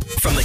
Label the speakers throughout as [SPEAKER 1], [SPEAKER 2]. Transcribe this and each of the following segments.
[SPEAKER 1] the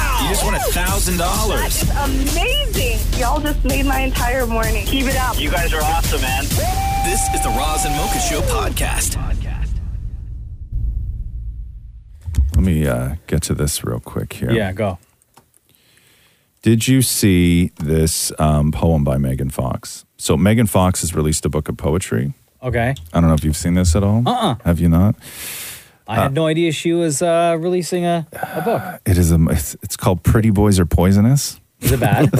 [SPEAKER 1] You just won a thousand dollars.
[SPEAKER 2] Amazing. Y'all just made my entire morning. Keep it up.
[SPEAKER 3] You guys are awesome, man.
[SPEAKER 1] This is the Roz and Mocha Show podcast.
[SPEAKER 4] Let me uh, get to this real quick here.
[SPEAKER 5] Yeah, go.
[SPEAKER 4] Did you see this um, poem by Megan Fox? So Megan Fox has released a book of poetry.
[SPEAKER 5] Okay.
[SPEAKER 4] I don't know if you've seen this at all.
[SPEAKER 5] Uh-uh.
[SPEAKER 4] Have you not?
[SPEAKER 5] I had no idea she was uh, releasing a, a book.
[SPEAKER 4] It is a. It's, it's called "Pretty Boys Are Poisonous."
[SPEAKER 5] Is it bad?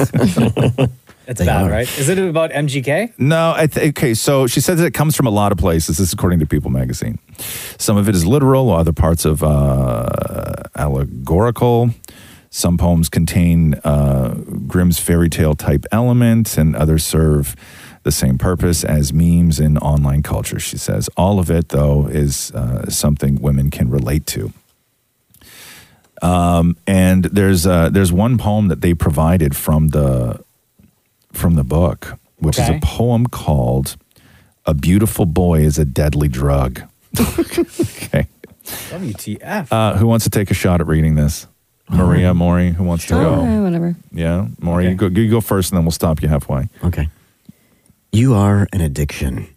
[SPEAKER 5] it's bad, right? Is it about MGK?
[SPEAKER 4] No, I th- okay. So she says that it comes from a lot of places. This is according to People Magazine. Some of it is literal, while other parts of uh, allegorical. Some poems contain uh, Grimm's fairy tale type element, and others serve the same purpose as memes in online culture. She says all of it, though, is uh, something women can relate to. Um, and there's uh, there's one poem that they provided from the from the book, which
[SPEAKER 5] Okay.
[SPEAKER 4] is a poem called "A Beautiful Boy Is a Deadly Drug." okay,
[SPEAKER 5] WTF.
[SPEAKER 4] uh, who wants to take a shot at reading this? Maria, Maury, who wants to go?
[SPEAKER 6] Oh, whatever.
[SPEAKER 4] Yeah, Maury, you, go, you go first, and then we'll stop you halfway.
[SPEAKER 7] Okay. You are an addiction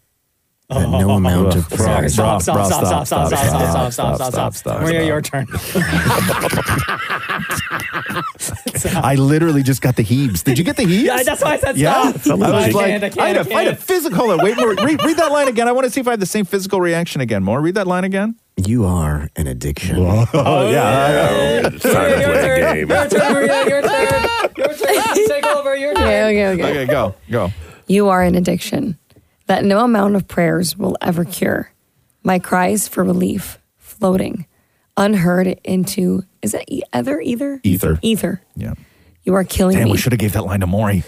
[SPEAKER 7] that no amount of prayer.
[SPEAKER 5] Oh. Stop, stop, stop, stop, stop, stop, stop, stop, stop, stop, stop. Maria, your turn.
[SPEAKER 4] I literally just got the heebs. Did you get the heebs?
[SPEAKER 5] Yeah, that's why I said
[SPEAKER 4] Yeah,
[SPEAKER 5] stop.
[SPEAKER 4] I was
[SPEAKER 5] I
[SPEAKER 4] like,
[SPEAKER 5] can't, I can't,
[SPEAKER 4] had
[SPEAKER 5] I
[SPEAKER 4] a, I had a
[SPEAKER 5] can't.
[SPEAKER 4] physical. Hold on, wait, more, read, read that line again. I want to see if I had the same physical reaction again. More, read that line again.
[SPEAKER 7] You are an addiction.
[SPEAKER 4] Oh yeah,
[SPEAKER 5] Maria, your turn. Your turn, Maria, your turn. Your turn. Take over. Your turn.
[SPEAKER 6] Okay, okay, okay.
[SPEAKER 4] Okay, go, go.
[SPEAKER 6] You are an addiction that no amount of prayers will ever cure. My cries for relief, floating, unheard into is that e- ether? Either
[SPEAKER 4] Ether.
[SPEAKER 6] Ether.
[SPEAKER 4] Yeah.
[SPEAKER 6] You are killing
[SPEAKER 4] Damn,
[SPEAKER 6] me,
[SPEAKER 4] we should have gave that line to Maury.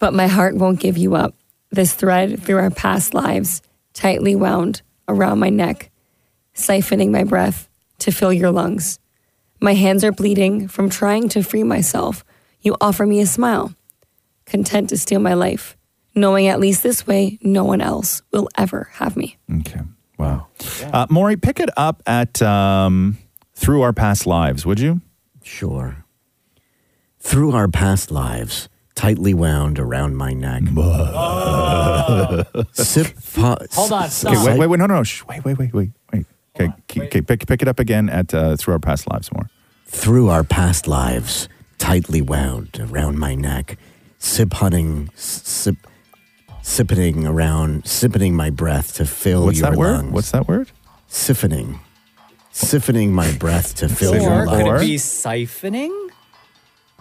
[SPEAKER 6] but my heart won't give you up. This thread through our past lives, tightly wound around my neck, siphoning my breath to fill your lungs. My hands are bleeding from trying to free myself. You offer me a smile. content to steal my life, knowing at least this way no one else will ever have me.
[SPEAKER 4] okay. Wow. Uh, Maury, pick it up at um, through our past lives, would you?
[SPEAKER 7] Sure. Through our past lives, tightly wound around my neck. Sip, po-
[SPEAKER 5] Hold on, stop.
[SPEAKER 4] Okay, wait, wait, wait, no, no, no. Shh, wait, wait, wait, wait, wait. Okay, k- okay, pick pick it up again at uh, through our past lives, more.
[SPEAKER 7] Through our past lives, tightly wound around my neck. Sip hunting, sip, sippening around, sippening my breath to fill
[SPEAKER 4] What's
[SPEAKER 7] your
[SPEAKER 4] that word?
[SPEAKER 7] lungs.
[SPEAKER 4] What's that word?
[SPEAKER 7] siphoning, siphoning my breath to fill
[SPEAKER 5] Or
[SPEAKER 7] your
[SPEAKER 5] could
[SPEAKER 7] lungs.
[SPEAKER 5] it be siphoning?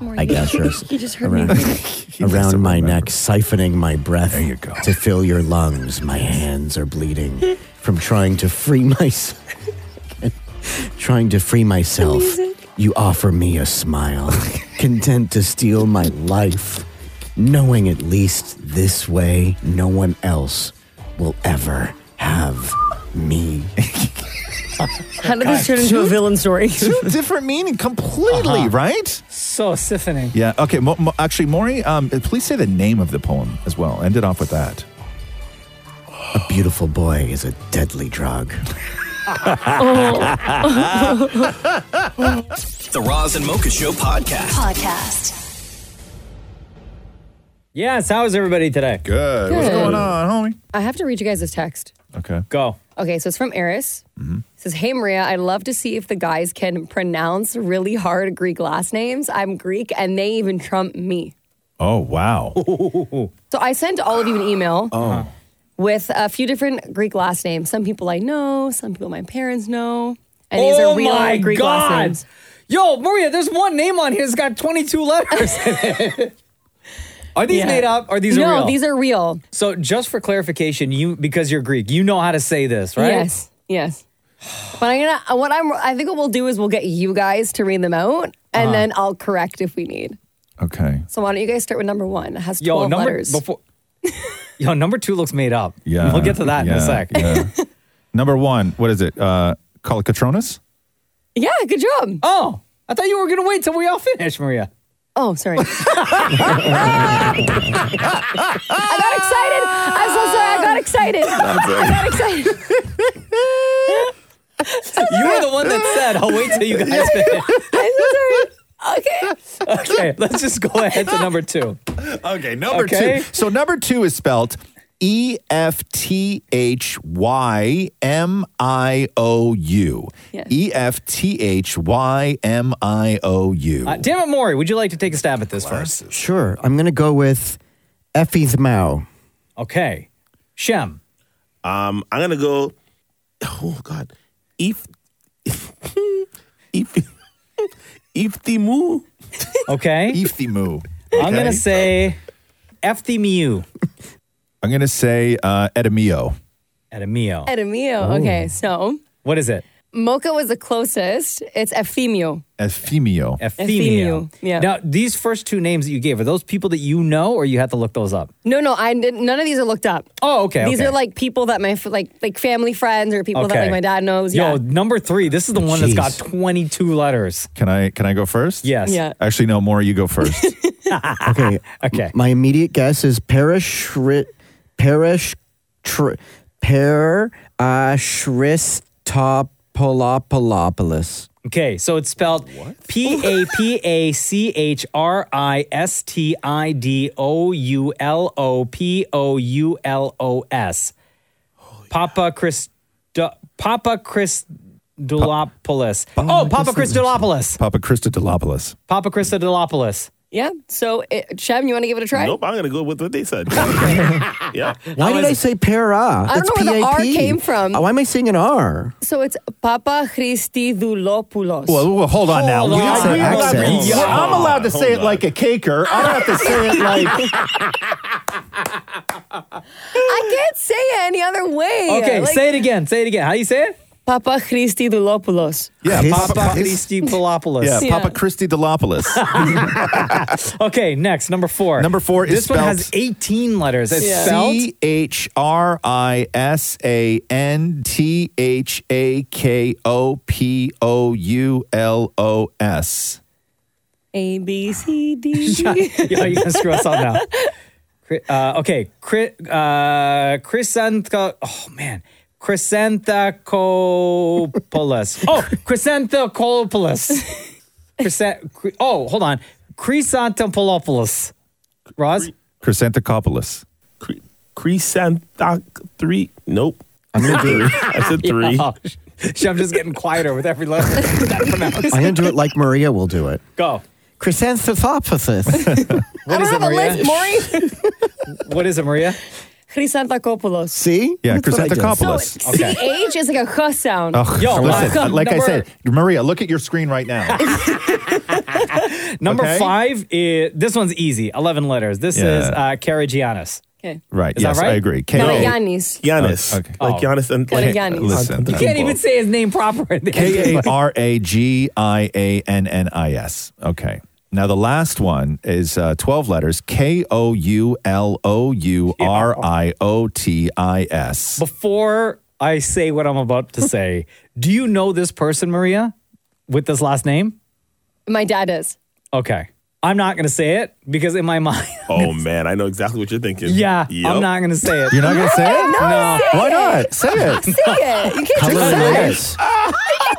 [SPEAKER 7] I guess you're
[SPEAKER 6] You just heard me.
[SPEAKER 7] around, around
[SPEAKER 4] doesn't
[SPEAKER 7] my
[SPEAKER 4] remember.
[SPEAKER 7] neck, siphoning my breath
[SPEAKER 4] There you go.
[SPEAKER 7] to fill your lungs. My hands are bleeding from trying to free myself. trying to free myself. You offer me a smile, content to steal my life, knowing at least this way no one else will ever have me.
[SPEAKER 6] How did this turn into a villain story?
[SPEAKER 4] Two different meaning completely, right?
[SPEAKER 5] Uh-huh. So siphoning.
[SPEAKER 4] Yeah. Okay. Mo- mo- actually, Maury, um, please say the name of the poem as well. End it off with that.
[SPEAKER 7] A beautiful boy is a deadly drug.
[SPEAKER 6] Oh.
[SPEAKER 1] The Roz and Mocha Show podcast.
[SPEAKER 8] Podcast.
[SPEAKER 5] Yes, how is everybody today?
[SPEAKER 4] Good. What's going on, homie?
[SPEAKER 6] I have to read you guys this text.
[SPEAKER 4] Okay.
[SPEAKER 5] Go.
[SPEAKER 6] Okay, so it's from Eris.
[SPEAKER 5] Mm-hmm.
[SPEAKER 6] It says, Hey Maria, I'd love to see if the guys can pronounce really hard Greek last names. I'm Greek and they even trump me.
[SPEAKER 4] Oh wow.
[SPEAKER 7] Oh.
[SPEAKER 6] So I sent all of you an email
[SPEAKER 5] Oh.
[SPEAKER 6] with a few different Greek last names. Some people I know, some people my parents know. And these
[SPEAKER 5] oh
[SPEAKER 6] are real
[SPEAKER 5] my
[SPEAKER 6] Greek
[SPEAKER 5] God.
[SPEAKER 6] last names.
[SPEAKER 5] Yo, Maria, there's one name on here that's got 22 letters in it. Are these
[SPEAKER 6] Yeah.
[SPEAKER 5] made up? Are these
[SPEAKER 6] no,
[SPEAKER 5] real?
[SPEAKER 6] these are real.
[SPEAKER 5] So, just for clarification, you because you're Greek, you know how to say this, right?
[SPEAKER 6] Yes. Yes. But I'm gonna uh, what I'm I think what we'll do is we'll get you guys to read them out,
[SPEAKER 5] Uh-huh.
[SPEAKER 6] and then I'll correct if we need.
[SPEAKER 4] Okay.
[SPEAKER 6] So why don't you guys start with number one? It has
[SPEAKER 5] Yo,
[SPEAKER 6] twelve
[SPEAKER 5] number
[SPEAKER 6] letters.
[SPEAKER 5] before. Yo, number two looks made up.
[SPEAKER 4] Yeah.
[SPEAKER 5] we'll get to that in a
[SPEAKER 4] Um, yeah,
[SPEAKER 5] sec.
[SPEAKER 4] yeah. Number one, what is it? Uh, Colicatronis?
[SPEAKER 6] yeah, good job.
[SPEAKER 5] Oh, I thought you were gonna wait till we all finish, Maria.
[SPEAKER 6] Oh, sorry. I got excited. I'm so sorry. I got excited. I got excited.
[SPEAKER 5] You were the one that said, "I'll wait till you guys finish."
[SPEAKER 6] I'm so sorry. Okay.
[SPEAKER 5] Okay, let's just go ahead to number two.
[SPEAKER 4] Okay, number
[SPEAKER 5] Okay.
[SPEAKER 4] two. So number two is spelt E F T H Y M I O U.
[SPEAKER 6] Yes.
[SPEAKER 4] E F T H Y M I O U.
[SPEAKER 5] Uh, damn it, Maury, would you like to take a stab at this first?
[SPEAKER 7] Sure. I'm going to go with Effie's Mao.
[SPEAKER 5] Okay, Shem.
[SPEAKER 8] Um, I'm gonna go. Oh God, if if if the moo.
[SPEAKER 5] Okay,
[SPEAKER 4] Iftimu.
[SPEAKER 5] I'm gonna say Efthymio
[SPEAKER 4] I'm gonna say uh, Edamio.
[SPEAKER 5] at a Mio.
[SPEAKER 6] Edamio. Okay, so
[SPEAKER 5] What is it?
[SPEAKER 6] Mocha was the closest. It's Ephemio.
[SPEAKER 5] Efthymio.
[SPEAKER 4] Ephemio.
[SPEAKER 6] Ephemio, yeah.
[SPEAKER 5] Now, these first two names that you gave are those people that you know, or you had to look those up?
[SPEAKER 6] No, no, I didn't, none of these are looked up.
[SPEAKER 5] Oh, okay.
[SPEAKER 6] These
[SPEAKER 5] okay.
[SPEAKER 6] are like people that my f- like like family friends or people that like my dad knows.
[SPEAKER 5] Yo,
[SPEAKER 6] Yeah.
[SPEAKER 5] number three. This is the one that's got 22 letters.
[SPEAKER 4] Can I can I go first?
[SPEAKER 5] Yes.
[SPEAKER 6] Yeah.
[SPEAKER 4] Actually, no, More. you go first.
[SPEAKER 7] Okay.
[SPEAKER 5] Okay.
[SPEAKER 7] My immediate guess is Parish ri- Parish tr- Per Ashistopolopoulos.
[SPEAKER 5] Okay. So it's spelled P A P A C H R I S T I D O U L O P O U L O S. Papa Christ. Papa Christolopoulos. oh, Papa Christolopoulos.
[SPEAKER 4] Papa Christodolopoulos.
[SPEAKER 5] Papa Christodolopoulos.
[SPEAKER 6] yeah. So, it, Shem, you want to give it a try?
[SPEAKER 8] Nope, I'm gonna go with what they said. yeah,
[SPEAKER 7] Why did I say para?
[SPEAKER 6] I don't
[SPEAKER 7] That's
[SPEAKER 6] know where the R
[SPEAKER 7] PAP.
[SPEAKER 6] came from.
[SPEAKER 7] Why am I saying an R?
[SPEAKER 6] So it's Papa Christidulopoulos.
[SPEAKER 4] Well, well, hold on now.
[SPEAKER 5] Hold
[SPEAKER 4] We
[SPEAKER 5] on.
[SPEAKER 4] don't
[SPEAKER 7] Accent,
[SPEAKER 4] allow-
[SPEAKER 7] accent.
[SPEAKER 4] Yeah, I'm allowed to
[SPEAKER 8] Hold
[SPEAKER 4] say it
[SPEAKER 8] on.
[SPEAKER 4] like a caker. I don't have to say it like.
[SPEAKER 6] I can't say it any other way.
[SPEAKER 5] Okay,
[SPEAKER 6] Like,
[SPEAKER 5] say it again. Say it again. How do you say it?
[SPEAKER 6] Papa Christidulopoulos.
[SPEAKER 4] Yeah,
[SPEAKER 7] Chris-
[SPEAKER 5] Papa
[SPEAKER 4] Chris-
[SPEAKER 5] Christopoulos.
[SPEAKER 4] Yeah,
[SPEAKER 6] Yeah.
[SPEAKER 4] Papa Christodolopoulos.
[SPEAKER 5] Okay, next, number four.
[SPEAKER 4] Number four is
[SPEAKER 5] This one has
[SPEAKER 4] spelled-
[SPEAKER 5] 18 letters. It's
[SPEAKER 6] Yeah.
[SPEAKER 5] spelled.
[SPEAKER 4] C H R I S A N T H A K O P O U L O S.
[SPEAKER 6] A B C D. E.
[SPEAKER 5] yeah, you can screw us up now. Cri- Uh, okay, Cri- uh, Chrysantha. Oh man, Chrysanthacopoulos. oh, Chrysanthacopoulos. Chrysan- cri- oh, hold on, Chrysanthopoulos. Roz.
[SPEAKER 4] Chrysanthacopoulos.
[SPEAKER 8] Cre- Cresantac three. Nope. I said three. I said three.
[SPEAKER 5] Oh, sh- I'm just getting quieter with every letter. That pronounced.
[SPEAKER 7] I'm going to do it like Maria will do it.
[SPEAKER 5] Go.
[SPEAKER 7] Chrysanthemophysis.
[SPEAKER 6] I don't
[SPEAKER 5] is it,
[SPEAKER 6] have a
[SPEAKER 5] Maria?
[SPEAKER 6] list, Maury.
[SPEAKER 5] What is it, Maria?
[SPEAKER 6] Christanthakopoulos.
[SPEAKER 7] See?
[SPEAKER 4] Yeah,
[SPEAKER 7] That's what I did.
[SPEAKER 6] So
[SPEAKER 4] Chrysanthacopoulos.
[SPEAKER 5] Okay.
[SPEAKER 6] CH is like a H sound.
[SPEAKER 4] Ugh,
[SPEAKER 5] Yo,
[SPEAKER 4] listen,
[SPEAKER 5] uh,
[SPEAKER 4] like I
[SPEAKER 5] number-
[SPEAKER 4] said, Maria, look at your screen right now.
[SPEAKER 5] Number
[SPEAKER 4] Okay.
[SPEAKER 5] five is this one's easy. Eleven letters. This is
[SPEAKER 4] Yeah.
[SPEAKER 5] uh, Karagiannis.
[SPEAKER 6] Okay.
[SPEAKER 4] right.
[SPEAKER 5] Is that
[SPEAKER 4] yes,
[SPEAKER 5] right? Oh,
[SPEAKER 4] I agree. K-
[SPEAKER 6] Giannis.
[SPEAKER 8] Giannis.
[SPEAKER 4] Okay.
[SPEAKER 8] Like Giannis and
[SPEAKER 6] Gotta
[SPEAKER 8] like
[SPEAKER 6] Giannis.
[SPEAKER 4] Listen,
[SPEAKER 8] You
[SPEAKER 5] You can't even say his name proper. at the end.
[SPEAKER 4] K A R A G I A N N I S. Okay. Now the last one is uh, twelve letters. K O U L O U R I O T I S.
[SPEAKER 5] Before I say what I'm about to say, do you know this person, Maria, with this last name?
[SPEAKER 6] My dad does.
[SPEAKER 5] Okay. I'm not going to say it because in my mind,
[SPEAKER 8] Oh man, I know exactly what you're thinking.
[SPEAKER 5] yeah, I'm
[SPEAKER 8] Yup.
[SPEAKER 5] not going to say it.
[SPEAKER 4] You're not gonna say it?
[SPEAKER 5] No.
[SPEAKER 4] Why not? Say it.
[SPEAKER 6] Say it. You can't
[SPEAKER 7] Hello,
[SPEAKER 6] do that.
[SPEAKER 7] Liz.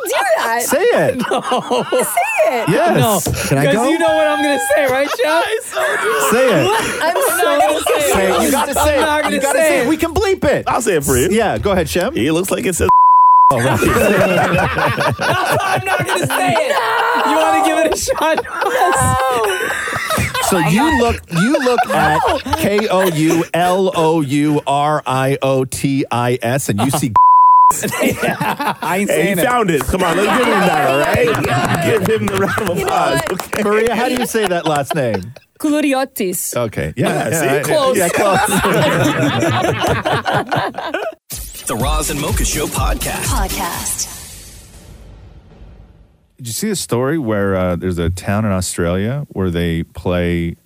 [SPEAKER 6] Do that.
[SPEAKER 4] Say it.
[SPEAKER 5] No,
[SPEAKER 4] Yes.
[SPEAKER 7] Can I
[SPEAKER 5] because
[SPEAKER 7] go?
[SPEAKER 5] you know what I'm going to say, right, Joe?
[SPEAKER 4] Say it.
[SPEAKER 6] I'm so
[SPEAKER 4] Say it. You gotta
[SPEAKER 5] I'm
[SPEAKER 4] say
[SPEAKER 5] not
[SPEAKER 4] it.
[SPEAKER 5] gonna
[SPEAKER 4] You gotta
[SPEAKER 5] say
[SPEAKER 4] say
[SPEAKER 5] it.
[SPEAKER 4] it. We can bleep it.
[SPEAKER 8] I'll say it for you.
[SPEAKER 4] Yeah. Go ahead, Shem. Oh,
[SPEAKER 8] It looks like it says.
[SPEAKER 5] I'm not going to say it. You want to give it a shot? Oh
[SPEAKER 4] So you look you look at K O U L O U R I O T I S and you see
[SPEAKER 5] I ain't
[SPEAKER 8] Hey, he
[SPEAKER 5] saying it.
[SPEAKER 8] found it. Come on, let's give him that. All right, give him the round of applause.
[SPEAKER 6] what?
[SPEAKER 8] Okay.
[SPEAKER 4] Maria, how do you say that last name?
[SPEAKER 6] Gloriotis.
[SPEAKER 4] Okay. Yeah.
[SPEAKER 8] Yeah, see?
[SPEAKER 4] I-
[SPEAKER 8] Close.
[SPEAKER 4] Yeah, close.
[SPEAKER 1] the Roz and Mocha Show podcast.
[SPEAKER 9] Podcast.
[SPEAKER 4] Did you see the story where uh, there's a town in Australia where they play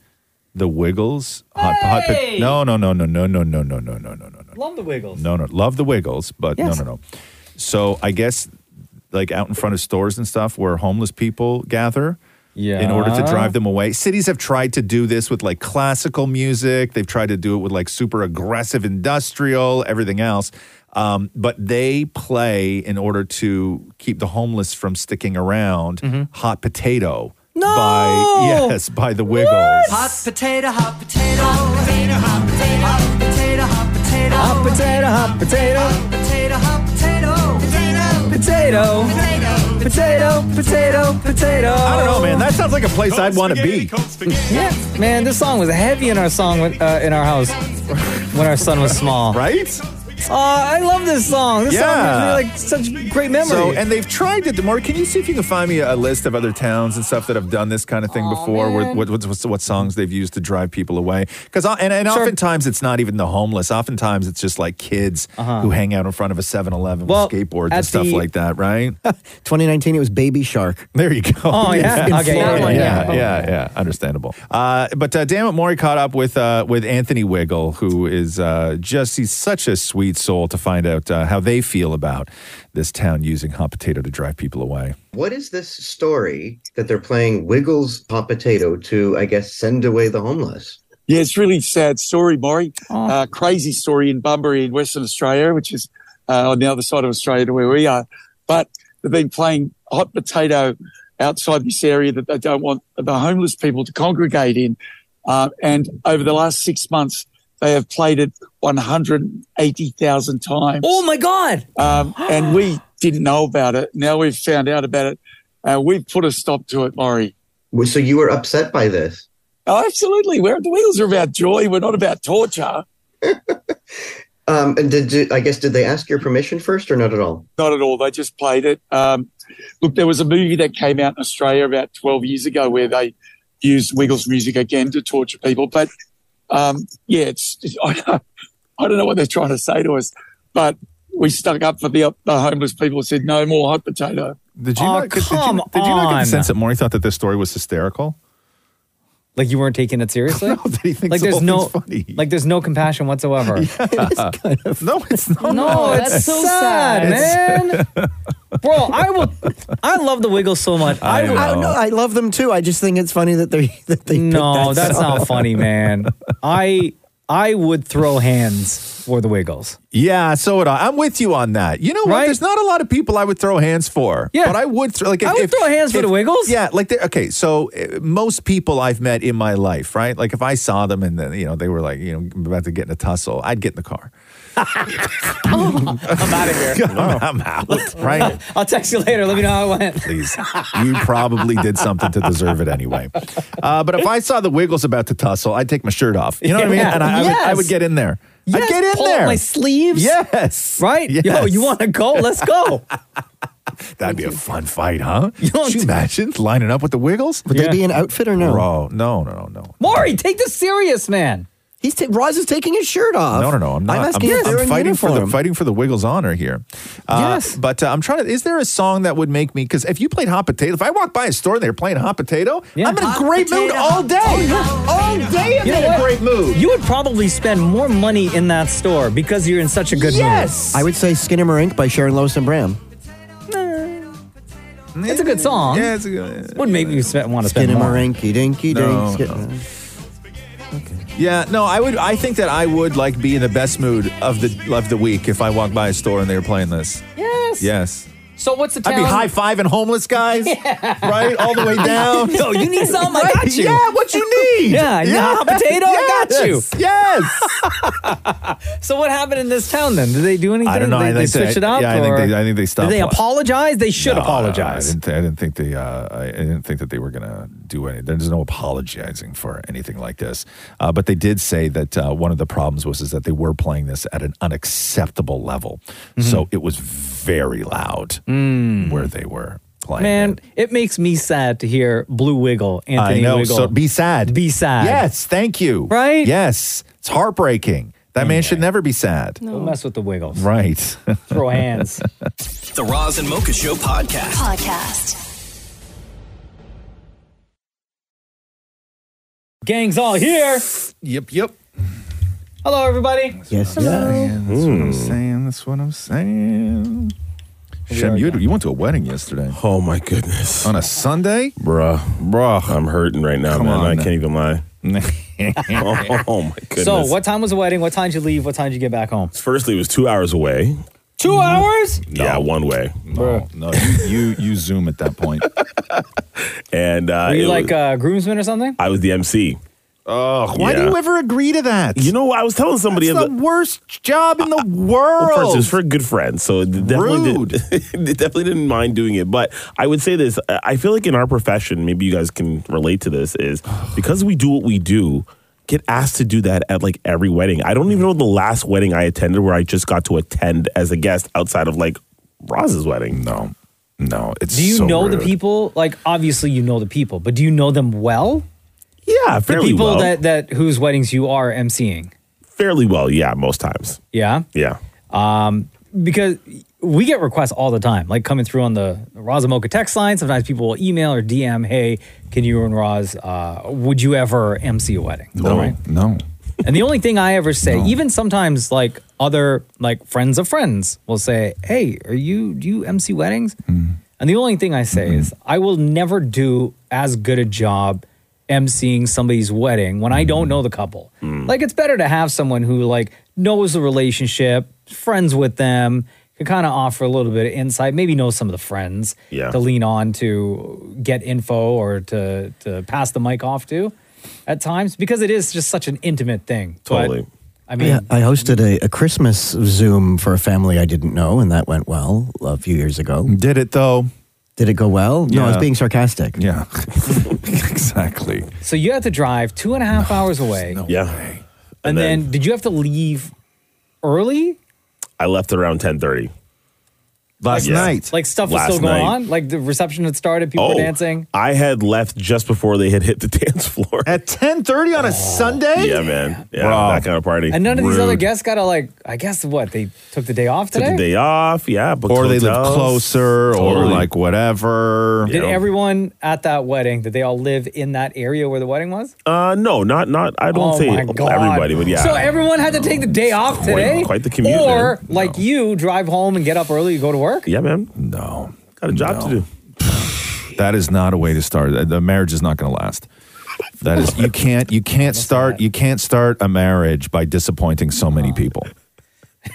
[SPEAKER 4] the Wiggles? Hot, hot
[SPEAKER 5] Hey!
[SPEAKER 4] no, no, no, no, no, no, no, no, no, no, no, no, no.
[SPEAKER 5] Love the Wiggles.
[SPEAKER 4] No, no, love the Wiggles, but
[SPEAKER 7] Yes.
[SPEAKER 4] no, no, no. So I guess like out in front of stores and stuff where homeless people gather. In order to
[SPEAKER 5] Yeah.
[SPEAKER 4] drive them away, cities have tried to do this with like classical music. They've tried to do it with like super aggressive industrial, everything else. Um, but they play in order to keep the homeless from sticking around. Hot potato. No. By yes, by the Wiggles.
[SPEAKER 10] Hot potato, hot potato, hot potato, hot potato, hot potato, hot potato, hot
[SPEAKER 5] Potato, hot potato,
[SPEAKER 10] potato, hot
[SPEAKER 5] potato,
[SPEAKER 10] potato, potato, potato.
[SPEAKER 5] potato, potato, potato.
[SPEAKER 4] I don't know, man. That sounds like a place I'd want to be.
[SPEAKER 5] Yeah, man, this song was heavy in our song when, uh, in our house when our son was small.
[SPEAKER 4] Right?
[SPEAKER 5] Oh, I love this song. This
[SPEAKER 4] Yeah.
[SPEAKER 5] song gives me like such great memories.
[SPEAKER 4] So, and they've tried to. Mark, can you see if you can find me a list of other towns and stuff that have done this kind of thing before? With what, what, what, what songs they've used to drive people away? Because and, and
[SPEAKER 5] Sure.
[SPEAKER 4] oftentimes it's not even the homeless. Oftentimes it's just like kids who hang out in front of a 7-Eleven
[SPEAKER 5] Uh-huh. Well,
[SPEAKER 4] with skateboards
[SPEAKER 5] at
[SPEAKER 4] and stuff
[SPEAKER 5] the-
[SPEAKER 4] like that. Right
[SPEAKER 7] 2019, it was Baby Shark.
[SPEAKER 4] there, you go.
[SPEAKER 5] Oh, yeah.
[SPEAKER 4] In
[SPEAKER 5] Okay, that
[SPEAKER 4] Florida.
[SPEAKER 5] one,
[SPEAKER 4] yeah,
[SPEAKER 5] yeah.
[SPEAKER 4] yeah, yeah, Understandable. Uh, but uh, damn it, Maury caught up with uh, with Anthony Wiggle, who is uh, just he's such a sweet soul to find out uh, how they feel about this town using hot potato to drive people away.
[SPEAKER 11] What is this story that they're playing Wiggles Hot Potato to, I guess, send away the homeless?
[SPEAKER 3] Yeah, it's really sad story, Maury.
[SPEAKER 5] Oh.
[SPEAKER 3] Uh, crazy story in Bunbury in Western Australia, which is uh, on the other side of Australia to where we are. But they've been playing hot potato outside this area that they don't want the homeless people to congregate in. Uh, and over the last six months, they have played it 180,000 times.
[SPEAKER 5] oh my god.
[SPEAKER 3] Um, and we didn't know about it. Now we've found out about it. Uh, we've put a stop to it, Maury.
[SPEAKER 11] Well, So you were upset by this.
[SPEAKER 3] Oh, absolutely. We're, the wheels are about joy. We're not about torture.
[SPEAKER 11] Um, and did, did I guess did they ask your permission first or not at all?
[SPEAKER 3] Not at all. They just played it. Um, look, there was a movie that came out in Australia about 12 years ago where they used Wiggles music again to torture people. But um, yeah, it's, it's- I, don't- I don't know what they're trying to say to us, but we stuck up for the, the homeless people and said, no more hot potato.
[SPEAKER 4] Did you
[SPEAKER 5] Aw,
[SPEAKER 4] not, did you-
[SPEAKER 5] Oh, come
[SPEAKER 4] did you not get the
[SPEAKER 5] on.
[SPEAKER 4] sense that Maury thought that this story was hysterical?
[SPEAKER 5] Like you weren't taking it seriously.
[SPEAKER 4] No, that he thinks
[SPEAKER 5] like
[SPEAKER 4] the
[SPEAKER 5] there's
[SPEAKER 4] whole
[SPEAKER 5] no
[SPEAKER 4] thing's funny.
[SPEAKER 5] like there's no compassion whatsoever.
[SPEAKER 4] no, it's not.
[SPEAKER 5] No, it's
[SPEAKER 6] Oh, that's so
[SPEAKER 5] so sad, man. Bro, I will. I love the Wiggles so much. I,
[SPEAKER 4] I
[SPEAKER 5] will-
[SPEAKER 7] I,
[SPEAKER 4] Oh.
[SPEAKER 7] no, I love them too. I just think it's funny that they that they
[SPEAKER 5] no,
[SPEAKER 7] picked that
[SPEAKER 5] that's
[SPEAKER 7] song.
[SPEAKER 5] not funny, man. I I would throw hands for the Wiggles.
[SPEAKER 4] Yeah, so would I. I'm with you on that. You know what?
[SPEAKER 5] Right?
[SPEAKER 4] There's not a lot of people I would throw hands for.
[SPEAKER 5] Yeah.
[SPEAKER 4] but I would throw like
[SPEAKER 5] I would throw hands for the Wiggles.
[SPEAKER 4] Yeah, like they're- okay. So uh, most people I've met in my life, right? Like if I saw them and then you know they were like you know about to get in a tussle, I'd get in the car. I'm out of here. I'm, out. Right?
[SPEAKER 5] I'll text you later. Let me know how it went.
[SPEAKER 4] Please, you probably did something to deserve it anyway. Uh, but if I saw the Wiggles about to tussle, I'd take my shirt off. You know what I mean?
[SPEAKER 5] Yeah.
[SPEAKER 4] And I, I, would, I
[SPEAKER 5] Yes.
[SPEAKER 4] would get in there. I'd
[SPEAKER 5] Yes,
[SPEAKER 4] get in
[SPEAKER 5] pull
[SPEAKER 4] there.
[SPEAKER 5] Up my sleeves.
[SPEAKER 4] Yes.
[SPEAKER 5] Right? Yo,
[SPEAKER 4] Yes.
[SPEAKER 5] you want to go? Let's go.
[SPEAKER 4] That'd be a fun fight, huh?
[SPEAKER 5] don't-
[SPEAKER 4] Could you imagine lining up with the Wiggles?
[SPEAKER 7] Would
[SPEAKER 5] Yeah.
[SPEAKER 7] they be an outfit or no?
[SPEAKER 4] Bro, no, no, no, no.
[SPEAKER 5] Maury, take this serious, man.
[SPEAKER 7] He's ta- Roz is taking his shirt off.
[SPEAKER 4] No, no, no! I'm not.
[SPEAKER 7] I'm asking if
[SPEAKER 4] I'm
[SPEAKER 7] they're in
[SPEAKER 4] fighting for the
[SPEAKER 7] uniform.
[SPEAKER 4] fighting for the Wiggles' honor here. Uh,
[SPEAKER 5] Yes.
[SPEAKER 4] but uh, I'm trying to. Is there a song that would make me? Because if you played hot potato, if I walk by a store and they're playing hot potato,
[SPEAKER 5] Yeah.
[SPEAKER 4] I'm in a
[SPEAKER 5] Hot
[SPEAKER 4] great
[SPEAKER 3] potato,
[SPEAKER 4] mood
[SPEAKER 3] hot
[SPEAKER 4] all day. All day, I'm
[SPEAKER 5] You know
[SPEAKER 4] in a
[SPEAKER 5] what?
[SPEAKER 4] great mood.
[SPEAKER 5] You would probably spend more money in that store because you're in such a good
[SPEAKER 4] yes,
[SPEAKER 7] I would say Skinner Marink by Sharon Lois and Bram.
[SPEAKER 5] mood. It's a good song.
[SPEAKER 4] Yeah, it's a good.
[SPEAKER 5] Would make me spend, want to spend
[SPEAKER 7] Skinner
[SPEAKER 5] more.
[SPEAKER 7] Marinky Dinky Dink.
[SPEAKER 4] No,
[SPEAKER 7] Skin-
[SPEAKER 4] no. Yeah, no, I would. I think that I would like be in the best mood of the of the week if I walked by a store and they were playing this.
[SPEAKER 5] Yes.
[SPEAKER 4] Yes.
[SPEAKER 5] So what's the town?
[SPEAKER 4] I'd be high fiving homeless guys, right? All the way down.
[SPEAKER 5] Yo, you need something? I got you.
[SPEAKER 4] Yeah, what you need?
[SPEAKER 5] Yeah, you
[SPEAKER 4] Yeah.
[SPEAKER 5] know, hot potato, I got you.
[SPEAKER 4] Yes.
[SPEAKER 5] So what happened in this town then? Did they do anything?
[SPEAKER 4] I don't know.
[SPEAKER 5] They,
[SPEAKER 4] I
[SPEAKER 5] they
[SPEAKER 4] think
[SPEAKER 5] switch
[SPEAKER 4] they-
[SPEAKER 5] it up.
[SPEAKER 4] yeah, I think
[SPEAKER 5] or-
[SPEAKER 4] they- I think they stopped
[SPEAKER 5] Did they
[SPEAKER 4] playing.
[SPEAKER 5] apologize? They should
[SPEAKER 4] I
[SPEAKER 5] apologize.
[SPEAKER 4] didn't, I didn't think they. Uh, I I didn't think that they were gonna do any. There's no apologizing for anything like this. Uh, but they did say that uh, one of the problems was is that they were playing this at an unacceptable level.
[SPEAKER 5] Mm-hmm.
[SPEAKER 4] So it was very loud where they were playing.
[SPEAKER 5] Mm. Man,
[SPEAKER 4] it.
[SPEAKER 5] it makes me sad to hear Blue Wiggle, Anthony
[SPEAKER 4] I know.
[SPEAKER 5] Wiggle.
[SPEAKER 4] So be sad.
[SPEAKER 5] Be sad.
[SPEAKER 4] Yes. Thank you.
[SPEAKER 5] Right?
[SPEAKER 4] Yes. It's heartbreaking. That man should never be sad.
[SPEAKER 5] Don't mess with the Wiggles.
[SPEAKER 4] Right.
[SPEAKER 5] Throw hands.
[SPEAKER 1] The Roz and Mocha Show podcast.
[SPEAKER 9] Podcast.
[SPEAKER 5] Gang's all here.
[SPEAKER 4] Yep, yep.
[SPEAKER 5] Hello, everybody.
[SPEAKER 4] Yes, That's what
[SPEAKER 5] Hmm.
[SPEAKER 4] I'm saying. That's what I'm saying. Shem, you, you went to a wedding yesterday.
[SPEAKER 8] Oh my goodness.
[SPEAKER 4] On a Sunday?
[SPEAKER 8] Bruh.
[SPEAKER 4] Bruh.
[SPEAKER 8] I'm hurting right now,
[SPEAKER 4] Come
[SPEAKER 8] man.
[SPEAKER 4] on
[SPEAKER 8] I
[SPEAKER 4] now.
[SPEAKER 8] can't even lie. oh, oh my goodness.
[SPEAKER 5] So, what time was the wedding? What time did you leave? What time did you get back home? Mm-hmm.
[SPEAKER 8] Firstly, it was two hours away.
[SPEAKER 5] Two hours?
[SPEAKER 8] Yeah, one way.
[SPEAKER 4] No, no you, you you zoom at that point.
[SPEAKER 8] And uh,
[SPEAKER 5] Were
[SPEAKER 8] it
[SPEAKER 5] you like
[SPEAKER 8] was-
[SPEAKER 5] a groomsman or something?
[SPEAKER 8] I was the MC.
[SPEAKER 4] Oh, Why do you ever agree to that?
[SPEAKER 8] You know, I was telling somebody
[SPEAKER 4] That's
[SPEAKER 8] in
[SPEAKER 4] the, worst job in the world.
[SPEAKER 8] Well, first, it was for good friends, so it definitely,
[SPEAKER 4] Oh. Rude.
[SPEAKER 8] did, it definitely didn't mind doing it. But I would say this: I I feel like in our profession, maybe you guys can relate to this, is because we do what we do. Get asked to do that at like every wedding. I don't even know the last wedding I attended where I just got to attend as a guest outside of like Roz's wedding.
[SPEAKER 4] No, no, it's
[SPEAKER 5] Do you
[SPEAKER 4] so
[SPEAKER 5] know the
[SPEAKER 4] rude.
[SPEAKER 5] people? Like, obviously, you know the people, but do you know them well?
[SPEAKER 8] Yeah,
[SPEAKER 5] The
[SPEAKER 8] fairly
[SPEAKER 5] people
[SPEAKER 8] well.
[SPEAKER 5] that that whose weddings you are emceeing.
[SPEAKER 8] fairly well. Yeah, most times.
[SPEAKER 5] Yeah, Um,
[SPEAKER 8] Yeah.
[SPEAKER 5] because we get requests all the time, like coming through on the Razamoka text line. Sometimes people will email or DM, "Hey, can you and Roz? Uh, would you ever MC a wedding?"
[SPEAKER 4] No,
[SPEAKER 5] Right?
[SPEAKER 4] no.
[SPEAKER 5] And the only thing I ever say, even sometimes like other like friends of friends will say, "Hey, are you do you MC weddings?" And the only thing I say is, I will never do as good a job emceeing somebody's wedding when I don't know the couple. Like it's better to have someone who like knows the relationship, friends with them, can kind of offer a little bit of insight, maybe know some of the friends
[SPEAKER 8] Yeah.
[SPEAKER 5] to lean on to get info or to to pass the mic off to at times because it is just such an intimate thing. But,
[SPEAKER 8] Totally.
[SPEAKER 5] I mean,
[SPEAKER 7] yeah, I hosted a, a Christmas Zoom for a family I didn't know, and that went well a few years ago.
[SPEAKER 4] Did it though?
[SPEAKER 7] Did it go well? No, I was
[SPEAKER 4] Yeah.
[SPEAKER 7] being sarcastic.
[SPEAKER 4] Yeah, exactly.
[SPEAKER 5] so you have to drive two and a half hours away,
[SPEAKER 8] Yeah.
[SPEAKER 5] and then, did you have to leave early?
[SPEAKER 8] I left around ten thirty.
[SPEAKER 4] Last
[SPEAKER 8] Yeah.
[SPEAKER 4] night,
[SPEAKER 5] Like stuff was
[SPEAKER 8] Last
[SPEAKER 5] still going
[SPEAKER 8] night. Oh.
[SPEAKER 5] on. Like the reception had started, people were dancing.
[SPEAKER 8] I had left just before they had hit the dance floor.
[SPEAKER 4] at ten thirty on a Sunday.
[SPEAKER 8] Oh. Yeah, man. Yeah,
[SPEAKER 4] Bro.
[SPEAKER 8] that kind of party.
[SPEAKER 5] And none of these other
[SPEAKER 4] Rude.
[SPEAKER 5] guests got to like. I guess what they took the day off
[SPEAKER 8] took the
[SPEAKER 5] today.
[SPEAKER 8] day off. Yeah, booked
[SPEAKER 4] or they live
[SPEAKER 8] hotels.
[SPEAKER 4] closer, or
[SPEAKER 8] Totally.
[SPEAKER 4] like whatever.
[SPEAKER 5] Did
[SPEAKER 8] Yeah.
[SPEAKER 5] everyone at that wedding? Did they all live in that area where the wedding was?
[SPEAKER 8] Uh, no, not not. I don't
[SPEAKER 5] oh
[SPEAKER 8] say
[SPEAKER 5] my god!
[SPEAKER 8] everybody, but yeah.
[SPEAKER 5] So everyone had to take the day off today.
[SPEAKER 8] quite the commute,
[SPEAKER 5] Or
[SPEAKER 8] man.
[SPEAKER 5] like you, drive home and get up early, go to work.
[SPEAKER 8] yeah, man.
[SPEAKER 4] No,
[SPEAKER 8] Got a job to do.
[SPEAKER 4] that is not a way to start. The marriage is not going to last. That is, you can't, you can't start, you can't start a marriage by disappointing so many people.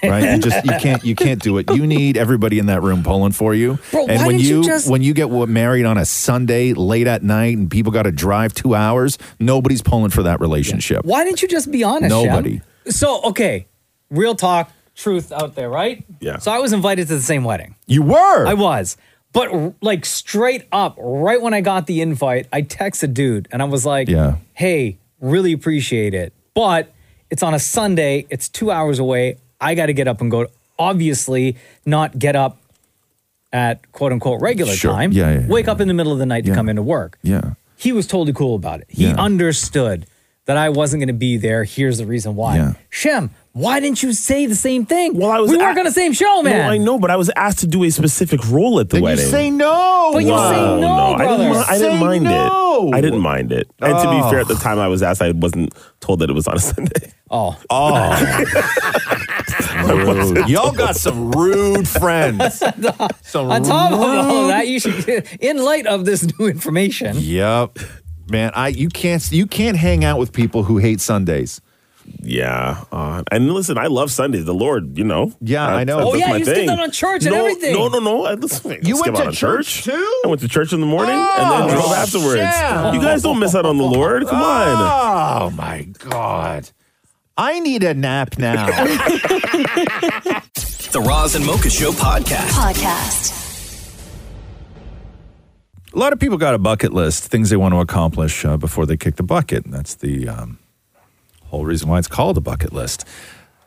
[SPEAKER 4] Right, you just you can't you can't do it. You need everybody in that room pulling for you.
[SPEAKER 5] Bro,
[SPEAKER 4] and
[SPEAKER 5] why
[SPEAKER 4] when
[SPEAKER 5] didn't you just-
[SPEAKER 4] when you get wa- married on a Sunday late at night and people got to drive two hours, nobody's pulling for that relationship.
[SPEAKER 5] Why didn't you just be honest? Shem?
[SPEAKER 4] Nobody.
[SPEAKER 5] So okay, real talk, truth out there, right?
[SPEAKER 8] Yeah.
[SPEAKER 5] So I was invited to the same wedding.
[SPEAKER 4] You were.
[SPEAKER 5] I was. But like straight up, right when I got the invite, I texted dude and I was like,
[SPEAKER 4] Yeah.
[SPEAKER 5] hey, really appreciate it. But it's on a Sunday, it's two hours away. I got to get up and go. Obviously, not get up at quote unquote regular
[SPEAKER 4] Sure.
[SPEAKER 5] time.
[SPEAKER 4] Yeah, yeah, yeah,
[SPEAKER 5] Wake up in the middle of the night
[SPEAKER 4] Yeah.
[SPEAKER 5] to come into work.
[SPEAKER 4] yeah.
[SPEAKER 5] He was totally cool about it. He
[SPEAKER 4] Yeah.
[SPEAKER 5] understood that I wasn't going to be there. Here's the reason why.
[SPEAKER 4] Yeah.
[SPEAKER 5] Shem, why didn't you say the same thing?
[SPEAKER 8] Well, I was
[SPEAKER 5] we
[SPEAKER 8] at-
[SPEAKER 5] work on the same show, man.
[SPEAKER 8] No, I know, but I was asked to do a specific role at the
[SPEAKER 4] Then
[SPEAKER 8] wedding.
[SPEAKER 4] you say no.
[SPEAKER 5] But you
[SPEAKER 8] Oh,
[SPEAKER 5] say no,
[SPEAKER 8] I didn't,
[SPEAKER 5] brother.
[SPEAKER 8] mi- I didn't
[SPEAKER 4] Say
[SPEAKER 8] mind
[SPEAKER 4] no.
[SPEAKER 8] it. I didn't mind it. And to be
[SPEAKER 4] Oh.
[SPEAKER 8] fair, at the time I was asked, I wasn't told that it was on a Sunday.
[SPEAKER 5] oh,
[SPEAKER 4] Rude. Y'all got some rude friends. Some
[SPEAKER 5] On top of all
[SPEAKER 4] rude-
[SPEAKER 5] that, you should, in light of this new information,
[SPEAKER 4] Yep, man. I you can't you can't hang out with people who hate Sundays.
[SPEAKER 8] Yeah. Uh, and listen, I love Sundays. The Lord, you know.
[SPEAKER 4] Yeah, I know.
[SPEAKER 5] Oh,
[SPEAKER 8] that's
[SPEAKER 5] yeah,
[SPEAKER 8] my
[SPEAKER 5] you skipped
[SPEAKER 8] thing.
[SPEAKER 5] out on church and
[SPEAKER 8] no,
[SPEAKER 5] everything.
[SPEAKER 8] No, no, no. I, listen, I
[SPEAKER 4] You
[SPEAKER 8] skip
[SPEAKER 4] went
[SPEAKER 8] out
[SPEAKER 4] to
[SPEAKER 8] on
[SPEAKER 4] church, too?
[SPEAKER 8] I went to church in the morning and
[SPEAKER 4] Oh,
[SPEAKER 8] then drove afterwards.
[SPEAKER 4] Shem.
[SPEAKER 8] You guys don't miss out on the Lord. Come on.
[SPEAKER 4] Oh my god, I need a nap now.
[SPEAKER 1] The Roz and Mocha Show podcast.
[SPEAKER 9] Podcast.
[SPEAKER 4] a lot of people got a bucket list, things they want to accomplish uh, before they kick the bucket. And that's the um, whole reason why it's called a bucket list.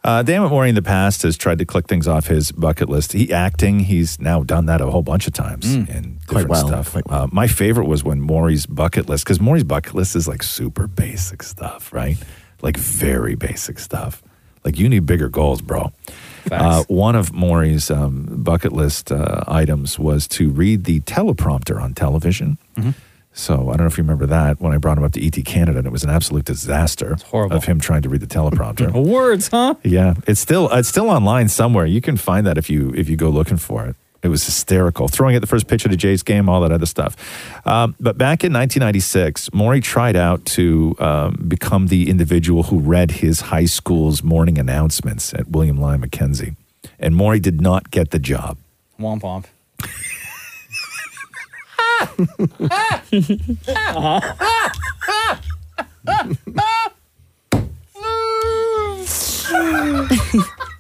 [SPEAKER 4] Uh, Dan Mori in the past has tried to click things off his bucket list. He acting, he's now done that a whole bunch of times
[SPEAKER 5] Mm.
[SPEAKER 4] and different
[SPEAKER 7] Quite well,
[SPEAKER 4] stuff.
[SPEAKER 7] quite well.
[SPEAKER 4] Uh, my favorite was when Maury's bucket list, because Maury's bucket list is like super basic stuff, right? Like very basic stuff. Like you need bigger goals, bro. Uh, one of Maury's um, bucket list uh, items was to read the teleprompter on television.
[SPEAKER 7] Mm-hmm.
[SPEAKER 4] So I don't know if you remember that when I brought him up to ET Canada, and it was an absolute disaster
[SPEAKER 5] horrible.
[SPEAKER 4] of him trying to read the teleprompter.
[SPEAKER 5] Words, huh?
[SPEAKER 4] Yeah, it's still it's still online somewhere. You can find that if you if you go looking for it. It was hysterical. Throwing at the first pitch of the Jays game, all that other stuff. Um, but back in 1996, Maury tried out to um, become the individual who read his high school's morning announcements at William Lyon McKenzie. And Maury did not get the job.
[SPEAKER 5] Womp womp.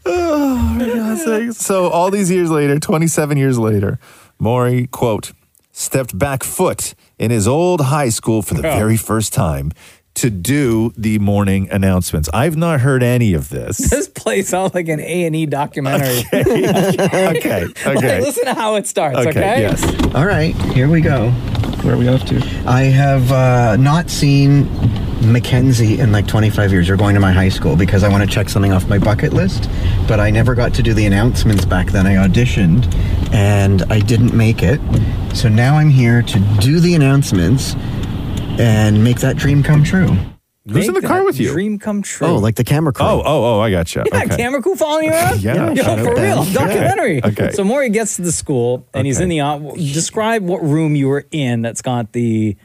[SPEAKER 4] oh, for God's sake. So all these years later, 27 years later, Maury, quote, stepped back foot in his old high school for the very first time to do the morning announcements. I've not heard any of this.
[SPEAKER 5] This plays sounds like an A and E documentary.
[SPEAKER 4] Okay, okay.
[SPEAKER 5] Like, listen to how it starts. Okay.
[SPEAKER 7] All right, here we go. Where
[SPEAKER 3] are we off to?
[SPEAKER 7] I have uh, not seen Mackenzie in like 25 years. You're going to my high school because I want to check something off my bucket list, but I never got to do the announcements back then. I auditioned and I didn't make it. So now I'm here to do the announcements and make that dream come true.
[SPEAKER 4] Who's in the car with you?
[SPEAKER 5] Dream come true.
[SPEAKER 7] Oh, like the camera crew.
[SPEAKER 4] Oh, oh, oh, I gotcha.
[SPEAKER 5] Yeah, camera crew following you around.
[SPEAKER 4] Yeah,
[SPEAKER 5] Yo,
[SPEAKER 4] shut
[SPEAKER 5] for
[SPEAKER 4] it down.
[SPEAKER 5] real,
[SPEAKER 4] Okay.
[SPEAKER 5] documentary.
[SPEAKER 4] Okay.
[SPEAKER 5] So Maury gets to the school and he's in the. o- Describe what room you were in. That's got the.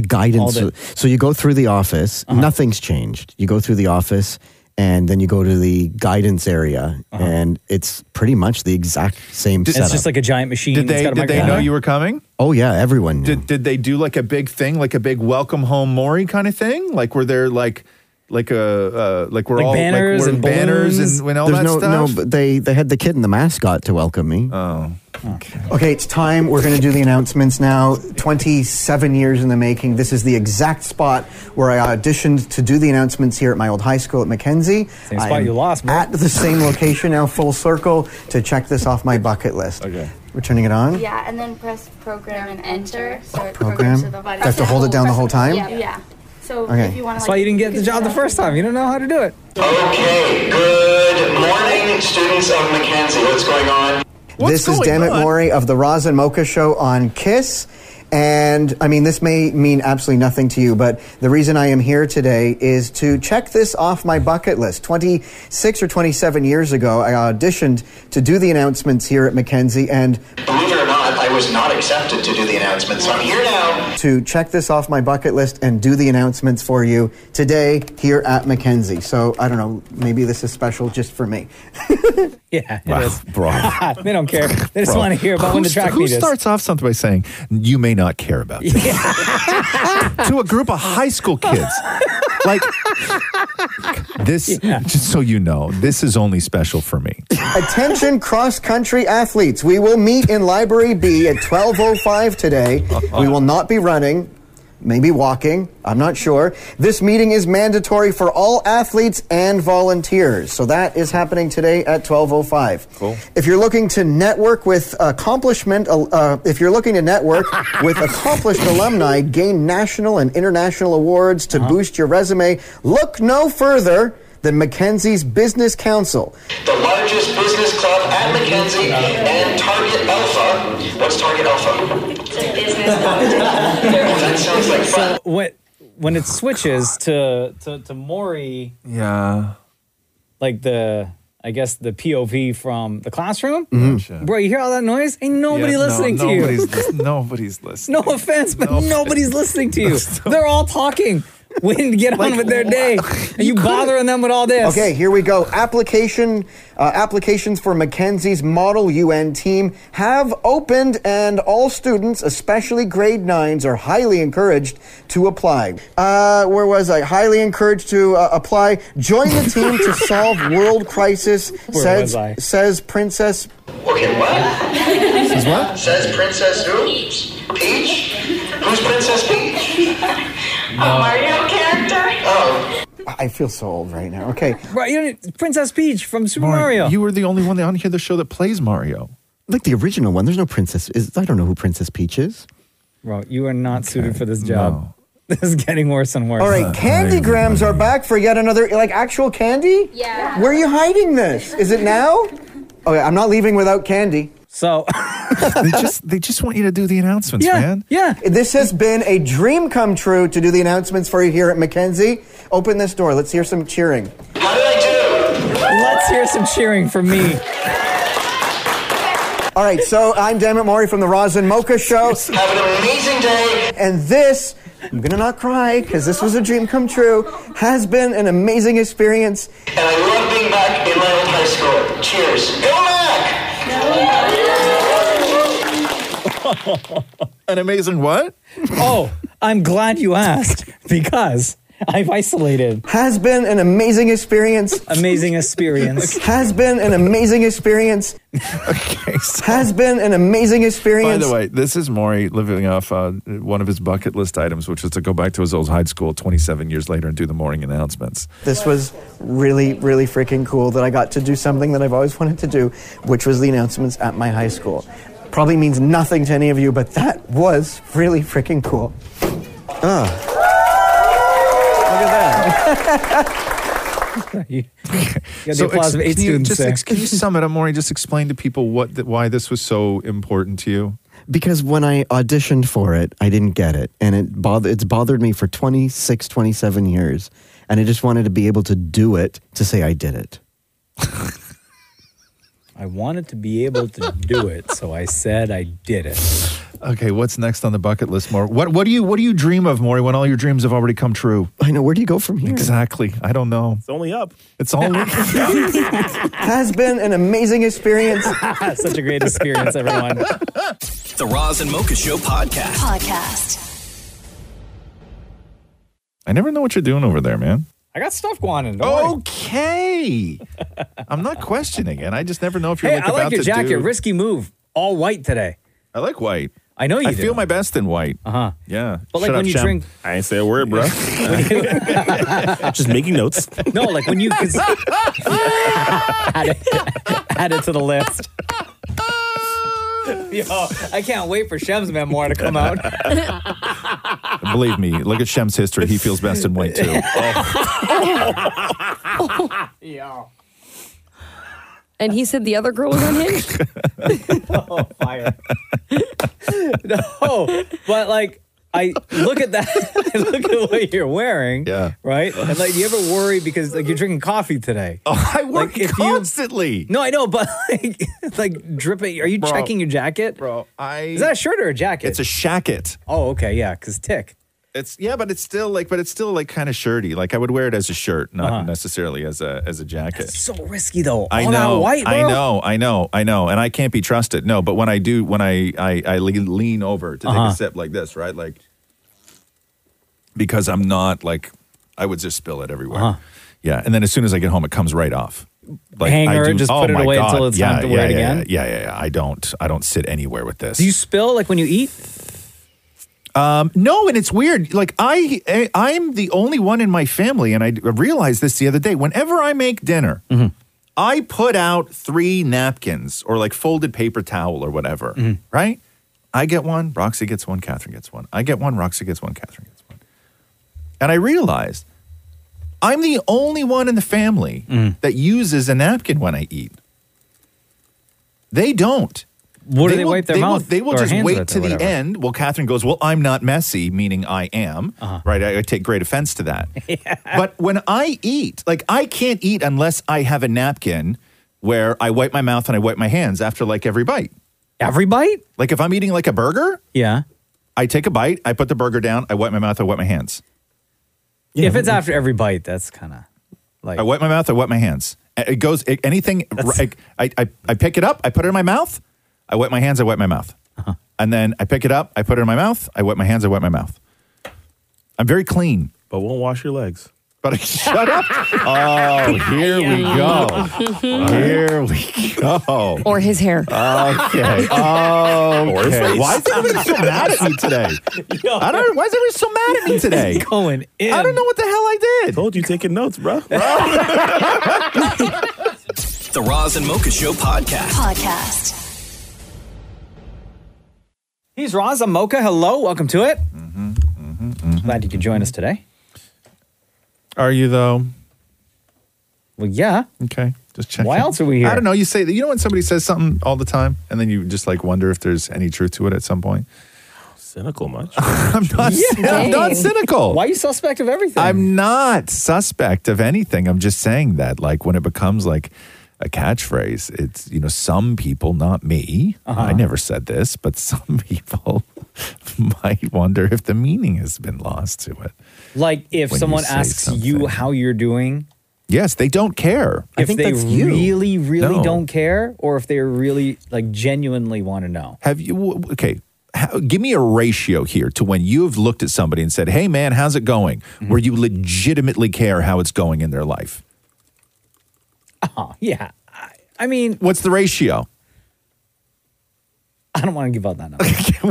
[SPEAKER 5] All
[SPEAKER 7] guidance.
[SPEAKER 5] the-
[SPEAKER 7] so you go through the office.
[SPEAKER 5] Uh-huh.
[SPEAKER 7] Nothing's changed. You go through the office, and then you go to the guidance area, and it's pretty much the exact same
[SPEAKER 5] Uh-huh. It's
[SPEAKER 7] setup.
[SPEAKER 5] just like a giant machine.
[SPEAKER 4] Did they, did they know you were coming?
[SPEAKER 7] oh yeah, everyone.
[SPEAKER 4] Did, did they do like a big thing, like a big welcome home Maury kind of thing? Like were there like like a uh, like we're
[SPEAKER 7] Like
[SPEAKER 4] all
[SPEAKER 7] banners
[SPEAKER 4] like, we're
[SPEAKER 7] and
[SPEAKER 4] banners
[SPEAKER 7] balloons.
[SPEAKER 4] and, and all
[SPEAKER 7] There's
[SPEAKER 4] that
[SPEAKER 7] no,
[SPEAKER 4] stuff?
[SPEAKER 7] No, but they they had the kid and the mascot to welcome me.
[SPEAKER 4] Oh.
[SPEAKER 7] Okay, it's time. We're going to do the announcements now. 27 years in the making. This is the exact spot where I auditioned to do the announcements here at my old high school at Mackenzie.
[SPEAKER 5] Same spot
[SPEAKER 7] I am
[SPEAKER 5] you lost, bro.
[SPEAKER 7] At the same location now, full circle, to check this off my bucket list. Okay. We're turning it on.
[SPEAKER 9] Yeah, and then press program and enter. So it
[SPEAKER 7] Program. Do I have to hold it down the whole time?
[SPEAKER 9] Yeah. yeah. So
[SPEAKER 7] Okay.
[SPEAKER 9] if you want to.
[SPEAKER 5] That's why you didn't get the job the first time. You don't know how to do it.
[SPEAKER 12] Okay, good morning, students of Mackenzie. What's going on?
[SPEAKER 7] this is Dammit Mori of the Roz and Mocha Show on Kiss. And I mean, this may mean absolutely nothing to you, but the reason I am here today is to check this off my bucket list. 26 or 27 years ago, I auditioned to do the announcements here at Mackenzie and
[SPEAKER 12] Believe it or not, I was not accepted to do the announcement, so I'm here now.
[SPEAKER 7] to check this off my bucket list and do the announcements for you today here at Mackenzie. So I don't know, maybe this is special just for me.
[SPEAKER 5] Yeah, it
[SPEAKER 4] Wow,
[SPEAKER 5] is.
[SPEAKER 4] bro.
[SPEAKER 5] they don't care. They just
[SPEAKER 4] Bro.
[SPEAKER 5] want to hear about when the
[SPEAKER 4] Who's-
[SPEAKER 5] track
[SPEAKER 4] Who
[SPEAKER 5] meet is.
[SPEAKER 4] starts off something by saying, you may not care about this? to a group of high school kids. like, this, just so you know, this is only special for me.
[SPEAKER 7] Attention cross country athletes. We will meet in Library B at 12:05 today. We will not be running, maybe walking, I'm not sure. This meeting is mandatory for all athletes and volunteers. So that is happening today at 12:05. Cool. If you're looking to network with accomplishment uh, if you're looking to network with accomplished alumni, gain national and international awards to boost your resume, look no further than Mackenzie's Business Council.
[SPEAKER 12] The largest business club at Mackenzie and Target Alpha. What's Target Alpha? It's a business that sounds like fun.
[SPEAKER 5] So when when it switches to to to Maury,
[SPEAKER 4] Yeah.
[SPEAKER 5] like the I guess the POV from the classroom,
[SPEAKER 4] Mhm. Gotcha.
[SPEAKER 5] bro. You hear all that noise? Ain't Mm-hmm. nobody
[SPEAKER 4] Yeah, no,
[SPEAKER 5] listening to you.
[SPEAKER 4] nobody's lis- nobody's listening.
[SPEAKER 5] No offense, but nobody's listening to you. They're all talking, waiting to get on with their day, and you, bothering them with all this.
[SPEAKER 7] Okay, here we go. Application uh, applications for Mackenzie's Model UN team have opened, and all students, especially grade nines, are highly encouraged to apply. Uh, where was I? Highly encouraged to uh, apply. Join the team to solve world crisis.
[SPEAKER 12] Where
[SPEAKER 7] says
[SPEAKER 12] was I?
[SPEAKER 7] says Princess.
[SPEAKER 12] Okay, what?
[SPEAKER 7] Says what?
[SPEAKER 12] Says Princess who? Peach. Peach? Who's Princess Peach? A Mario character? Oh,
[SPEAKER 7] I feel so old right now. Okay.
[SPEAKER 5] Right, you don't- Princess Peach from Super
[SPEAKER 4] Maury,
[SPEAKER 5] Mario.
[SPEAKER 4] You were the only one on here the show that plays Mario.
[SPEAKER 7] Like the original one. There's no princess. Is I don't know who Princess Peach is.
[SPEAKER 5] Bro, you are not suited for this job. This is getting worse and worse.
[SPEAKER 7] All right, candy grams are back for yet another, like actual candy?
[SPEAKER 13] Yeah.
[SPEAKER 7] Where are you hiding this? Is it now? Okay, I'm not leaving without candy.
[SPEAKER 5] So
[SPEAKER 4] they just they just want you to do the announcements,
[SPEAKER 7] yeah,
[SPEAKER 4] man.
[SPEAKER 5] Yeah.
[SPEAKER 7] This has been a dream come true to do the announcements for you here at Mackenzie. Open this door. Let's hear some cheering.
[SPEAKER 5] Let's hear some cheering from me.
[SPEAKER 7] All right, so I'm Dammit Maury from the Rosin Mocha Show.
[SPEAKER 10] Have an amazing day.
[SPEAKER 7] And this, I'm gonna not cry because this was a dream come true, has been an amazing experience.
[SPEAKER 10] And I love being back in my old high school. Cheers. Go Mac!
[SPEAKER 4] An amazing what?
[SPEAKER 5] Oh, I'm glad you asked because I've isolated.
[SPEAKER 7] Has been an amazing experience.
[SPEAKER 5] Amazing experience.
[SPEAKER 7] Has been an amazing experience.
[SPEAKER 4] okay.
[SPEAKER 7] Has been an amazing
[SPEAKER 4] By
[SPEAKER 7] experience.
[SPEAKER 4] the way, this is Maury living off uh, one of his bucket list items, which is to go back to his old high school 27 years later and do the morning announcements.
[SPEAKER 7] This was really, really freaking cool that I got to do something that I've always wanted to do, which was the announcements at my high school. Probably means nothing to any of you, but that was really freaking cool. Ah.
[SPEAKER 5] You got the applause of
[SPEAKER 4] ex-
[SPEAKER 5] eight
[SPEAKER 4] can you
[SPEAKER 5] students
[SPEAKER 4] just
[SPEAKER 5] there.
[SPEAKER 4] ex- can you sum it up, Maury? Just explain to people what th- why this was so important to you.
[SPEAKER 14] Because when I auditioned for it, I didn't get it. And it both it's bothered me for 26, 27 years. And I just wanted to be able to do it to say I did it.
[SPEAKER 5] I wanted to be able to do it, so I said I did it.
[SPEAKER 4] Okay, what's next on the bucket list, Maury? What what do you what do you dream of, Maury, when all your dreams have already come true?
[SPEAKER 14] I know. Where do you go from here?
[SPEAKER 4] Exactly. I don't know.
[SPEAKER 8] It's only up.
[SPEAKER 4] It's all
[SPEAKER 7] Has been an amazing experience.
[SPEAKER 5] Such a great experience, everyone.
[SPEAKER 1] The Roz and Mocha Show podcast.
[SPEAKER 15] Podcast.
[SPEAKER 4] I never know what you're doing over there, man.
[SPEAKER 5] I got stuff going on.
[SPEAKER 4] Okay. I'm not questioning it. I just never know if you're
[SPEAKER 5] Hey,
[SPEAKER 4] like
[SPEAKER 5] I like
[SPEAKER 4] about
[SPEAKER 5] your
[SPEAKER 4] to
[SPEAKER 5] jacket.
[SPEAKER 4] do-
[SPEAKER 5] Risky move. All white today.
[SPEAKER 4] I like white.
[SPEAKER 5] I know you
[SPEAKER 4] I
[SPEAKER 5] do.
[SPEAKER 4] feel my best in white. Uh
[SPEAKER 5] huh.
[SPEAKER 4] Yeah.
[SPEAKER 5] But, like, when you drink-
[SPEAKER 8] I ain't say a word, bro. Just making notes.
[SPEAKER 5] No, like when you cons- add, it, add it to the list. Yo, I can't wait for Shem's memoir to come out.
[SPEAKER 4] Believe me, look at Shem's history. He feels best in white too.
[SPEAKER 5] Oh. Yo.
[SPEAKER 6] And he said the other girl was unhinged.
[SPEAKER 5] Oh, fire. no, but like, I look at that. I look at what you're wearing. Yeah. Right? And like, you ever worry because like you're drinking coffee today?
[SPEAKER 4] Oh, I
[SPEAKER 5] work
[SPEAKER 4] constantly.
[SPEAKER 5] no, I know, but like, like dripping. Are you
[SPEAKER 4] Bro.
[SPEAKER 5] checking your jacket?
[SPEAKER 4] Bro, I.
[SPEAKER 5] Is that a shirt or a jacket?
[SPEAKER 4] It's a shacket.
[SPEAKER 5] Oh, okay. Yeah. Cause tick.
[SPEAKER 4] It's yeah, but it's still like, but it's still like kind of shirty. Like I would wear it as a shirt, not
[SPEAKER 5] Uh-huh.
[SPEAKER 4] necessarily as a as a jacket.
[SPEAKER 5] so risky though.
[SPEAKER 4] I
[SPEAKER 5] All that
[SPEAKER 4] know,
[SPEAKER 5] white,
[SPEAKER 4] I
[SPEAKER 5] bro.
[SPEAKER 4] know, I know, I know, and I can't be trusted. No, but when I do, when I I, I lean, lean over to
[SPEAKER 5] Uh-huh.
[SPEAKER 4] take a sip like this, right, like because I'm not like I would just spill it everywhere.
[SPEAKER 5] Uh-huh.
[SPEAKER 4] Yeah, and then as soon as I get home, it comes right off.
[SPEAKER 5] Hanger, just put it
[SPEAKER 4] Oh my
[SPEAKER 5] away until it's time to wear it
[SPEAKER 4] yeah,
[SPEAKER 5] again?
[SPEAKER 4] Yeah, yeah, yeah. I don't, I don't sit anywhere with this.
[SPEAKER 5] Do you spill like when you eat?
[SPEAKER 4] Um, no, and it's weird. Like I, I- I'm the only one in my family, and I d- realized this the other day. Whenever I make dinner, I put out three napkins or like folded paper towel or whatever. Right? I get one. Roxy gets one. Catherine gets one. I get one. Roxy gets one. Catherine gets one. And I realized I'm the only one in the family
[SPEAKER 5] Mm.
[SPEAKER 4] that uses a napkin when I eat. They don't.
[SPEAKER 5] What do they wipe their
[SPEAKER 4] will-
[SPEAKER 5] mouth
[SPEAKER 4] they will
[SPEAKER 5] or
[SPEAKER 4] just
[SPEAKER 5] hands
[SPEAKER 4] wait
[SPEAKER 5] with or
[SPEAKER 4] to the
[SPEAKER 5] whatever?
[SPEAKER 4] end. Well, Catherine goes, "Well, I'm not messy," meaning I am.
[SPEAKER 5] Uh-huh.
[SPEAKER 4] Right? I, I take great offense to that. But when I eat, like I can't eat unless I have a napkin where I wipe my mouth and I wipe my hands after like every bite.
[SPEAKER 5] Every bite?
[SPEAKER 4] Like if I'm eating like a burger,
[SPEAKER 5] Yeah.
[SPEAKER 4] I take a bite, I put the burger down, I wipe my mouth, I wipe my hands.
[SPEAKER 5] if it's after every bite, that's kind of like
[SPEAKER 4] I wipe my mouth. I wipe my hands. It goes it, anything. I, I, I, I pick it up. I put it in my mouth. I wipe my hands. I wipe my mouth. And then I pick it up. I put it in my mouth. I wipe my hands. I wipe my mouth. I'm very clean.
[SPEAKER 8] But won't wash your legs.
[SPEAKER 4] But shut up. Oh, here we
[SPEAKER 7] Oh.
[SPEAKER 4] go. Here we go.
[SPEAKER 6] or his hair.
[SPEAKER 4] Okay. Oh,
[SPEAKER 6] Or his
[SPEAKER 4] okay.
[SPEAKER 6] face.
[SPEAKER 4] Why is everybody so mad at me today? I don't. Why is everybody so mad at me today?
[SPEAKER 5] going in.
[SPEAKER 4] I don't know what the hell I did.
[SPEAKER 8] Told you taking notes, bro.
[SPEAKER 1] The Roz and Mocha Show podcast.
[SPEAKER 15] Podcast.
[SPEAKER 4] Mm-hmm,
[SPEAKER 5] He's Raza Mocha. Hello, welcome to it. Glad you could join us today.
[SPEAKER 4] Are you though?
[SPEAKER 5] Well, yeah.
[SPEAKER 4] Okay. Just check.
[SPEAKER 5] Why else are we here?
[SPEAKER 4] I don't know. You say that. You know when somebody says something all the time, and then you just like wonder if there's any truth to it at some point.
[SPEAKER 8] Cynical much?
[SPEAKER 4] I'm not. I'm not cynical.
[SPEAKER 5] Why are you suspect of everything?
[SPEAKER 4] I'm not suspect of anything. I'm just saying that, like, when it becomes like a catchphrase, it's, you know, some people, not me,
[SPEAKER 5] Uh-huh.
[SPEAKER 4] I never said this, but some people might wonder if the meaning has been lost to it.
[SPEAKER 5] like if
[SPEAKER 4] When you
[SPEAKER 5] someone
[SPEAKER 4] say
[SPEAKER 5] asks you how you're doing,
[SPEAKER 4] Yes, they don't care.
[SPEAKER 5] if they really, really
[SPEAKER 4] No.
[SPEAKER 5] don't care, or if they really like genuinely want to know.
[SPEAKER 4] Have you, w- w- okay, how, give me a ratio here to when you have looked at somebody and said, hey, man, how's it going?
[SPEAKER 5] Mm-hmm.
[SPEAKER 4] Where you legitimately care how it's going in their life. Uh-huh.
[SPEAKER 5] Oh, yeah. I, I mean,
[SPEAKER 4] what's the ratio?
[SPEAKER 5] I don't want to give out that number.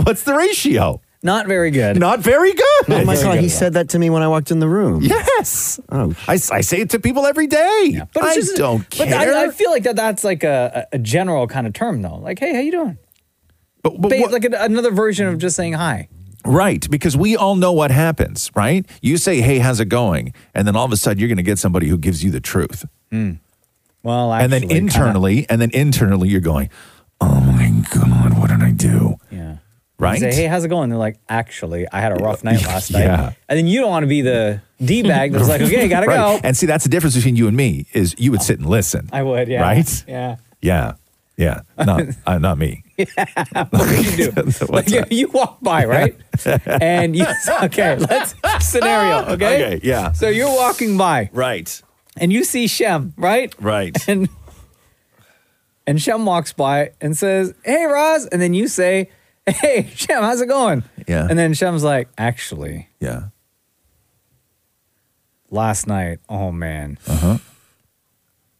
[SPEAKER 4] What's the ratio?
[SPEAKER 5] Not very good.
[SPEAKER 4] Not very good.
[SPEAKER 7] Oh my
[SPEAKER 5] Very
[SPEAKER 7] god,
[SPEAKER 5] good.
[SPEAKER 7] he said that to me when I walked in the room.
[SPEAKER 4] Yes.
[SPEAKER 7] Oh,
[SPEAKER 4] I, I say it to people every day.
[SPEAKER 5] But it's
[SPEAKER 4] I
[SPEAKER 5] just,
[SPEAKER 4] don't care.
[SPEAKER 5] But I, I feel like that that's like a, a a general kind of term though. Like, hey, how you doing?
[SPEAKER 4] But,
[SPEAKER 5] Ba- like a, another version of just saying hi.
[SPEAKER 4] Right, because we all know what happens, right? You say, "Hey, how's it going?" and then all of a sudden you're going to get somebody who gives you the truth.
[SPEAKER 5] Mm. Well,
[SPEAKER 4] and then
[SPEAKER 5] actually, kinda-
[SPEAKER 4] internally, and then internally you're going, "Oh my god, what did I do?"
[SPEAKER 5] Yeah.
[SPEAKER 4] Right?
[SPEAKER 5] You say, hey, how's it going? They're like, actually, I had a rough night last night.
[SPEAKER 4] Yeah.
[SPEAKER 5] And then you don't want to be the d bag that's like, okay, gotta go.
[SPEAKER 4] Right. And see, that's the difference between you and me is you would sit and listen.
[SPEAKER 5] I would, yeah.
[SPEAKER 4] Right?
[SPEAKER 5] Yeah.
[SPEAKER 4] Yeah. Yeah. Not uh, not me.
[SPEAKER 5] What do you do? like, you, you walk by, right? and you, okay, let's scenario, okay?
[SPEAKER 4] Okay, yeah.
[SPEAKER 5] So you're walking by.
[SPEAKER 4] Right.
[SPEAKER 5] And you see Shem, right?
[SPEAKER 4] Right.
[SPEAKER 5] And and Shem walks by and says, Hey Roz. And then you say, Hey Shem, how's it going?
[SPEAKER 4] Yeah.
[SPEAKER 5] And then Shem's like, actually.
[SPEAKER 4] Yeah.
[SPEAKER 5] Last night, oh man. Uh-huh.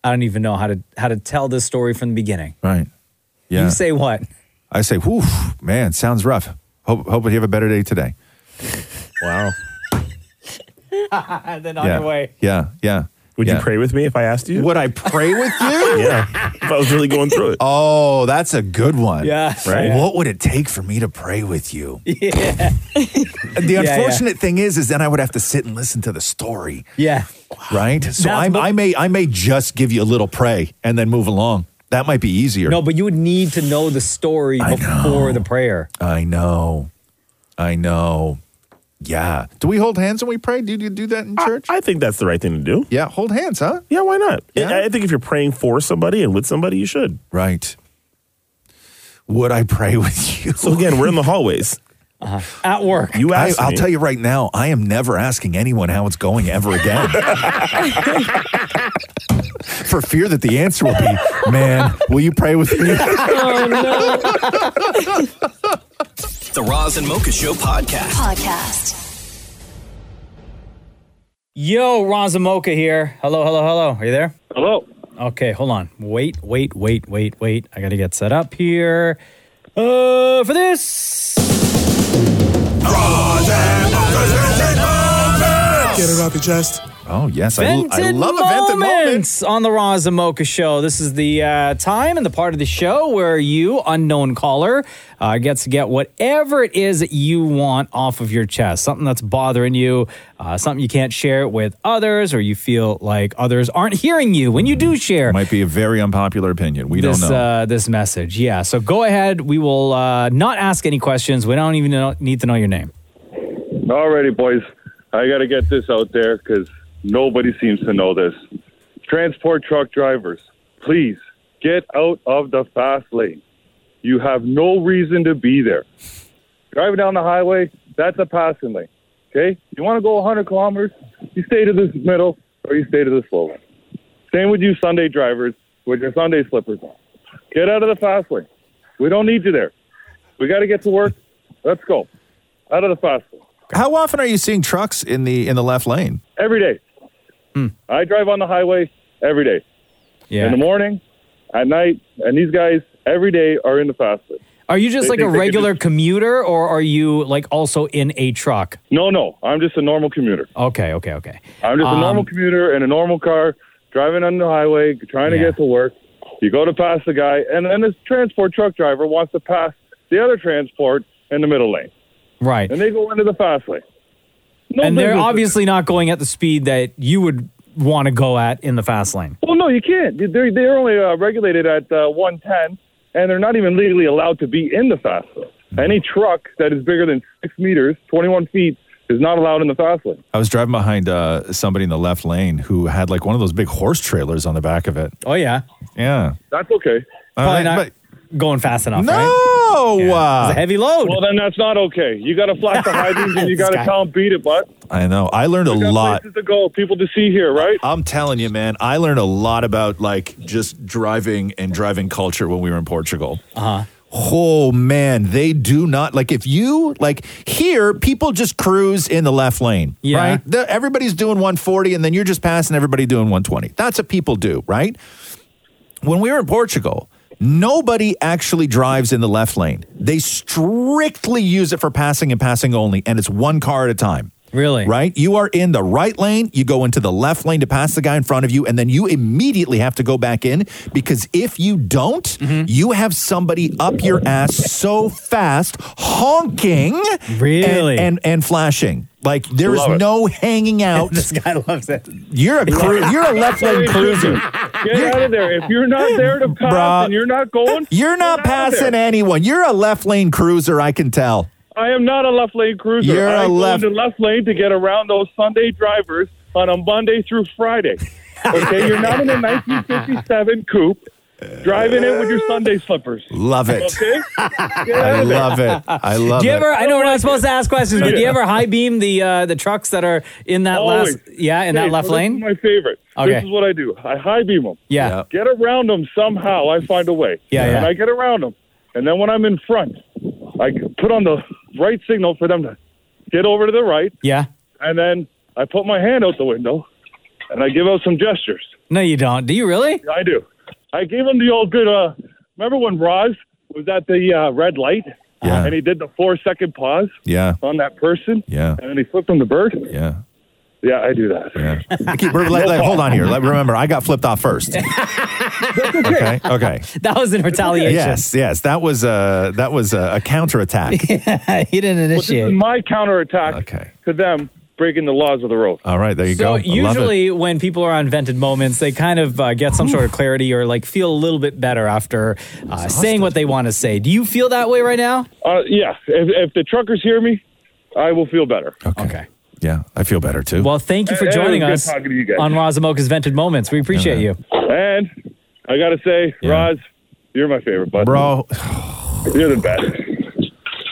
[SPEAKER 5] I don't even know how to how to tell this story from the beginning.
[SPEAKER 4] Right. Yeah.
[SPEAKER 5] You say what?
[SPEAKER 4] I say, "Whew, man, sounds rough. Hope hope you have a better day today." Wow.
[SPEAKER 5] and then on
[SPEAKER 4] yeah.
[SPEAKER 5] your way.
[SPEAKER 4] Yeah, yeah.
[SPEAKER 8] Would you pray with me if I asked you?
[SPEAKER 4] Would I pray with you?
[SPEAKER 8] yeah. If I was really going through it.
[SPEAKER 4] Oh, that's a good one.
[SPEAKER 8] Yeah.
[SPEAKER 4] Right.
[SPEAKER 8] Yeah.
[SPEAKER 4] What would it take for me to pray with you?
[SPEAKER 5] Yeah.
[SPEAKER 4] The
[SPEAKER 5] Yeah, yeah.
[SPEAKER 4] unfortunate thing is, is then I would have to sit and listen to the story,
[SPEAKER 5] Yeah.
[SPEAKER 4] right? So
[SPEAKER 5] That's
[SPEAKER 4] I, I may, I may just give you a little pray and then move along. That might be easier.
[SPEAKER 5] No, but you would need to know the story before the prayer.
[SPEAKER 4] I know, I know. Yeah. Do we hold hands when we pray? Do you do that in church?
[SPEAKER 8] I think that's the right thing to do.
[SPEAKER 4] Yeah, hold hands, huh?
[SPEAKER 8] Yeah, why not? I- I think if you're praying for somebody and with somebody, you should.
[SPEAKER 4] Right. Would I pray with you?
[SPEAKER 8] So again, we're in the hallways.
[SPEAKER 5] At work.
[SPEAKER 8] You
[SPEAKER 4] I,
[SPEAKER 8] asked
[SPEAKER 4] I'll
[SPEAKER 8] me.
[SPEAKER 4] tell you right now, I am never asking anyone how it's going ever again. For fear that the answer will be, man, will you pray with me?
[SPEAKER 10] Oh,
[SPEAKER 1] The Roz and Mocha Show podcast.
[SPEAKER 16] Podcast.
[SPEAKER 5] Yo, Razamoka here. Hello, hello, hello. Are you there?
[SPEAKER 17] Hello.
[SPEAKER 5] Okay, hold on. Wait, wait, wait, wait, wait. I gotta get set up here. Uh, for this.
[SPEAKER 17] Get it off your chest.
[SPEAKER 4] Oh yes,
[SPEAKER 5] Vented moments on the Razamoka Show. This is the uh, time and the part of the show where you, unknown caller, uh, gets to get whatever it is that you want off of your chest. Something that's bothering you, uh, something you can't share with others, or you feel like others aren't hearing you when you do share.
[SPEAKER 4] Mm-hmm. Might be a very unpopular opinion. We
[SPEAKER 5] this,
[SPEAKER 4] don't know.
[SPEAKER 5] Uh, this message, yeah. So go ahead. We will uh, not ask any questions. We don't even know, need to know your name.
[SPEAKER 17] Alrighty, boys. I got to get this out there because nobody seems to know this. Transport truck drivers, please get out of the fast lane. You have no reason to be there. Driving down the highway, that's a passing lane. Okay? You want to go 100 kilometers, you stay to the middle or you stay to the slow lane. Same with you Sunday drivers with your Sunday slippers on. Get out of the fast lane. We don't need you there. We got to get to work. Let's go. Out of the fast lane.
[SPEAKER 4] How often are you seeing trucks in the in the left lane?
[SPEAKER 17] every day. I drive on the highway every day.
[SPEAKER 5] Hmm. Yeah.
[SPEAKER 17] In the morning, at night, and these guys every day are in the fast lane.
[SPEAKER 5] Are you just
[SPEAKER 17] They
[SPEAKER 5] like a
[SPEAKER 17] think they could
[SPEAKER 5] regular
[SPEAKER 17] just-
[SPEAKER 5] commuter, or are you like also in a truck?
[SPEAKER 17] no, no, I'm just a normal commuter.
[SPEAKER 5] Okay, okay, okay.
[SPEAKER 17] I'm just
[SPEAKER 5] Um,
[SPEAKER 17] a normal commuter in a normal car, driving on the highway, trying to get to work. You go to pass the guy, and then this transport truck driver wants to pass the other transport in the middle lane,
[SPEAKER 5] Right.
[SPEAKER 17] and they go into the fast lane. No,
[SPEAKER 5] and
[SPEAKER 17] but
[SPEAKER 5] they're
[SPEAKER 17] listen.
[SPEAKER 5] obviously not going at the speed that you would want to go at in the fast lane.
[SPEAKER 17] Well, no, you can't. They're, they're only uh, regulated at uh, 110, and they're not even legally allowed to be in the fast lane.
[SPEAKER 5] Hmm.
[SPEAKER 17] Any truck that is bigger than six meters, 21 feet, is not allowed in the fast lane.
[SPEAKER 4] I was driving behind uh, somebody in the left lane who had like one of those big horse trailers on the back of it.
[SPEAKER 5] Oh yeah,
[SPEAKER 4] yeah.
[SPEAKER 17] That's okay.
[SPEAKER 4] Probably right, not
[SPEAKER 5] going fast enough.
[SPEAKER 4] No, uh,
[SPEAKER 5] It's a heavy load.
[SPEAKER 17] Well, then that's not okay. You got to flash the hydrants and you
[SPEAKER 4] This
[SPEAKER 17] got
[SPEAKER 4] guy.
[SPEAKER 17] to tell them beat it, but
[SPEAKER 4] I know. I learned a lot.
[SPEAKER 17] places to go, people to see here, right?
[SPEAKER 4] I'm telling you, man. I learned a lot about like just driving and driving culture when we were in Portugal. Uh huh. Oh man, they do not like if you like here. People just cruise in the left lane,
[SPEAKER 16] Yeah.
[SPEAKER 4] right? The- everybody's doing 140, and then you're just passing everybody doing 120. That's what people do, right? when we were in Portugal, nobody actually drives in the left lane. They strictly use it for passing and passing only, and it's one car at a time.
[SPEAKER 5] Really?
[SPEAKER 4] Right? You are in the right lane, you go into the left lane to pass the guy in front of you, and then you immediately have to go back in because if you don't,
[SPEAKER 17] Mm-hmm.
[SPEAKER 4] you have somebody up your ass so fast, honking
[SPEAKER 5] Really?
[SPEAKER 4] and, and, and flashing. Like there is
[SPEAKER 5] Love it.
[SPEAKER 4] no hanging out. this
[SPEAKER 5] guy loves it.
[SPEAKER 4] You're a cru- you're a left lane cruiser.
[SPEAKER 17] Get out of there. If you're not there to pass
[SPEAKER 4] Bruh.
[SPEAKER 17] and you're not going,
[SPEAKER 4] You're not
[SPEAKER 17] get out of
[SPEAKER 4] passing
[SPEAKER 17] there.
[SPEAKER 4] anyone. You're a left lane cruiser, I can tell.
[SPEAKER 17] I am not a left lane cruiser.
[SPEAKER 4] You're
[SPEAKER 17] I
[SPEAKER 4] a
[SPEAKER 17] go
[SPEAKER 4] left-
[SPEAKER 17] into left lane to get around those Sunday drivers on a Monday through Friday. Okay, you're not in a 1957 coupe driving it with your Sunday slippers.
[SPEAKER 4] Love it.
[SPEAKER 17] Okay,
[SPEAKER 4] I love it. I love
[SPEAKER 5] do you
[SPEAKER 4] it.
[SPEAKER 5] ever? I know we're not supposed to ask questions, but do you
[SPEAKER 4] Yeah.
[SPEAKER 5] ever high beam the uh, the trucks that are in that
[SPEAKER 17] Always.
[SPEAKER 5] last? Yeah, in
[SPEAKER 17] Hey,
[SPEAKER 5] that left
[SPEAKER 17] so this
[SPEAKER 5] lane.
[SPEAKER 17] is my favorite. This
[SPEAKER 5] Okay.
[SPEAKER 17] is what I do. I high beam them.
[SPEAKER 5] Yeah. Yeah.
[SPEAKER 17] Get around them somehow. I find a way.
[SPEAKER 5] Yeah, yeah.
[SPEAKER 17] And I get around them, and then when I'm in front, I put on the right signal for them to get over to the right,
[SPEAKER 5] Yeah.
[SPEAKER 17] and then I put my hand out the window, and I give out some gestures.
[SPEAKER 5] No, you don't. Do you really?
[SPEAKER 17] I do. I gave him the old good. Uh, remember when Roz was at the uh, red light?
[SPEAKER 4] Yeah.
[SPEAKER 17] And he did the four second pause
[SPEAKER 4] Yeah.
[SPEAKER 17] on that person.
[SPEAKER 4] Yeah.
[SPEAKER 17] And then he flipped him the bird.
[SPEAKER 4] Yeah.
[SPEAKER 17] Yeah, I do that.
[SPEAKER 4] I keep- like- like, hold on here. Like, remember, I got flipped off first. Okay. Okay.
[SPEAKER 5] That was in retaliation.
[SPEAKER 4] Yes. Yes. That was a that was a, a counterattack.
[SPEAKER 5] yeah, he didn't
[SPEAKER 17] Well, this
[SPEAKER 5] initiate.
[SPEAKER 17] is my counterattack to them breaking the laws of the road.
[SPEAKER 4] All right, there you
[SPEAKER 5] so
[SPEAKER 4] go. I love it.
[SPEAKER 5] usually when people are on vented moments, they kind of uh, get some sort of clarity or like feel a little bit better after uh, saying what they want to say. Do you feel that way right now?
[SPEAKER 17] Uh, yeah, if, if the truckers hear me, I will feel better.
[SPEAKER 4] Okay. Yeah, I feel better too.
[SPEAKER 5] Well, thank you for
[SPEAKER 17] Hey, hey, it was
[SPEAKER 5] joining
[SPEAKER 17] good
[SPEAKER 5] us
[SPEAKER 17] talking to you guys.
[SPEAKER 5] on Razamoka's vented moments. We appreciate you.
[SPEAKER 17] And I got to say, Roz, you're my favorite, bud.
[SPEAKER 4] Bro.
[SPEAKER 17] You're the best.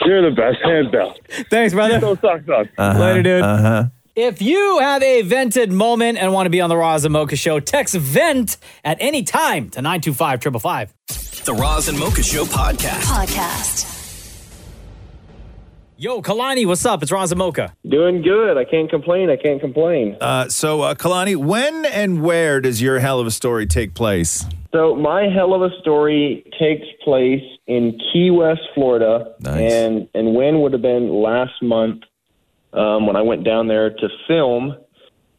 [SPEAKER 17] You're the best, hands down.
[SPEAKER 5] Thanks, brother.
[SPEAKER 17] So socks on.
[SPEAKER 5] Later, dude.
[SPEAKER 4] Uh-huh.
[SPEAKER 5] If you have a vented moment and want to be on the Roz and Mocha show, text vent at any time to 925 555.
[SPEAKER 1] The Roz and Mocha Show podcast.
[SPEAKER 18] Podcast.
[SPEAKER 5] Yo, Kalani, what's up? It's Roz and Mocha.
[SPEAKER 19] Doing good. I can't complain. I can't complain.
[SPEAKER 4] Uh, so, uh, Kalani, when and where does your hell of a story take place?
[SPEAKER 19] So my hell of a story takes place in Key West, Florida,
[SPEAKER 4] Nice.
[SPEAKER 19] and and when would have been last month um, when I went down there to film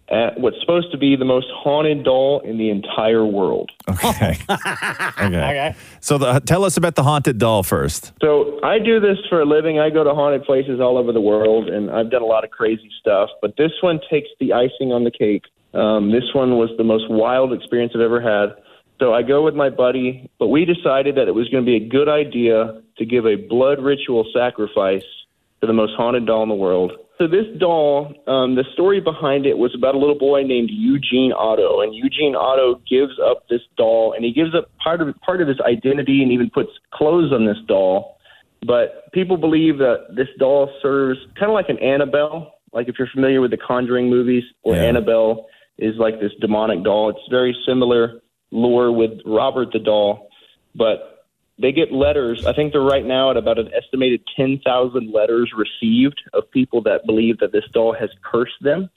[SPEAKER 19] at what's supposed to be the most haunted doll in the entire world.
[SPEAKER 4] Okay. okay. So, the, tell us about the haunted doll first.
[SPEAKER 19] So I do this for a living. I go to haunted places all over the world, and I've done a lot of crazy stuff. But this one takes the icing on the cake. Um, this one was the most wild experience I've ever had. So I go with my buddy, but we decided that it was going to be a good idea to give a blood ritual sacrifice to the most haunted doll in the world. So this doll, um, the story behind it was about a little boy named Eugene Otto, and Eugene Otto gives up this doll, and he gives up part of part of his identity, and even puts clothes on this doll. But people believe that this doll serves kind of like an Annabelle. Like if you're familiar with the Conjuring movies, where Annabelle is like this demonic doll. It's very similar lore with Robert the doll, but they get letters. I think they're right now at about an estimated 10,000 letters received of people that believe that this doll has cursed them,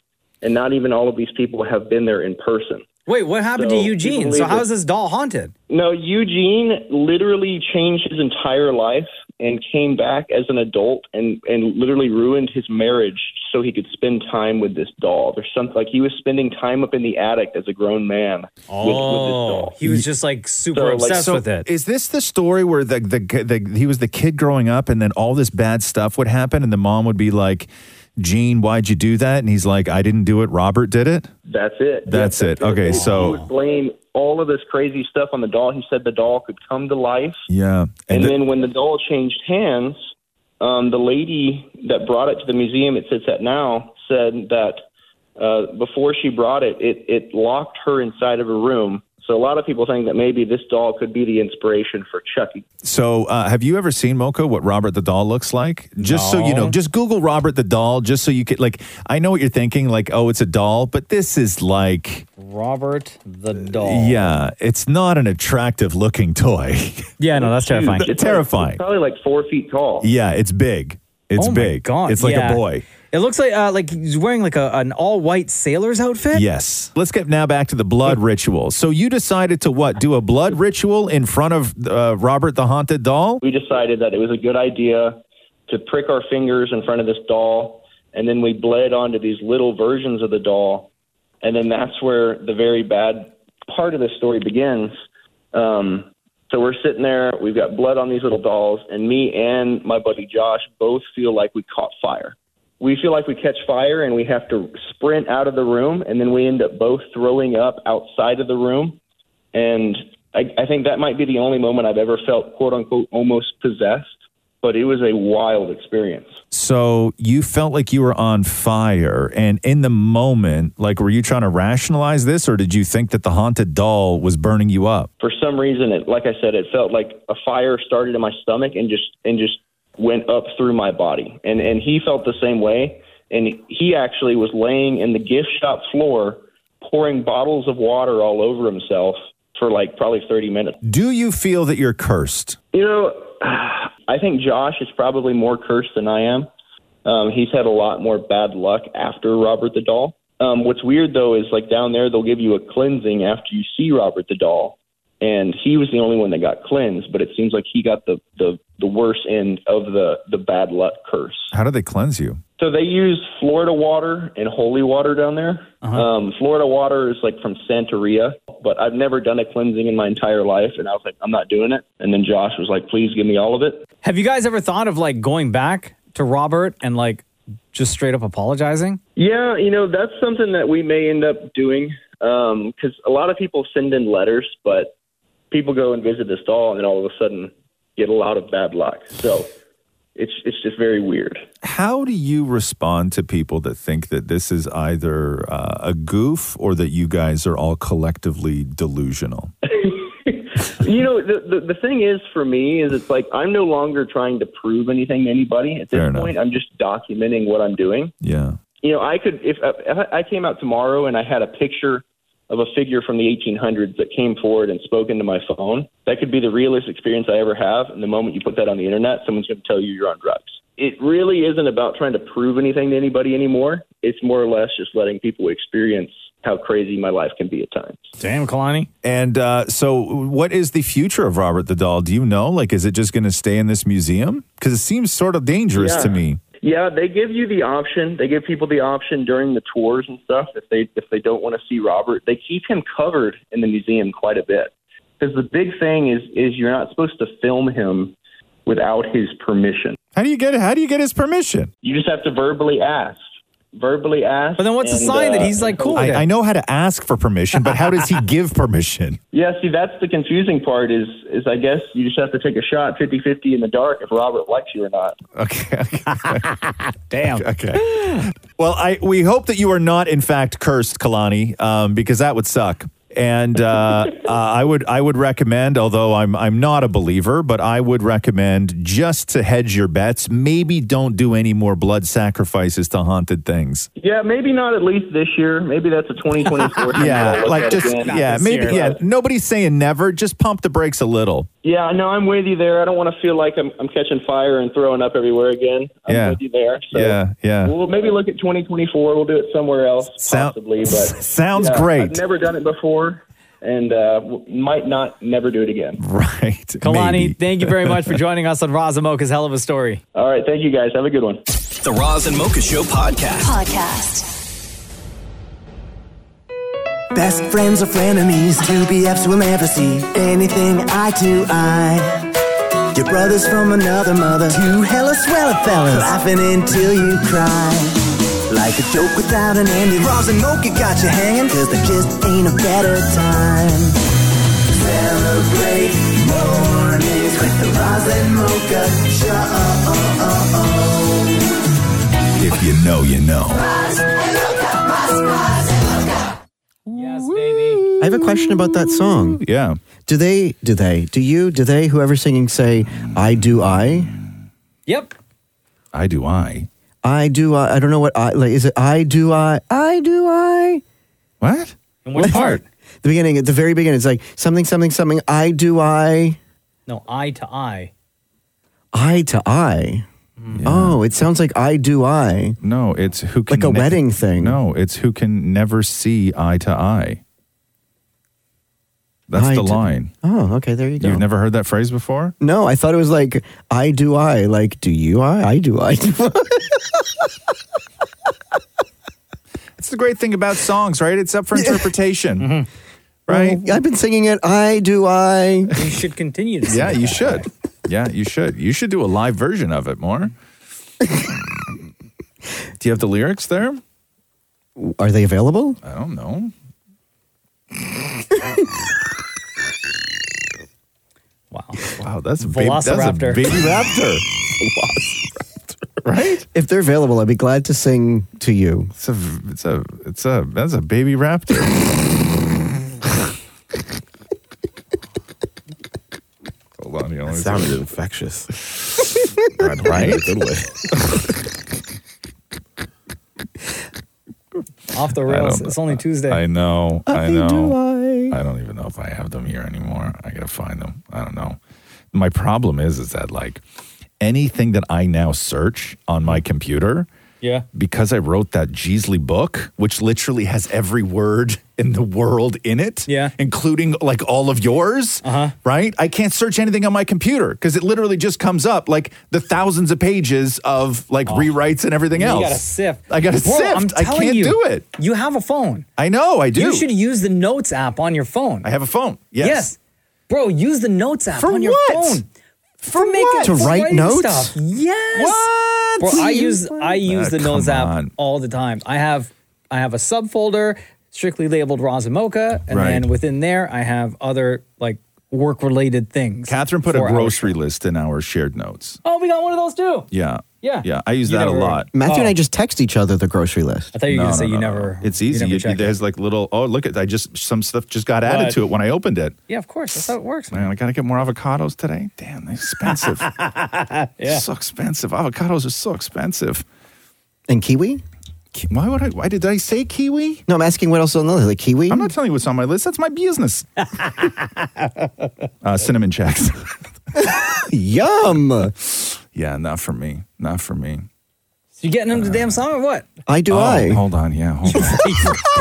[SPEAKER 19] and not even all of these people have been there in person.
[SPEAKER 5] Wait, what happened
[SPEAKER 19] So,
[SPEAKER 5] to Eugene?
[SPEAKER 19] people
[SPEAKER 5] So,
[SPEAKER 19] leave
[SPEAKER 5] how
[SPEAKER 19] it-
[SPEAKER 5] is this doll haunted?
[SPEAKER 19] No, Eugene literally changed his entire life and came back as an adult and, and literally ruined his marriage so he could spend time with this doll. There's something like he was spending time up in the attic as a grown man with, with this doll.
[SPEAKER 5] Oh. he was just like super
[SPEAKER 19] So, like,
[SPEAKER 5] obsessed
[SPEAKER 19] so-
[SPEAKER 5] with it.
[SPEAKER 4] Is this the story where the, the the he was the kid growing up, and then all this bad stuff would happen, and the mom would be like, Gene, why'd you do that? And he's like, I didn't do it. Robert did it.
[SPEAKER 19] That's it.
[SPEAKER 4] That's it. Okay,
[SPEAKER 19] he
[SPEAKER 4] so
[SPEAKER 19] would blame all of this crazy stuff on the doll. He said the doll could come to life.
[SPEAKER 4] yeah,
[SPEAKER 19] And, then when the doll changed hands, um, the lady that brought it to the museum it sits at now said that uh, before she brought it, it, it locked her inside of a room. So a lot of people think that maybe this doll could be the inspiration for Chucky.
[SPEAKER 4] So, uh, have you ever seen Mocha? What Robert the doll looks like? Just so you
[SPEAKER 19] No.
[SPEAKER 4] know, just Google Robert the doll, just so you could like. I know what you're thinking, like, oh, it's a doll, but this is like,
[SPEAKER 5] Robert the
[SPEAKER 19] Uh,
[SPEAKER 5] doll.
[SPEAKER 4] yeah, it's not an attractive looking toy.
[SPEAKER 5] Yeah, no, that's terrifying.
[SPEAKER 4] It's terrifying.
[SPEAKER 19] Probably like four feet tall.
[SPEAKER 4] Yeah, it's big. It's
[SPEAKER 5] Oh my
[SPEAKER 4] big.
[SPEAKER 5] God,
[SPEAKER 4] It's like
[SPEAKER 5] yeah.
[SPEAKER 4] a boy.
[SPEAKER 5] It looks like uh, like he's wearing like a, an all white sailor's outfit.
[SPEAKER 4] Yes. Let's get now back to the blood ritual. So you decided to what? Do a blood ritual in front of uh, Robert the haunted doll?
[SPEAKER 19] We decided that it was a good idea to prick our fingers in front of this doll, and then we bled onto these little versions of the doll, and then that's where the very bad part of the story begins. Um, so we're sitting there, we've got blood on these little dolls, and me and my buddy Josh both feel like we caught fire. We feel like we catch fire and we have to sprint out of the room, and then we end up both throwing up outside of the room. And I, I think that might be the only moment I've ever felt quote unquote almost possessed, but it was a wild experience.
[SPEAKER 4] So you felt like you were on fire. And in the moment, like, were you trying to rationalize this or did you think that the haunted doll was burning you up?
[SPEAKER 19] For some reason, it like I said, it felt like a fire started in my stomach and just and just went up through my body. And and he felt the same way. And he actually was laying in the gift shop floor, pouring bottles of water all over himself for like probably thirty minutes.
[SPEAKER 4] Do you feel that you're cursed?
[SPEAKER 19] You know, I think Josh is probably more cursed than I am. Um, he's had a lot more bad luck after Robert the Doll. Um, what's weird though is like down there they'll give you a cleansing after you see Robert the Doll, and he was the only one that got cleansed, but it seems like he got the the, the worst end of the the bad luck curse.
[SPEAKER 4] How do they cleanse you?
[SPEAKER 19] So they use Florida water and holy water down there. Um, Florida water is like from Santeria, but I've never done a cleansing in my entire life, and I was like, I'm not doing it. And then Josh was like, Please give me all of it.
[SPEAKER 5] Have you guys ever thought of like going back to Robert and like just straight up apologizing?
[SPEAKER 19] Yeah, you know, that's something that we may end up doing because a lot of people send in letters, but people go and visit this doll and then all of a sudden get a lot of bad luck. So it's it's just very weird.
[SPEAKER 4] How do you respond to people that think that this is either uh, a goof or that you guys are all collectively delusional?
[SPEAKER 19] you know, the, the the thing is for me is it's like I'm no longer trying to prove anything to anybody at this
[SPEAKER 4] Fair enough.
[SPEAKER 19] point. I'm just documenting what I'm doing.
[SPEAKER 4] Yeah.
[SPEAKER 19] You know, I could if, if I came out tomorrow and I had a picture of a figure from the 1800s that came forward and spoke into my phone, that could be the realest experience I ever have. And the moment you put that on the internet, someone's going to tell you you're on drugs. It really isn't about trying to prove anything to anybody anymore. It's more or less just letting people experience how crazy my life can be at times.
[SPEAKER 5] Damn, Kalani.
[SPEAKER 4] And uh, so, what is the future of Robert the Doll? Do you know? Like, is it just going to stay in this museum? Because it seems sort of dangerous
[SPEAKER 19] Yeah.
[SPEAKER 4] to me.
[SPEAKER 19] Yeah, they give you the option. They give people the option during the tours and stuff if they if they don't want to see Robert. They keep him covered in the museum quite a bit because the big thing is is you're not supposed to film him without his permission.
[SPEAKER 4] How do you get? How do you get his permission?
[SPEAKER 19] You just have to verbally ask. Verbally ask. uh, But then
[SPEAKER 5] what's the sign that he's, like, cool with
[SPEAKER 4] I,
[SPEAKER 5] it?
[SPEAKER 4] I know how to ask for permission, but how does he give permission?
[SPEAKER 19] Yeah, see, that's the confusing part. Is is I guess you just have to take a shot 50-50 in the dark if Robert likes you or not.
[SPEAKER 4] Okay. Damn. Okay. Well, I we hope that you are not in fact cursed, Kalani, um, because that would suck. And uh, uh, I would I would recommend, although I'm I'm not a believer, but I would recommend just to hedge your bets. Maybe don't do any more blood sacrifices to haunted things.
[SPEAKER 19] Yeah, maybe not at least this year. Maybe that's a 2024.
[SPEAKER 4] Yeah, like just yeah, maybe
[SPEAKER 19] yeah.
[SPEAKER 4] yeah. Nobody's saying never. Just pump the brakes a little.
[SPEAKER 19] Yeah, no, I'm with you there. I don't want to feel like I'm, I'm catching fire and throwing up everywhere again. I'm
[SPEAKER 4] Yeah.
[SPEAKER 19] with you there. So
[SPEAKER 4] Yeah, yeah.
[SPEAKER 19] We'll maybe look at 2024. We'll do it somewhere else,
[SPEAKER 4] Sound-
[SPEAKER 19] possibly. But
[SPEAKER 4] sounds
[SPEAKER 19] yeah,
[SPEAKER 4] great.
[SPEAKER 19] I've never done it before, and uh, w- might not never do it again.
[SPEAKER 4] Right,
[SPEAKER 5] Kalani, thank you very much for joining us on Razamoka's hell of a story.
[SPEAKER 19] All right, thank you guys. Have a good one.
[SPEAKER 1] The Roz and Mocha Show podcast.
[SPEAKER 16] Podcast.
[SPEAKER 10] Best friends or frenemies, two BFs will never see anything eye to eye. Your brothers from another mother, two hella swell fellas, laughing until you cry. Like a joke without an end, it Roz and Mocha got you hanging, cause there just ain't a better time. Celebrate mornings with the Roz and Mocha show.
[SPEAKER 4] If you know, you know.
[SPEAKER 7] I have a question about that song.
[SPEAKER 4] Yeah.
[SPEAKER 7] Do they, do they, do you, do they, whoever's singing say, I do I?
[SPEAKER 5] Yep.
[SPEAKER 4] I do I.
[SPEAKER 7] I do I. I don't know what I, like, is it I do I? I do I.
[SPEAKER 4] What?
[SPEAKER 5] And what part?
[SPEAKER 7] The beginning, at the very beginning, it's like something, something, something, I do I,
[SPEAKER 5] No, eye to eye.
[SPEAKER 7] I to I.
[SPEAKER 4] Mm.
[SPEAKER 7] Oh, it sounds like I do I.
[SPEAKER 4] No, it's who can.
[SPEAKER 7] Like a wedding thing.
[SPEAKER 4] No, it's who can never see eye to eye. That's
[SPEAKER 7] Eye
[SPEAKER 4] the
[SPEAKER 7] to-
[SPEAKER 4] line.
[SPEAKER 7] Oh, okay, there you go.
[SPEAKER 4] You've never heard that phrase before?
[SPEAKER 7] No, I thought it was like I do I, like do you I, I do I.
[SPEAKER 4] It's the great thing about songs, right? It's up for interpretation.
[SPEAKER 7] Mm-hmm. right? I've been singing it. I do I.
[SPEAKER 5] You should continue to sing
[SPEAKER 4] Yeah,
[SPEAKER 5] it
[SPEAKER 4] you
[SPEAKER 5] that
[SPEAKER 4] should. Yeah, you should. You should do a live version of it more. do you have the lyrics there?
[SPEAKER 7] Are they available?
[SPEAKER 4] I don't know.
[SPEAKER 5] wow.
[SPEAKER 4] Wow, that's a baby, that's a
[SPEAKER 7] Velociraptor.
[SPEAKER 4] baby raptor. right?
[SPEAKER 7] If they're available, I'd be glad to sing to you.
[SPEAKER 4] It's a, it's a, it's a, that's a baby raptor. Hold on, you know,
[SPEAKER 8] sounded infectious.
[SPEAKER 4] right?
[SPEAKER 5] Off the
[SPEAKER 4] I
[SPEAKER 5] rails.
[SPEAKER 4] don't-
[SPEAKER 5] It's only Tuesday.
[SPEAKER 4] I know. I,
[SPEAKER 5] I do
[SPEAKER 4] know.
[SPEAKER 7] I.
[SPEAKER 4] don't even know if I have them here anymore. I gotta find them. I don't know. My problem is, is that like anything that I now search on my computer,
[SPEAKER 5] Yeah.
[SPEAKER 4] because I wrote that Jeasley book, which literally has every word in the world in it, yeah, including like all of yours, uh-huh. right? I can't search anything on my computer because it literally just comes up like the thousands of pages of like rewrites and everything
[SPEAKER 5] Oh. you
[SPEAKER 4] else.
[SPEAKER 5] gotta sift.
[SPEAKER 4] I gotta
[SPEAKER 5] Bro,
[SPEAKER 4] sift.
[SPEAKER 5] I'm
[SPEAKER 4] I
[SPEAKER 5] telling
[SPEAKER 4] can't
[SPEAKER 5] you,
[SPEAKER 4] do it.
[SPEAKER 5] You have a phone.
[SPEAKER 4] I know. I do.
[SPEAKER 5] You should use the Notes app on your phone. I
[SPEAKER 4] have a phone. Yes.
[SPEAKER 5] Bro, use the Notes app
[SPEAKER 4] For
[SPEAKER 5] on your
[SPEAKER 4] what?
[SPEAKER 5] phone. For, making
[SPEAKER 4] what? To
[SPEAKER 5] for
[SPEAKER 4] write
[SPEAKER 5] writing
[SPEAKER 4] notes?
[SPEAKER 5] Stuff. Yes. What? Uh, Bro, I use I use
[SPEAKER 4] Ah,
[SPEAKER 5] the Notes
[SPEAKER 4] come
[SPEAKER 5] app all the time. I have I have a subfolder strictly labeled Roz and Mocha, and
[SPEAKER 4] Right.
[SPEAKER 5] then within there I have other like work related things.
[SPEAKER 4] Catherine put a
[SPEAKER 5] for our-
[SPEAKER 4] grocery list in our shared notes.
[SPEAKER 5] Oh, we got one of those too.
[SPEAKER 4] Yeah.
[SPEAKER 5] Yeah.
[SPEAKER 4] Yeah. I use
[SPEAKER 5] You
[SPEAKER 4] that a
[SPEAKER 5] never-
[SPEAKER 4] lot.
[SPEAKER 7] Matthew and I just text each other the grocery list.
[SPEAKER 5] Oh. I thought you were gonna say you never
[SPEAKER 4] It's easy.
[SPEAKER 5] never
[SPEAKER 4] You-
[SPEAKER 5] check
[SPEAKER 4] there's like little, oh, look at I just, some stuff just got added
[SPEAKER 5] But-
[SPEAKER 4] to it when I opened it.
[SPEAKER 5] Yeah, of course. That's how it works.
[SPEAKER 4] Man, I got to get more avocados today. Damn, they're expensive.
[SPEAKER 5] Yeah.
[SPEAKER 4] So expensive. Avocados are so expensive.
[SPEAKER 7] And kiwi?
[SPEAKER 4] Ki- Why would I? Why did I say kiwi?
[SPEAKER 7] No, I'm asking what else on the list. Like kiwi? I'm
[SPEAKER 4] not telling you what's on my list. That's my business. Uh, cinnamon checks.
[SPEAKER 7] Yum.
[SPEAKER 4] Yeah, not for me. Not for me.
[SPEAKER 5] You getting into
[SPEAKER 4] Uh,
[SPEAKER 5] the damn song or what?
[SPEAKER 7] I Oh,
[SPEAKER 4] Oh, Hold on. Yeah. Hold on.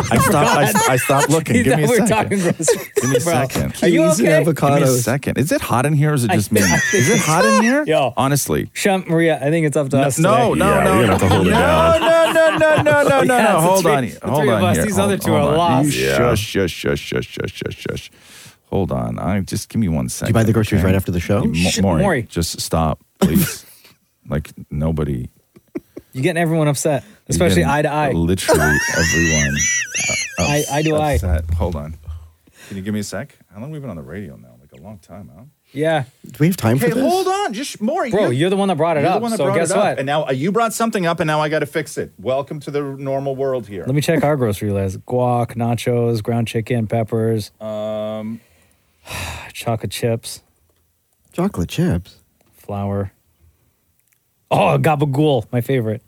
[SPEAKER 4] I stopped. I, I stopped looking.
[SPEAKER 5] You
[SPEAKER 4] Give me a
[SPEAKER 5] thought we were
[SPEAKER 4] second.
[SPEAKER 5] talking grocery.
[SPEAKER 4] Give me a
[SPEAKER 5] Bro,
[SPEAKER 4] second.
[SPEAKER 5] Are you okay?
[SPEAKER 4] Give me a second. Is it hot in here or is it just me? Is it hot in here?
[SPEAKER 5] Yo.
[SPEAKER 4] Honestly.
[SPEAKER 5] Shem, Maria, I think it's up to us.
[SPEAKER 4] No,
[SPEAKER 5] today.
[SPEAKER 4] no, no, no, no, no, no, no, no, no,
[SPEAKER 5] Yeah,
[SPEAKER 4] no.
[SPEAKER 5] it's
[SPEAKER 4] Hold
[SPEAKER 5] the
[SPEAKER 4] on,
[SPEAKER 5] three-
[SPEAKER 4] here.
[SPEAKER 5] the
[SPEAKER 4] hold
[SPEAKER 5] three of
[SPEAKER 4] on
[SPEAKER 5] us.
[SPEAKER 4] here.
[SPEAKER 5] These other
[SPEAKER 4] Hold-
[SPEAKER 5] two are
[SPEAKER 4] hold on. You
[SPEAKER 5] lost. Yeah.
[SPEAKER 4] Shush, shush, shush, shush, shush, shush, shush. Hold on. I just give me one second.
[SPEAKER 7] buy the groceries right after the show?
[SPEAKER 4] Mo-
[SPEAKER 7] Shit,
[SPEAKER 4] Maury,
[SPEAKER 7] Maury.
[SPEAKER 4] just stop, please. like nobody.
[SPEAKER 5] You're getting everyone upset, especially
[SPEAKER 4] Again,
[SPEAKER 5] eye to eye.
[SPEAKER 4] Literally everyone. uh,
[SPEAKER 5] Eye- eye to eye.
[SPEAKER 4] upset. Hold on. Can you give me a sec? How long have we been on the radio now? Like a long time, huh?
[SPEAKER 5] Yeah.
[SPEAKER 7] Do we have time
[SPEAKER 4] Okay, hold on. Just Maury.
[SPEAKER 5] Bro, you're the one that brought it
[SPEAKER 4] you're the
[SPEAKER 5] up,
[SPEAKER 4] one that
[SPEAKER 5] so
[SPEAKER 4] brought
[SPEAKER 5] guess
[SPEAKER 4] it up.
[SPEAKER 5] what?
[SPEAKER 4] And now uh, you brought something up, and now I got to fix it. Welcome to the normal world here.
[SPEAKER 5] Let me check our grocery list guac, nachos, ground chicken, peppers,
[SPEAKER 4] Um,
[SPEAKER 5] chocolate chips,
[SPEAKER 7] Chocolate chips.
[SPEAKER 5] flour. Oh, gabagool, my favorite.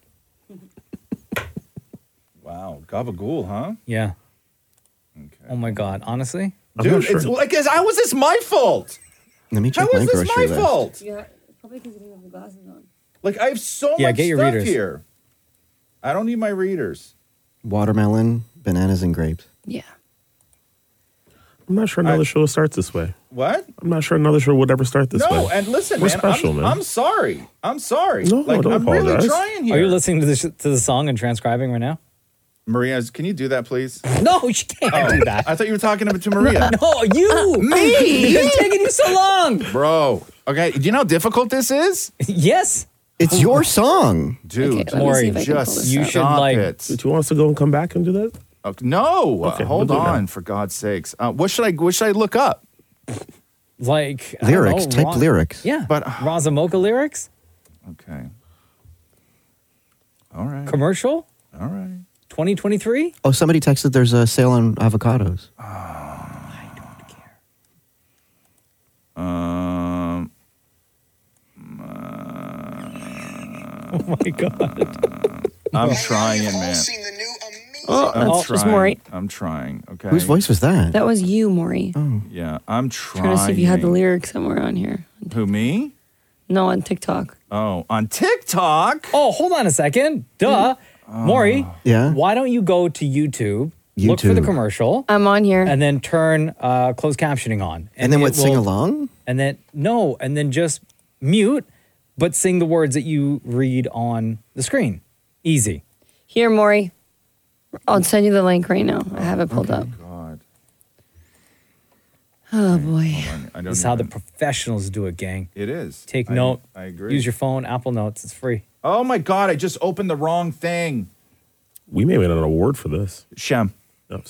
[SPEAKER 4] wow, gabagool, huh?
[SPEAKER 5] Yeah. Oh my God. Honestly?
[SPEAKER 4] Dude, it's, I guess, how was this my fault?
[SPEAKER 7] Let me
[SPEAKER 4] How is this my fault?
[SPEAKER 6] Yeah, probably because you didn't have the glasses on.
[SPEAKER 4] Like I have so
[SPEAKER 5] Yeah,
[SPEAKER 4] much
[SPEAKER 5] get your
[SPEAKER 4] stuff
[SPEAKER 5] readers.
[SPEAKER 4] here. I don't need my readers.
[SPEAKER 7] Watermelon, bananas, and grapes.
[SPEAKER 6] Yeah.
[SPEAKER 8] I'm not sure another show starts this way.
[SPEAKER 4] What?
[SPEAKER 8] I'm not sure another show would ever start this way.
[SPEAKER 4] no, and listen,
[SPEAKER 8] We're
[SPEAKER 4] man,
[SPEAKER 8] special,
[SPEAKER 4] I'm,
[SPEAKER 8] man.
[SPEAKER 4] I'm sorry. I'm sorry.
[SPEAKER 8] No,
[SPEAKER 4] like
[SPEAKER 8] don't
[SPEAKER 4] I'm really
[SPEAKER 8] apologize.
[SPEAKER 4] trying here.
[SPEAKER 5] Are you listening to the, sh- to the song and transcribing right now?
[SPEAKER 4] Maria, can you do that, please? Oh.
[SPEAKER 5] No, she can't do that.
[SPEAKER 4] I thought you were talking to Maria.
[SPEAKER 5] no, you.
[SPEAKER 4] Me?
[SPEAKER 5] It's Uh, taking you so long.
[SPEAKER 4] Bro. Okay. Do you know how difficult this is?
[SPEAKER 5] Yes.
[SPEAKER 7] It's your song,
[SPEAKER 4] Dude, Maury, just
[SPEAKER 7] you
[SPEAKER 4] should like. It. Do
[SPEAKER 8] you want us to go and come back and do that?
[SPEAKER 4] no, uh,
[SPEAKER 8] Okay,
[SPEAKER 4] hold
[SPEAKER 8] we'll do it now.
[SPEAKER 4] on for God's sakes. Uh, what should I? What should I look up?
[SPEAKER 5] Like I don't
[SPEAKER 4] Lyrics,
[SPEAKER 5] know,
[SPEAKER 4] type lyrics.
[SPEAKER 5] Yeah, but Razamoka lyrics.
[SPEAKER 4] uh, Okay. All right.
[SPEAKER 5] Commercial.
[SPEAKER 4] All right.
[SPEAKER 5] 2023.
[SPEAKER 7] Oh, somebody texted there's a sale on avocados.
[SPEAKER 4] Um.
[SPEAKER 5] Oh my god.
[SPEAKER 4] I'm trying, man.
[SPEAKER 6] Oh,
[SPEAKER 4] I'm
[SPEAKER 6] that's-
[SPEAKER 4] trying.
[SPEAKER 6] It's Maury.
[SPEAKER 4] I'm trying. Okay.
[SPEAKER 7] Whose voice was that?
[SPEAKER 6] That was you, Maury.
[SPEAKER 4] Yeah, I'm trying.
[SPEAKER 6] Trying to see if you had the lyrics somewhere on here.
[SPEAKER 4] Who me?
[SPEAKER 6] No, on TikTok.
[SPEAKER 4] Oh, on TikTok. Mm. Ah.
[SPEAKER 5] Oh, hold on a second. Duh. Maury, yeah. why don't you go to YouTube, look for the
[SPEAKER 6] YouTube.
[SPEAKER 5] commercial,
[SPEAKER 6] I'm on here.
[SPEAKER 5] and then turn uh, closed captioning on.
[SPEAKER 7] And then
[SPEAKER 5] it
[SPEAKER 7] what, sing along?
[SPEAKER 5] And then, no, and then just mute, but sing the words that you read on the screen. Easy.
[SPEAKER 6] Here, Maury. I'll send you the link right now. I have it pulled up.
[SPEAKER 4] God.
[SPEAKER 6] Oh boy.
[SPEAKER 4] I
[SPEAKER 5] this is how the professionals do it, gang.
[SPEAKER 4] It is.
[SPEAKER 5] Take
[SPEAKER 4] I-
[SPEAKER 5] note.
[SPEAKER 4] I agree.
[SPEAKER 5] Use your phone, Apple Notes. It's free.
[SPEAKER 4] Oh my God! I just opened the wrong thing.
[SPEAKER 8] We may win an award for this.
[SPEAKER 4] Shem.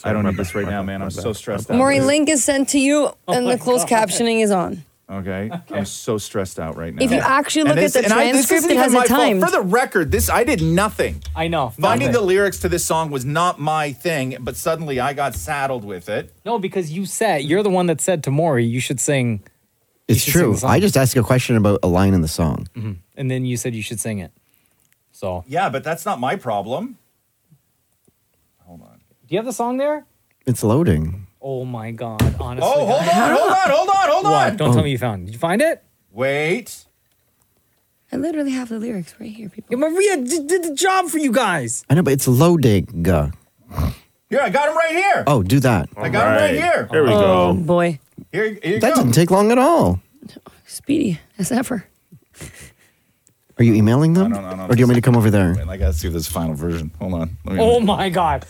[SPEAKER 4] I don't
[SPEAKER 8] my
[SPEAKER 4] need this
[SPEAKER 8] bad,
[SPEAKER 4] right
[SPEAKER 8] my
[SPEAKER 4] now,
[SPEAKER 8] bad,
[SPEAKER 4] man.
[SPEAKER 8] my
[SPEAKER 4] I'm
[SPEAKER 8] bad.
[SPEAKER 4] so stressed out.
[SPEAKER 6] Maury, link is sent to you,
[SPEAKER 7] Oh
[SPEAKER 6] and the closed captioning is on.
[SPEAKER 4] Okay. I'm so stressed out right now.
[SPEAKER 6] If you actually look
[SPEAKER 4] And
[SPEAKER 6] at the
[SPEAKER 4] and I- this
[SPEAKER 6] transcript,
[SPEAKER 4] isn't
[SPEAKER 6] it has
[SPEAKER 4] even
[SPEAKER 6] it
[SPEAKER 4] my fault.
[SPEAKER 6] timed.
[SPEAKER 4] For the record, this I did nothing.
[SPEAKER 5] I know.
[SPEAKER 4] Finding the
[SPEAKER 5] nothing.
[SPEAKER 4] lyrics to this song was not my thing, but suddenly I got saddled with it.
[SPEAKER 5] No, because you said you're the one that said to Maury, you should sing,
[SPEAKER 7] It's
[SPEAKER 5] should sing
[SPEAKER 7] true.
[SPEAKER 5] the song. Mm-hmm.
[SPEAKER 7] I just asked a question about a line in the song.
[SPEAKER 5] and then you said you should sing it. So
[SPEAKER 4] Yeah, but that's not my problem.
[SPEAKER 5] Do you have the song there?
[SPEAKER 7] It's loading.
[SPEAKER 5] Oh my God! Honestly.
[SPEAKER 4] Oh, hold on, hold on, hold on, hold
[SPEAKER 5] What?
[SPEAKER 4] on.
[SPEAKER 5] Don't
[SPEAKER 4] Oh.
[SPEAKER 5] tell me you found. it. Did you find it?
[SPEAKER 4] Wait.
[SPEAKER 6] I literally have the lyrics right here, people.
[SPEAKER 5] Maria did, did the job for you guys.
[SPEAKER 7] I know, but it's loading. Uh,
[SPEAKER 4] Here, I got him right here.
[SPEAKER 7] Oh, do that.
[SPEAKER 4] I got him right here.
[SPEAKER 7] There we go.
[SPEAKER 6] Oh boy,
[SPEAKER 4] Here, here you
[SPEAKER 7] that
[SPEAKER 4] go.
[SPEAKER 7] didn't take long at all.
[SPEAKER 6] speedy as ever.
[SPEAKER 7] Are you emailing them? or do you want me to come over there?
[SPEAKER 4] I gotta see this final version. Hold on. Let me-
[SPEAKER 5] Oh my God,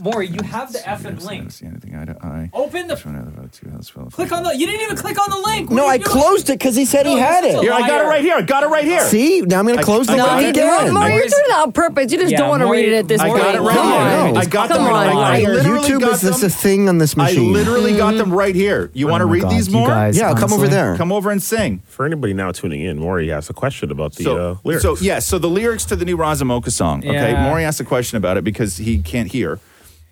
[SPEAKER 5] Maury, you have the effing link.
[SPEAKER 4] See anything eye to eye.
[SPEAKER 5] Open the. Click on the. You didn't even click on the link.
[SPEAKER 7] No, I closed it because he said he
[SPEAKER 5] No,
[SPEAKER 7] had
[SPEAKER 5] he's
[SPEAKER 7] it.
[SPEAKER 5] a Here, I got it liar. right
[SPEAKER 4] here. I got it right here.
[SPEAKER 7] See, now I'm going to close the
[SPEAKER 6] no,
[SPEAKER 7] link
[SPEAKER 6] you
[SPEAKER 7] again.
[SPEAKER 6] Maury, you're doing it on purpose. You just
[SPEAKER 7] Yeah,
[SPEAKER 6] don't want to
[SPEAKER 7] Maury-
[SPEAKER 6] read it at this
[SPEAKER 7] I
[SPEAKER 6] point.
[SPEAKER 7] got it right
[SPEAKER 6] Come
[SPEAKER 7] here.
[SPEAKER 6] on.
[SPEAKER 7] I got
[SPEAKER 6] Come
[SPEAKER 7] them
[SPEAKER 6] on,
[SPEAKER 7] right here.
[SPEAKER 6] Maury.
[SPEAKER 7] I literally YouTube got is this them- a thing on this machine.
[SPEAKER 4] I literally got them right here. You want to
[SPEAKER 8] Oh my
[SPEAKER 4] read
[SPEAKER 8] God,
[SPEAKER 4] these
[SPEAKER 8] you
[SPEAKER 4] more?
[SPEAKER 8] guys, Yeah, come over honestly. there.
[SPEAKER 4] Come over and sing.
[SPEAKER 8] For anybody now tuning in, Maury asked a question about the uh, lyrics.
[SPEAKER 4] So yeah, so the lyrics to the new Razamoka song. Okay,
[SPEAKER 8] Yeah.
[SPEAKER 4] Maury asked a question about it because he can't hear,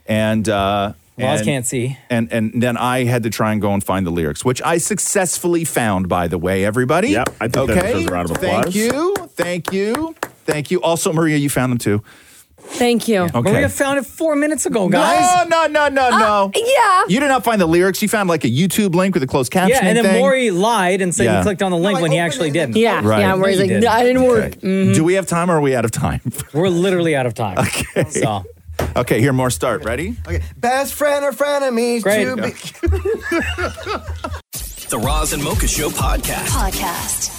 [SPEAKER 4] and uh,
[SPEAKER 5] Roz
[SPEAKER 4] and-
[SPEAKER 5] can't see.
[SPEAKER 4] and and then I had to try and go and find the lyrics, which I successfully found. By the way, everybody. Yep, I
[SPEAKER 8] think that
[SPEAKER 4] okay?
[SPEAKER 8] deserves a round of
[SPEAKER 4] Thank
[SPEAKER 8] applause.
[SPEAKER 4] you, thank you, thank you. Also, Maria, you found them too.
[SPEAKER 6] Thank you.
[SPEAKER 4] Okay.
[SPEAKER 5] Maria found it four minutes ago,
[SPEAKER 4] No,
[SPEAKER 5] guys.
[SPEAKER 4] no, no, no, no.
[SPEAKER 6] Yeah.
[SPEAKER 4] You did not find the lyrics. You found like a YouTube link with a closed captioning
[SPEAKER 5] Yeah, and then
[SPEAKER 4] thing.
[SPEAKER 5] Maury lied and said
[SPEAKER 4] Yeah.
[SPEAKER 5] he clicked on the link when he actually didn't.
[SPEAKER 6] Yeah,
[SPEAKER 4] Right.
[SPEAKER 6] yeah. Where he's
[SPEAKER 5] No,
[SPEAKER 6] like,
[SPEAKER 5] you
[SPEAKER 6] no, I didn't work. Mm-hmm.
[SPEAKER 4] Do we have time or are we out of time?
[SPEAKER 5] We're literally out of time.
[SPEAKER 4] okay.
[SPEAKER 5] So.
[SPEAKER 4] Okay, here, more start. Ready?
[SPEAKER 7] Okay. Best friend or frenemies.
[SPEAKER 1] Great.
[SPEAKER 7] To be-
[SPEAKER 1] The Roz and Mocha Show podcast.
[SPEAKER 16] Podcast.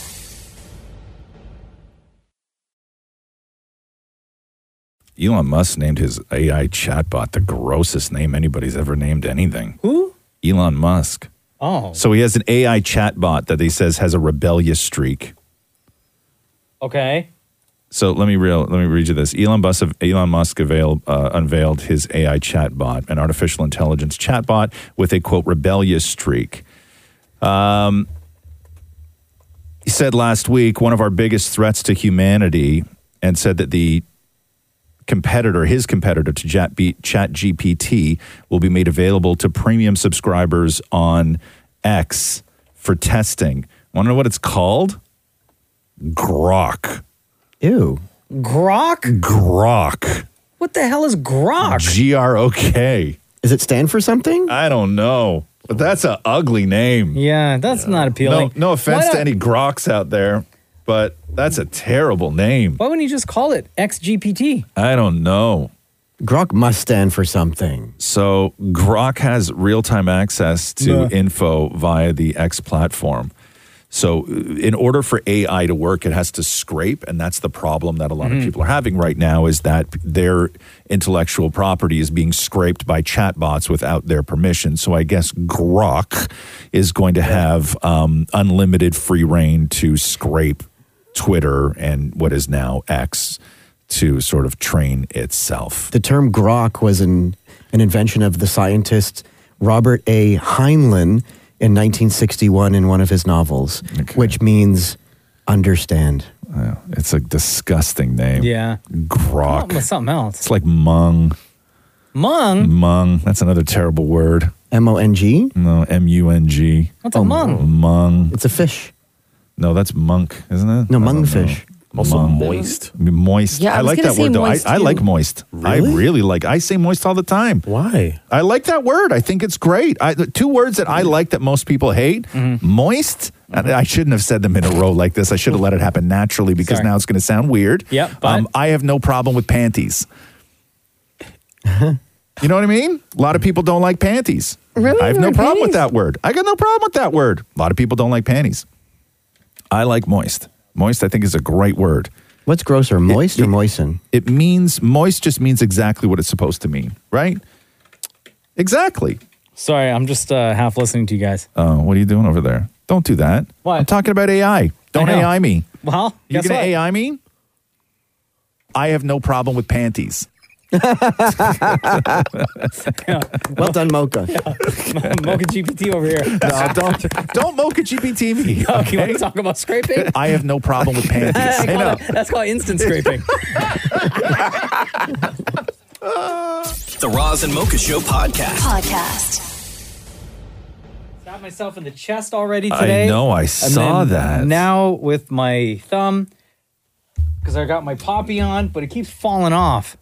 [SPEAKER 4] Elon Musk named his AI chatbot the grossest name anybody's ever named anything.
[SPEAKER 5] Who?
[SPEAKER 4] Elon Musk.
[SPEAKER 5] Oh.
[SPEAKER 4] So he has an AI chatbot that he says has a rebellious streak.
[SPEAKER 5] Okay.
[SPEAKER 4] So let me real let me read you this. Elon Musk Elon Musk avail, uh, unveiled his AI chatbot, an artificial intelligence chatbot with a quote rebellious streak. Um, he said last week one of our biggest threats to humanity, and said that the competitor, his competitor to Chat GPT, will be made available to premium subscribers on X for testing. Want to know what it's called? Grok.
[SPEAKER 7] Ew.
[SPEAKER 5] Grok?
[SPEAKER 4] Grok.
[SPEAKER 5] What the hell is Grok?
[SPEAKER 4] G R O K.
[SPEAKER 7] Does it stand for something?
[SPEAKER 4] I don't know, but that's an ugly name.
[SPEAKER 5] Yeah, that's not appealing.
[SPEAKER 4] No, no offense
[SPEAKER 5] Why
[SPEAKER 4] to
[SPEAKER 5] not-
[SPEAKER 4] any Groks out there, but that's a terrible name.
[SPEAKER 5] Why wouldn't you just call it XGPT?
[SPEAKER 4] I don't know.
[SPEAKER 7] Grok must stand for something.
[SPEAKER 4] So Grok has real time access to
[SPEAKER 7] Nah.
[SPEAKER 4] info via the X platform. So, uh, in order for AI to work, it has to scrape, and that's the problem that a
[SPEAKER 7] Hmm.
[SPEAKER 4] lot of people are having right now is that their intellectual property is being scraped by chatbots without their permission. So, I guess Grok is going to have um, unlimited free reign to scrape Twitter and what is now X to sort of train itself.
[SPEAKER 7] The term grok was an, an invention of the scientist Robert A. Heinlein in 1961 in one of his novels, which means understand.
[SPEAKER 4] It's a disgusting name.
[SPEAKER 5] Yeah.
[SPEAKER 4] Grok.
[SPEAKER 5] Something, something else.
[SPEAKER 4] It's like mung.
[SPEAKER 5] Mung?
[SPEAKER 4] Mung. That's another terrible word.
[SPEAKER 7] M O N G?
[SPEAKER 4] No, M U N G.
[SPEAKER 5] What's a Oh, mung?
[SPEAKER 4] Mung.
[SPEAKER 7] It's a fish.
[SPEAKER 4] No, that's monk, isn't it?
[SPEAKER 7] No, mungfish.
[SPEAKER 8] Oh,
[SPEAKER 4] Also moist. Moist.
[SPEAKER 7] Yeah, I
[SPEAKER 4] I,
[SPEAKER 7] was
[SPEAKER 4] like
[SPEAKER 7] gonna
[SPEAKER 4] that
[SPEAKER 7] say
[SPEAKER 4] word though. I,
[SPEAKER 7] moist,
[SPEAKER 4] I like
[SPEAKER 7] too.
[SPEAKER 4] moist. I really like. I say moist all the time. Why? I like that word. I think it's great. I, the two words that I like that most people hate:
[SPEAKER 5] Mm-hmm.
[SPEAKER 4] moist. And I shouldn't have said them in a row like this. I should have let it happen naturally because now it's going to sound weird.
[SPEAKER 5] Yep, but-
[SPEAKER 4] Um, I have no problem with panties. you know what I mean? A lot of people don't like panties.
[SPEAKER 12] Really?
[SPEAKER 4] I have no
[SPEAKER 12] Or
[SPEAKER 4] problem with
[SPEAKER 12] panties?
[SPEAKER 4] that word. I got no problem with that word. A lot of people don't like panties. I like moist. Moist, I think, is a great word.
[SPEAKER 7] What's grosser, moist or moisten?
[SPEAKER 4] It means moist. Just means exactly what it's supposed to mean, right? Exactly.
[SPEAKER 5] Sorry, I'm just uh, half listening to you guys.
[SPEAKER 4] Oh, what are you doing over there? Don't do that. What? I'm talking about AI. Don't
[SPEAKER 5] I know.
[SPEAKER 4] AI me.
[SPEAKER 5] Well,
[SPEAKER 4] You're
[SPEAKER 5] guess
[SPEAKER 4] gonna
[SPEAKER 5] what?
[SPEAKER 4] AI me. I have no problem with panties.
[SPEAKER 7] well done, Mocha.
[SPEAKER 5] Mocha GPT over here.
[SPEAKER 4] No, don't don't Mocha GPT me.
[SPEAKER 5] Okay, you want to talk about scraping?
[SPEAKER 4] I have no problem with panties.
[SPEAKER 5] That's
[SPEAKER 4] I know.
[SPEAKER 5] called- that's called instant scraping.
[SPEAKER 1] The Roz and Mocha Show podcast.
[SPEAKER 5] Podcast. Stabbed myself in the chest already
[SPEAKER 4] I
[SPEAKER 5] today.
[SPEAKER 4] know, I
[SPEAKER 5] And
[SPEAKER 4] saw
[SPEAKER 5] then
[SPEAKER 4] that.
[SPEAKER 5] Now with my thumb, because I got my poppy on, but it keeps falling off.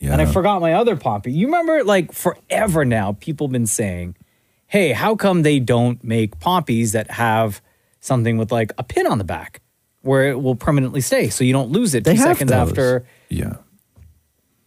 [SPEAKER 5] And I
[SPEAKER 4] Yeah.
[SPEAKER 5] forgot my other poppy. You remember, like forever now, people been saying, "Hey, how come they don't make poppies that have something with like a pin on the back, where it will permanently stay, so you don't lose it
[SPEAKER 4] They
[SPEAKER 5] two
[SPEAKER 4] have
[SPEAKER 5] seconds
[SPEAKER 4] those.
[SPEAKER 5] after."
[SPEAKER 4] Yeah.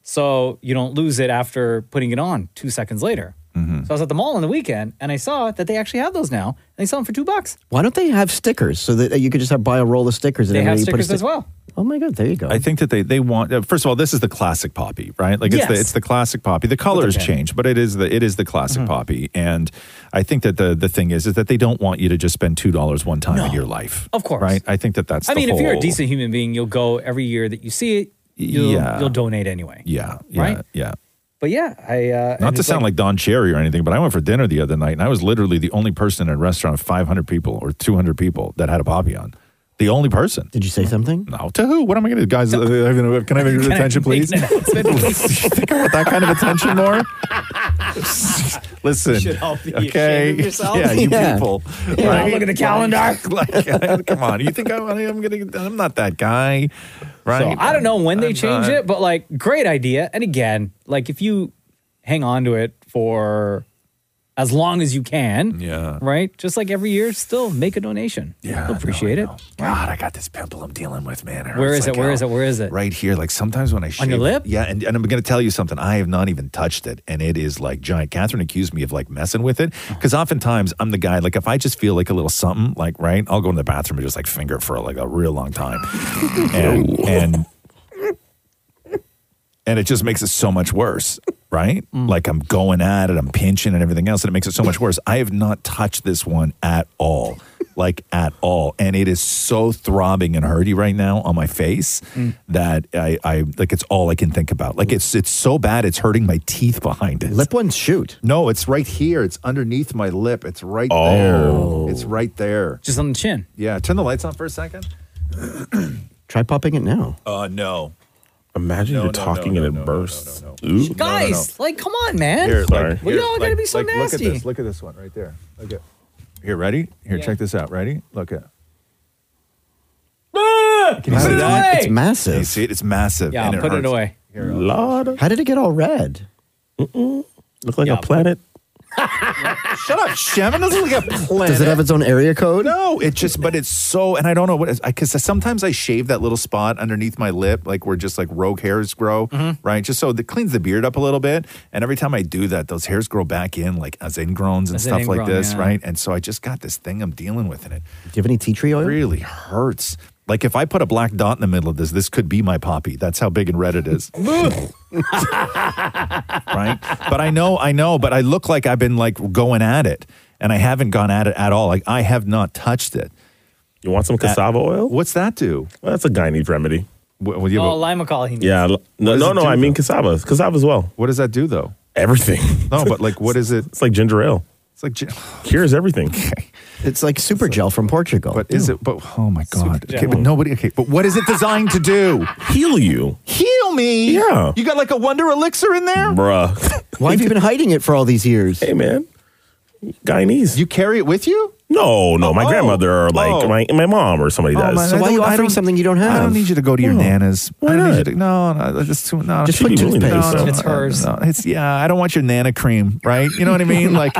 [SPEAKER 5] So you don't lose it after putting it on two seconds later.
[SPEAKER 4] Mm-hmm.
[SPEAKER 5] So I was at the mall on the weekend and I saw that they actually have those now. And they sell them for two bucks.
[SPEAKER 7] Why don't they have stickers so that you could just have, buy a roll of stickers? And
[SPEAKER 5] They have
[SPEAKER 7] everybody put a
[SPEAKER 5] stickers as
[SPEAKER 7] stick-
[SPEAKER 5] well.
[SPEAKER 7] Oh my God, there you go.
[SPEAKER 4] I think that they they want. Uh, first of all, this is the classic poppy, right? Like it's the
[SPEAKER 7] Yes.
[SPEAKER 4] it's the classic poppy. The colors
[SPEAKER 7] pin.
[SPEAKER 4] change, but it is the it is the classic poppy. And I think that the the thing is is that they don't want you to just spend two dollars one time in your life.
[SPEAKER 5] Of course.
[SPEAKER 4] right? I think that that's.
[SPEAKER 5] I
[SPEAKER 4] the
[SPEAKER 5] mean, if you're a
[SPEAKER 4] whole-
[SPEAKER 5] decent human being, you'll go every year that you see it. You'll,
[SPEAKER 4] Yeah.
[SPEAKER 5] you'll donate anyway.
[SPEAKER 4] yeah, yeah,
[SPEAKER 5] right?
[SPEAKER 4] yeah.
[SPEAKER 5] But yeah, I uh,
[SPEAKER 4] Not
[SPEAKER 5] and
[SPEAKER 4] to
[SPEAKER 5] it's
[SPEAKER 4] sound like, Don Cherry or anything, but I went for dinner the other night, and I was literally the only person in a restaurant of five hundred people or two hundred people that had a poppy on. The only person. Mm-hmm.
[SPEAKER 7] Did you say something?
[SPEAKER 4] No. To who? What am I going to, guys? uh, Can I have your
[SPEAKER 12] Can I
[SPEAKER 4] attention,
[SPEAKER 12] make
[SPEAKER 4] please?
[SPEAKER 12] an announcement, please?
[SPEAKER 4] You think I want that kind of attention more? Listen.
[SPEAKER 12] You should all be
[SPEAKER 4] okay.
[SPEAKER 12] ashamed of yourself.
[SPEAKER 4] Yeah, you
[SPEAKER 12] Yeah.
[SPEAKER 4] people.
[SPEAKER 12] Yeah, look at the calendar.
[SPEAKER 4] Like, like, come on. You think I, I'm going to? I'm not that guy,
[SPEAKER 5] So,
[SPEAKER 4] right?
[SPEAKER 5] I don't know when they
[SPEAKER 4] I'm
[SPEAKER 5] change
[SPEAKER 4] not-
[SPEAKER 5] it, but like, great idea. And again, like if you hang on to it for as long as you can,
[SPEAKER 4] yeah,
[SPEAKER 5] right? Just like every year, still make a donation. Yeah, They'll appreciate it.
[SPEAKER 4] God, I got this pimple I'm dealing with, man. It
[SPEAKER 5] Where
[SPEAKER 4] hurts
[SPEAKER 5] is it?
[SPEAKER 4] like
[SPEAKER 5] Where is
[SPEAKER 4] hell.
[SPEAKER 5] it? Where is it?
[SPEAKER 4] Right here. Like sometimes when I shave,
[SPEAKER 5] On your lip?
[SPEAKER 4] Yeah, and, and I'm going to tell you something. I have not even touched it, and it is like giant. Catherine accused me of like messing with it
[SPEAKER 5] Oh.
[SPEAKER 4] because oftentimes I'm the guy. Like if I just feel like a little something, like right, I'll go in the bathroom and just like finger it for like a real long time, and and and it just makes it so much worse, right?
[SPEAKER 5] Mm.
[SPEAKER 4] Like I'm going at it, I'm pinching and everything else, and it makes it so much worse. I have not touched this one at all, like at all, and it is so throbbing and hurty right now on my face that I, I like it's all I can think about. Like it's it's so bad, it's hurting my teeth behind it. Lip
[SPEAKER 7] ones shoot.
[SPEAKER 4] No, it's right here. It's underneath my lip. It's right there. It's right there.
[SPEAKER 5] Just on the chin.
[SPEAKER 4] Yeah. Turn the lights on for a second.
[SPEAKER 7] Try popping it now.
[SPEAKER 4] Uh, no.
[SPEAKER 8] Imagine
[SPEAKER 4] No,
[SPEAKER 8] you're
[SPEAKER 4] no,
[SPEAKER 8] talking
[SPEAKER 4] no,
[SPEAKER 8] and it bursts. Ooh.
[SPEAKER 5] Guys, like, come on, man.
[SPEAKER 4] Here, like,
[SPEAKER 5] Well,
[SPEAKER 4] here,
[SPEAKER 5] y'all gotta
[SPEAKER 4] like-
[SPEAKER 5] be so
[SPEAKER 4] like,
[SPEAKER 5] nasty.
[SPEAKER 4] Look at this. Look at this one right there. Look at. Here, ready? Here, check this out. Ready? Look at. Can
[SPEAKER 7] Put it away. It's massive.
[SPEAKER 4] Can you see it? It's massive.
[SPEAKER 7] Yeah,
[SPEAKER 4] and
[SPEAKER 7] put it
[SPEAKER 4] hurts.
[SPEAKER 7] away.
[SPEAKER 4] Here, I'll-
[SPEAKER 7] Lord. How did it get all red? Mm-mm.
[SPEAKER 8] Look like
[SPEAKER 4] Yeah,
[SPEAKER 8] a planet.
[SPEAKER 4] oh. Shut up, Shem. It doesn't look like a planet.
[SPEAKER 7] Does it have its own area code?
[SPEAKER 4] No, it just, but it's so, and I don't know what, because sometimes I shave that little spot underneath my lip, like where just like rogue hairs grow,
[SPEAKER 7] Mm-hmm.
[SPEAKER 4] right? Just so it cleans the beard up a little bit. And every time I do that, those hairs grow back in, like as ingrowns and
[SPEAKER 7] As an
[SPEAKER 4] stuff like
[SPEAKER 7] ingrown,
[SPEAKER 4] this,
[SPEAKER 7] yeah.
[SPEAKER 4] right? And so I just got this thing I'm dealing with in it.
[SPEAKER 7] Do you have any tea tree oil?
[SPEAKER 4] Really hurts. Like if I put a black dot in the middle of this, this could be my poppy. That's how big and red it is. right? But I know, I know, but I look like I've been like going at it and I haven't gone at it at all. Like I have not touched it.
[SPEAKER 8] You want some cassava oil?
[SPEAKER 4] What's that do?
[SPEAKER 8] Well, that's a Guyanese remedy.
[SPEAKER 4] Well,
[SPEAKER 5] oh, lime McCall. He
[SPEAKER 8] yeah. l- No,
[SPEAKER 4] does
[SPEAKER 8] no,
[SPEAKER 4] it
[SPEAKER 8] no.
[SPEAKER 4] do,
[SPEAKER 8] I mean cassava. Cassava as well.
[SPEAKER 4] What does that do though?
[SPEAKER 8] Everything.
[SPEAKER 4] No, but like, what is it?
[SPEAKER 8] It's like ginger ale.
[SPEAKER 4] It's like gin-
[SPEAKER 8] cures everything.
[SPEAKER 7] It's like super gel from Portugal.
[SPEAKER 4] But is it? But oh my god.
[SPEAKER 7] gel.
[SPEAKER 4] Okay, but nobody. Okay, but what is it designed to do?
[SPEAKER 8] Heal you.
[SPEAKER 4] Heal me.
[SPEAKER 8] Yeah.
[SPEAKER 4] You got like a wonder elixir in there,
[SPEAKER 8] bruh.
[SPEAKER 7] Why have you been hiding it for all these years?
[SPEAKER 8] Hey, man. Guyanese.
[SPEAKER 4] You carry it with you?
[SPEAKER 8] No, no. My
[SPEAKER 7] Oh.
[SPEAKER 8] grandmother or like
[SPEAKER 7] Oh.
[SPEAKER 8] my, my mom or
[SPEAKER 4] Oh,
[SPEAKER 8] somebody does.
[SPEAKER 7] so why are you offering something you don't have?
[SPEAKER 4] I don't need you to go to your
[SPEAKER 7] No.
[SPEAKER 4] nana's. Why I don't need you to, no, no, that's just too, no.
[SPEAKER 7] Just put
[SPEAKER 4] no,
[SPEAKER 7] toothpaste.
[SPEAKER 4] no, no,
[SPEAKER 7] It's
[SPEAKER 4] no,
[SPEAKER 7] hers.
[SPEAKER 4] no. It's yeah. I don't want your nana cream, right? You know what I mean? Like,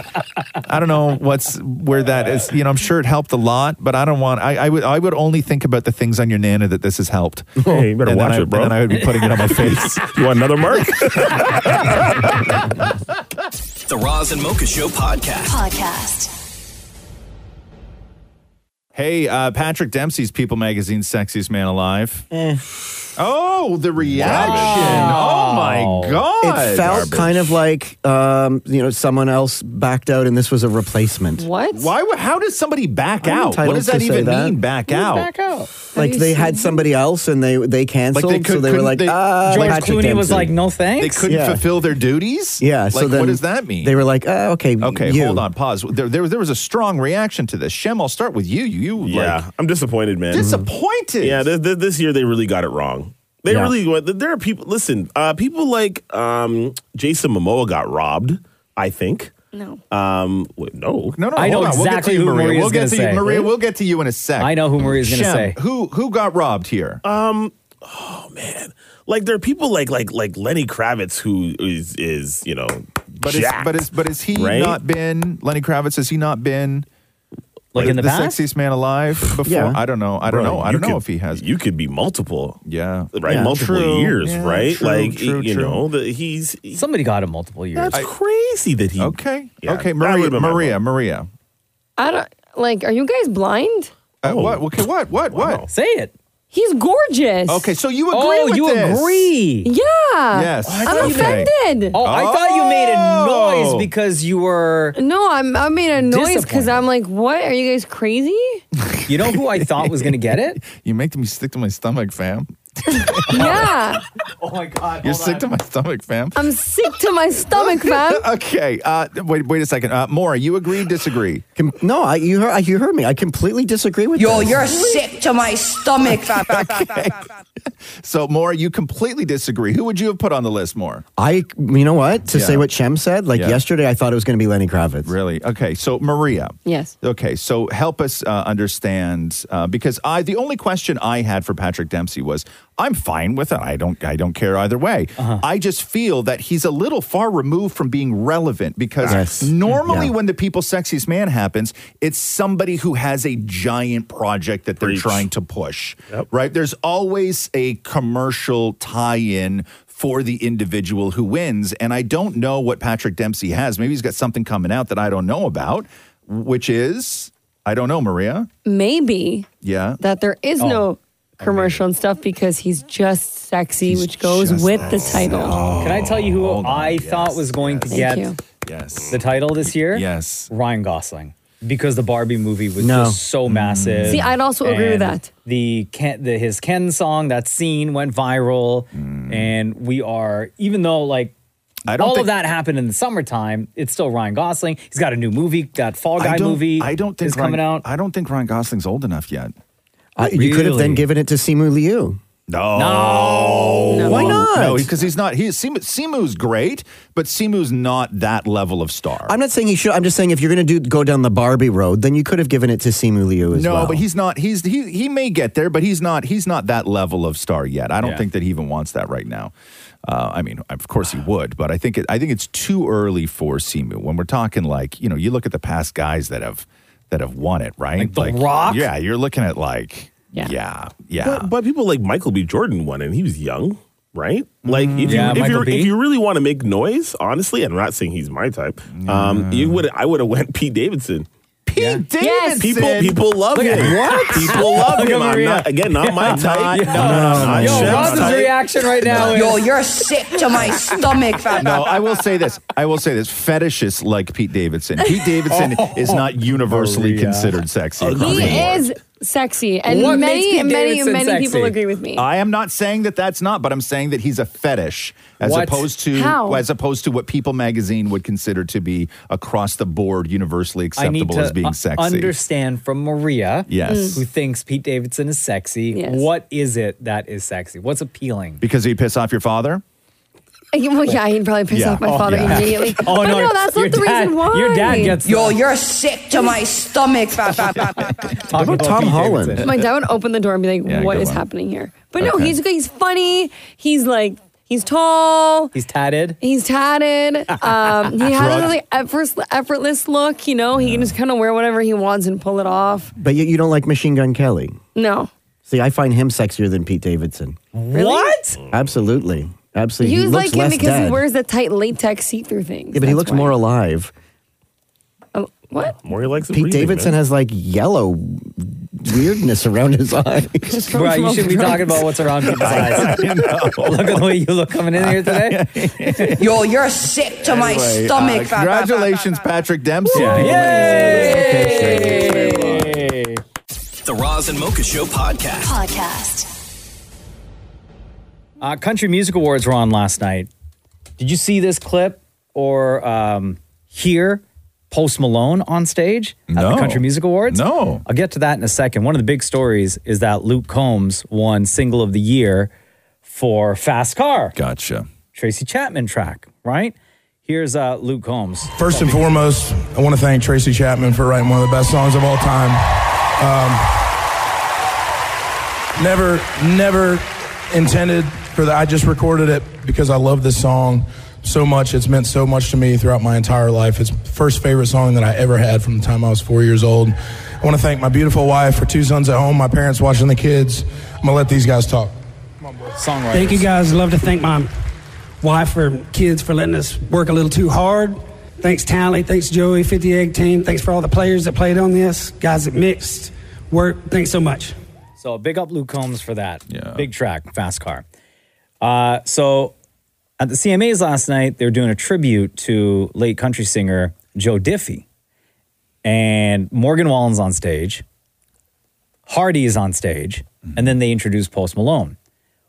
[SPEAKER 4] I don't know what's where that is. You know, I'm sure it helped a lot, but I don't want. I, I would I would only think about the things on your nana that this has helped.
[SPEAKER 8] Hey, you better
[SPEAKER 4] and then
[SPEAKER 8] watch
[SPEAKER 4] I-
[SPEAKER 8] it, bro.
[SPEAKER 4] And then I would be putting it on my face.
[SPEAKER 8] you want another mark?
[SPEAKER 1] The Roz and Mocha Show podcast.
[SPEAKER 16] Podcast.
[SPEAKER 4] Hey, uh, Patrick Dempsey's People Magazine Sexiest Man Alive.
[SPEAKER 7] Eh.
[SPEAKER 4] Oh, the reaction. Oh, my God.
[SPEAKER 7] It felt kind of like um, you know someone else backed out, and this was a replacement.
[SPEAKER 4] What? Why? would- How does somebody back
[SPEAKER 7] I'm
[SPEAKER 4] out?
[SPEAKER 7] entitled
[SPEAKER 4] What does that
[SPEAKER 7] to say
[SPEAKER 4] even
[SPEAKER 7] that.
[SPEAKER 4] mean? Back
[SPEAKER 7] Who's
[SPEAKER 4] out.
[SPEAKER 7] back
[SPEAKER 5] out?
[SPEAKER 7] Like they had somebody else, and they they canceled, so
[SPEAKER 4] could-
[SPEAKER 7] they were
[SPEAKER 4] couldn't
[SPEAKER 7] like,
[SPEAKER 4] they-
[SPEAKER 7] ah,
[SPEAKER 4] George
[SPEAKER 7] Patrick
[SPEAKER 4] Clooney was
[SPEAKER 7] Dempsey.
[SPEAKER 4] like,
[SPEAKER 5] no thanks.
[SPEAKER 4] They couldn't
[SPEAKER 7] Yeah.
[SPEAKER 4] fulfill their duties.
[SPEAKER 7] Yeah. so
[SPEAKER 4] Like,
[SPEAKER 7] then
[SPEAKER 4] what does that mean?
[SPEAKER 7] They were like, oh, okay,
[SPEAKER 4] Okay,
[SPEAKER 7] you.
[SPEAKER 4] hold on, pause. There, there, there was a strong reaction to this. Shem, I'll start with you. You, you
[SPEAKER 8] Yeah,
[SPEAKER 4] like,
[SPEAKER 8] I'm disappointed, man.
[SPEAKER 4] Disappointed.
[SPEAKER 8] Yeah, th- th- this year they really got it wrong. They
[SPEAKER 4] Yeah.
[SPEAKER 8] really went. th- There are people. Listen, uh, people like um, Jason Momoa got robbed. I think.
[SPEAKER 16] No.
[SPEAKER 8] Um, wait, no,
[SPEAKER 4] No, no, hold on. we'll get to you, Maria. we'll get to you, Maria. We'll get to you in a sec.
[SPEAKER 8] I know who Maria's gonna
[SPEAKER 4] Shem,
[SPEAKER 8] say.
[SPEAKER 4] Who who got robbed here?
[SPEAKER 8] Um, oh man, like there are people like like like Lenny Kravitz who is is you know,
[SPEAKER 4] But is,
[SPEAKER 8] jacked,
[SPEAKER 4] but is but is he
[SPEAKER 8] right?
[SPEAKER 4] not been Lenny Kravitz? Has he not been uh,
[SPEAKER 8] Like in the past?
[SPEAKER 4] sexiest man alive before?
[SPEAKER 8] Yeah.
[SPEAKER 4] I don't know. I don't
[SPEAKER 8] Bro,
[SPEAKER 4] know. I
[SPEAKER 8] you
[SPEAKER 4] don't know
[SPEAKER 8] could-
[SPEAKER 4] if he has.
[SPEAKER 8] You could be multiple.
[SPEAKER 4] Yeah.
[SPEAKER 8] right,
[SPEAKER 4] Yeah.
[SPEAKER 8] multiple
[SPEAKER 4] True.
[SPEAKER 8] years,
[SPEAKER 4] Yeah,
[SPEAKER 8] right?
[SPEAKER 4] true,
[SPEAKER 8] like
[SPEAKER 4] true,
[SPEAKER 8] you
[SPEAKER 4] true.
[SPEAKER 8] know, the, he's
[SPEAKER 5] somebody got him multiple years.
[SPEAKER 8] That's crazy that he.
[SPEAKER 4] Okay,
[SPEAKER 8] Yeah,
[SPEAKER 4] okay,
[SPEAKER 8] that
[SPEAKER 4] Maria,
[SPEAKER 8] would've been my
[SPEAKER 4] Maria, Maria.
[SPEAKER 6] I don't like. Are you guys blind?
[SPEAKER 7] Oh.
[SPEAKER 4] Uh, What? Okay, what? What? What?
[SPEAKER 5] Say it.
[SPEAKER 6] He's gorgeous.
[SPEAKER 4] Okay, so you agree
[SPEAKER 6] Oh,
[SPEAKER 4] with
[SPEAKER 6] you
[SPEAKER 4] this?
[SPEAKER 5] agree?
[SPEAKER 6] Yeah.
[SPEAKER 4] Yes. Oh.
[SPEAKER 5] I
[SPEAKER 6] I'm
[SPEAKER 5] thought you did.
[SPEAKER 6] offended.
[SPEAKER 5] Oh, I thought you made a noise because you were.
[SPEAKER 6] No, I'm. I made a noise because I'm like, what? Are you guys crazy?
[SPEAKER 5] You know who I thought was going to get it?
[SPEAKER 4] you make me stick to my stomach, fam.
[SPEAKER 6] yeah.
[SPEAKER 5] Oh my God.
[SPEAKER 4] You're sick to my stomach, fam.
[SPEAKER 6] I'm sick to my stomach, fam.
[SPEAKER 4] okay. Uh, wait. Wait a second. Uh, Maura, you agree? Disagree?
[SPEAKER 7] Com- no, I, you heard I- you heard me. I completely disagree with
[SPEAKER 16] Yo,
[SPEAKER 7] this.
[SPEAKER 16] you're sick to my stomach.
[SPEAKER 4] So, Maura, you completely disagree. Who would you have put on the list, Maura?
[SPEAKER 7] I you know what to
[SPEAKER 4] Yeah.
[SPEAKER 7] say what Shem said. Like
[SPEAKER 4] Yeah.
[SPEAKER 7] yesterday, I thought it was going to be Lenny Kravitz.
[SPEAKER 4] Really? Okay. So, Maria.
[SPEAKER 6] Yes.
[SPEAKER 4] Okay. So, help us uh, understand uh, because I the only question I had for Patrick Dempsey was, I'm fine with it. I don't. I don't care either way.
[SPEAKER 7] Uh-huh.
[SPEAKER 4] I just feel that he's a little far removed from being relevant because
[SPEAKER 7] Yes.
[SPEAKER 4] normally
[SPEAKER 7] Yeah.
[SPEAKER 4] when the People Sexiest Man happens, it's somebody who has a giant project that they're
[SPEAKER 8] Preach.
[SPEAKER 4] trying to push. Right? There's always a commercial tie-in for the individual who wins. And I don't know what Patrick Dempsey has. Maybe he's got something coming out that I don't know about, which is I don't know, Maria.
[SPEAKER 6] Maybe
[SPEAKER 4] Yeah.
[SPEAKER 6] that there is
[SPEAKER 4] Oh,
[SPEAKER 6] no commercial and stuff because he's just sexy, which goes with the title.
[SPEAKER 4] Oh.
[SPEAKER 5] Can I tell you who I thought was going to
[SPEAKER 6] Thank
[SPEAKER 5] get
[SPEAKER 6] you.
[SPEAKER 4] yes.
[SPEAKER 5] the title this year?
[SPEAKER 4] Yes.
[SPEAKER 5] Ryan Gosling. Because the Barbie movie was
[SPEAKER 7] No.
[SPEAKER 5] just so massive.
[SPEAKER 6] See, I'd also agree with
[SPEAKER 5] And
[SPEAKER 6] that.
[SPEAKER 5] The, Ken, the his Ken song, that scene went viral. And we are, even though like
[SPEAKER 4] Mm. I don't
[SPEAKER 5] all
[SPEAKER 4] think-
[SPEAKER 5] of that happened in the summertime, it's still Ryan Gosling. He's got a new movie, that Fall Guy
[SPEAKER 4] I don't,
[SPEAKER 5] movie.
[SPEAKER 4] I don't think
[SPEAKER 5] is coming
[SPEAKER 4] Ryan,
[SPEAKER 5] out.
[SPEAKER 4] I don't think Ryan Gosling's old enough yet.
[SPEAKER 7] I, you could have
[SPEAKER 4] Really?
[SPEAKER 7] then given it to Simu Liu.
[SPEAKER 4] No.
[SPEAKER 7] No. Why not?
[SPEAKER 4] No, because he's not. He Simu, Simu's great, but Simu's not that level of star.
[SPEAKER 7] I'm not saying you should. I'm just saying if you're going to do go down the Barbie road, then you could have given it to Simu Liu as
[SPEAKER 4] no,
[SPEAKER 7] well.
[SPEAKER 4] but he's not. He's he he may get there, but he's not. He's not that level of star yet. I don't
[SPEAKER 7] Yeah.
[SPEAKER 4] think that he even wants that right now. Uh, I mean, of course he would, but I think it, I think it's too early for Simu. When we're talking like you know, you look at the past guys that have that have won it, right? Like
[SPEAKER 8] The Rock?
[SPEAKER 4] Yeah, you're looking at like yeah, yeah.
[SPEAKER 8] But, but people like Michael B. Jordan won, and he was young, right? Like if
[SPEAKER 4] Yeah,
[SPEAKER 8] you if,
[SPEAKER 4] Michael
[SPEAKER 8] you're,
[SPEAKER 4] B.
[SPEAKER 8] if you really want to make noise, honestly, and I'm not saying he's my type. Um, you would I would have went Pete Davidson.
[SPEAKER 4] Pete
[SPEAKER 8] Davidson. People people love
[SPEAKER 5] Look
[SPEAKER 8] him.
[SPEAKER 5] at- What?
[SPEAKER 8] People love
[SPEAKER 5] Look at
[SPEAKER 8] him. I'm
[SPEAKER 5] Maria.
[SPEAKER 8] not again not my
[SPEAKER 5] Yeah.
[SPEAKER 8] type.
[SPEAKER 5] Yeah.
[SPEAKER 8] Not-
[SPEAKER 5] No, no, no,
[SPEAKER 8] not
[SPEAKER 5] no. Yo,
[SPEAKER 8] Shem's
[SPEAKER 5] Roz's
[SPEAKER 8] type.
[SPEAKER 5] reaction right now is-
[SPEAKER 16] Yo, you're sick to my stomach.
[SPEAKER 4] No, I will say this. I will say this. Fetishists like Pete Davidson. Pete Davidson is not universally considered sexy.
[SPEAKER 6] He is sexy, and
[SPEAKER 18] What makes
[SPEAKER 6] many,
[SPEAKER 18] Pete
[SPEAKER 6] many,
[SPEAKER 18] Davidson
[SPEAKER 6] many people
[SPEAKER 4] sexy?
[SPEAKER 6] agree with me.
[SPEAKER 4] I am not saying that that's not, but I'm saying that he's a fetish as
[SPEAKER 6] What?
[SPEAKER 4] opposed to
[SPEAKER 6] How?
[SPEAKER 4] as opposed to what People Magazine would consider to be across the board universally
[SPEAKER 5] I need
[SPEAKER 4] acceptable
[SPEAKER 5] to uh,
[SPEAKER 4] as being
[SPEAKER 5] u-
[SPEAKER 4] sexy.
[SPEAKER 5] understand from Maria,
[SPEAKER 4] Yes. Mm.
[SPEAKER 5] who thinks Pete Davidson is sexy.
[SPEAKER 6] Yes.
[SPEAKER 5] What is it that is sexy? What's appealing?
[SPEAKER 4] because he piss off your father?
[SPEAKER 6] well, yeah, he'd probably piss
[SPEAKER 4] Yeah.
[SPEAKER 6] off my
[SPEAKER 4] Oh,
[SPEAKER 6] father
[SPEAKER 4] yeah.
[SPEAKER 6] immediately.
[SPEAKER 4] Oh,
[SPEAKER 6] but
[SPEAKER 4] no,
[SPEAKER 6] no, that's
[SPEAKER 4] your
[SPEAKER 6] not the
[SPEAKER 4] dad-
[SPEAKER 6] reason why.
[SPEAKER 4] your dad gets
[SPEAKER 16] Yo, you're sick to my stomach. Ba, ba, ba, ba, ba.
[SPEAKER 4] What about Tom Holland?
[SPEAKER 6] My dad would open the door and be like,
[SPEAKER 4] Yeah,
[SPEAKER 6] "What
[SPEAKER 4] good
[SPEAKER 6] is
[SPEAKER 4] one.
[SPEAKER 6] happening here?" But no, he's good. He's funny. He's like, he's tall.
[SPEAKER 5] He's tatted.
[SPEAKER 6] He's tatted. Um, he has
[SPEAKER 7] Drug.
[SPEAKER 6] a really effortless, effortless look. You know, he can just kind of wear whatever he wants and pull it off.
[SPEAKER 7] But you, you don't like Machine Gun Kelly.
[SPEAKER 6] No,
[SPEAKER 7] See, I find him sexier than Pete Davidson.
[SPEAKER 6] What?
[SPEAKER 7] Absolutely. Absolutely.
[SPEAKER 6] you
[SPEAKER 7] he looks
[SPEAKER 6] like him
[SPEAKER 7] less
[SPEAKER 6] because
[SPEAKER 7] dead.
[SPEAKER 6] he wears the tight latex see-through things.
[SPEAKER 7] Yeah, but he
[SPEAKER 6] That's
[SPEAKER 7] looks
[SPEAKER 6] why.
[SPEAKER 7] more alive.
[SPEAKER 6] Oh, what?
[SPEAKER 8] More he likes
[SPEAKER 7] Pete Davidson has like yellow weirdness around his eyes.
[SPEAKER 5] Bro, you should be talking about what's around people's eyes. Look at the way you look coming in here today.
[SPEAKER 16] Yo, you're sick to my
[SPEAKER 4] Anyway, uh,
[SPEAKER 16] stomach. Ba, ba, ba, ba.
[SPEAKER 4] congratulations, Patrick Dempsey.
[SPEAKER 1] The Roz and Mocha Show podcast.
[SPEAKER 20] Podcast.
[SPEAKER 5] Uh, Country Music Awards were on last night. Did you see this clip or um, hear Post Malone on stage at
[SPEAKER 4] No.
[SPEAKER 5] the Country Music Awards? No. I'll get to that in a second. One of the big stories is that Luke Combs won Single of the Year for Fast Car.
[SPEAKER 4] Gotcha.
[SPEAKER 5] Tracy Chapman track, right? Here's uh, Luke Combs.
[SPEAKER 21] First and foremost, I want to thank Tracy Chapman for writing one of the best songs of all time. Um, never, never intended for that. I just recorded it because I love this song so much. It's meant so much to me throughout my entire life. It's the first favorite song that I ever had from the time I was four years old. I want to thank my beautiful wife, her two sons at home, my parents watching the kids. I'm gonna let these guys talk.
[SPEAKER 5] Songwriter.
[SPEAKER 22] Thank you guys. Love to thank my wife or kids for letting us work a little too hard. Thanks, Tally. Thanks, Joey, 50 Egg Team. Thanks for all the players that played on this, guys that mixed, work. Thanks so much.
[SPEAKER 5] So big up Luke Combs for that. Yeah. Big track, fast car. Uh, so at the CMAs last night, they were doing a tribute to late country singer Joe Diffie. And Morgan Wallen's on stage, Hardy is on stage, and then they introduce Post Malone,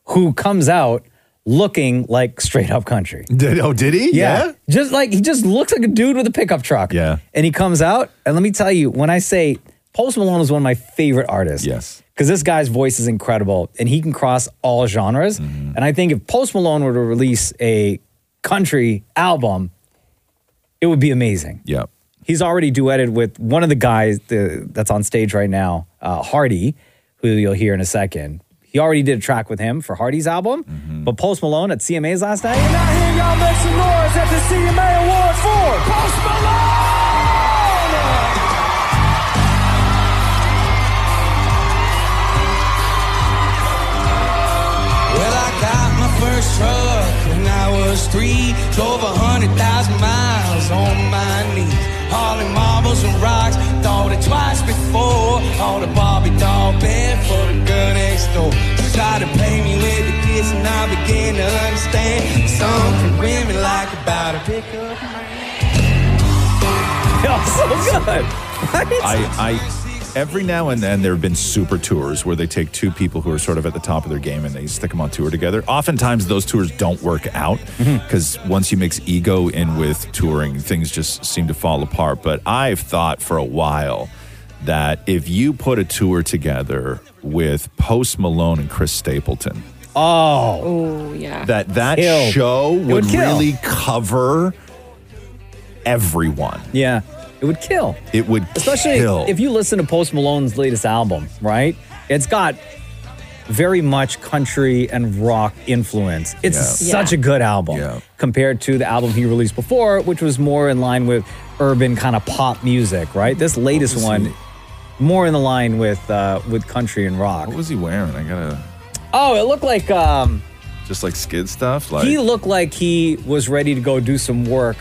[SPEAKER 5] who comes out looking like straight up country.
[SPEAKER 4] Did, oh, did he?
[SPEAKER 5] Yeah. Just like he just looks like a dude with a pickup truck. Yeah. And he comes out, and let me tell you, when I say Post Malone is one of my favorite artists. Yes. Because this guy's voice is incredible and he can cross all genres.
[SPEAKER 4] Mm-hmm.
[SPEAKER 5] And I think if Post Malone were to release a country album, it would be amazing.
[SPEAKER 4] Yeah.
[SPEAKER 5] He's already duetted with one of the guys the, that's on stage right now, uh, Hardy, who you'll hear in a second. He already did a track with him for Hardy's album, but Post Malone at CMA's last night.
[SPEAKER 12] I hear y'all make some noise at the CMA Awards for Post Malone.
[SPEAKER 23] Well, I got my first truck when I was three. Drove a hundred thousand miles on my knees. Hauling marbles and rocks. Thought it twice before. All the Barbie doll bed for the girl next door. She tried to play me with the kiss, and I began to understand something women like about a pickup
[SPEAKER 5] so good.
[SPEAKER 4] I, I, every now and then there have been super tours where they take two people who are sort of at the top of their game and they stick them on tour together. Oftentimes those tours don't work out
[SPEAKER 5] Mm-hmm.
[SPEAKER 4] because once you mix ego in with touring, things just seem to fall apart. But I've thought for a while that if you put a tour together with Post Malone and Chris Stapleton,
[SPEAKER 5] Oh. Oh, yeah.
[SPEAKER 4] that that
[SPEAKER 5] Kill.
[SPEAKER 4] show
[SPEAKER 5] It would
[SPEAKER 4] would
[SPEAKER 5] kill.
[SPEAKER 4] really cover everyone.
[SPEAKER 5] Yeah. It would kill.
[SPEAKER 4] It would
[SPEAKER 5] Especially
[SPEAKER 4] kill.
[SPEAKER 5] if you listen to Post Malone's latest album, right? It's got very much country and rock influence. It's
[SPEAKER 4] Yeah.
[SPEAKER 5] such
[SPEAKER 4] Yeah.
[SPEAKER 5] a good album compared to the album he released before, which was more in line with urban kind of pop music, right? This latest
[SPEAKER 4] was
[SPEAKER 5] one, more in the line with uh, with country and rock. What
[SPEAKER 4] was he wearing? I gotta.
[SPEAKER 5] Oh, it looked like um,
[SPEAKER 4] just like skid stuff, like
[SPEAKER 5] he looked like he was ready to go do some work.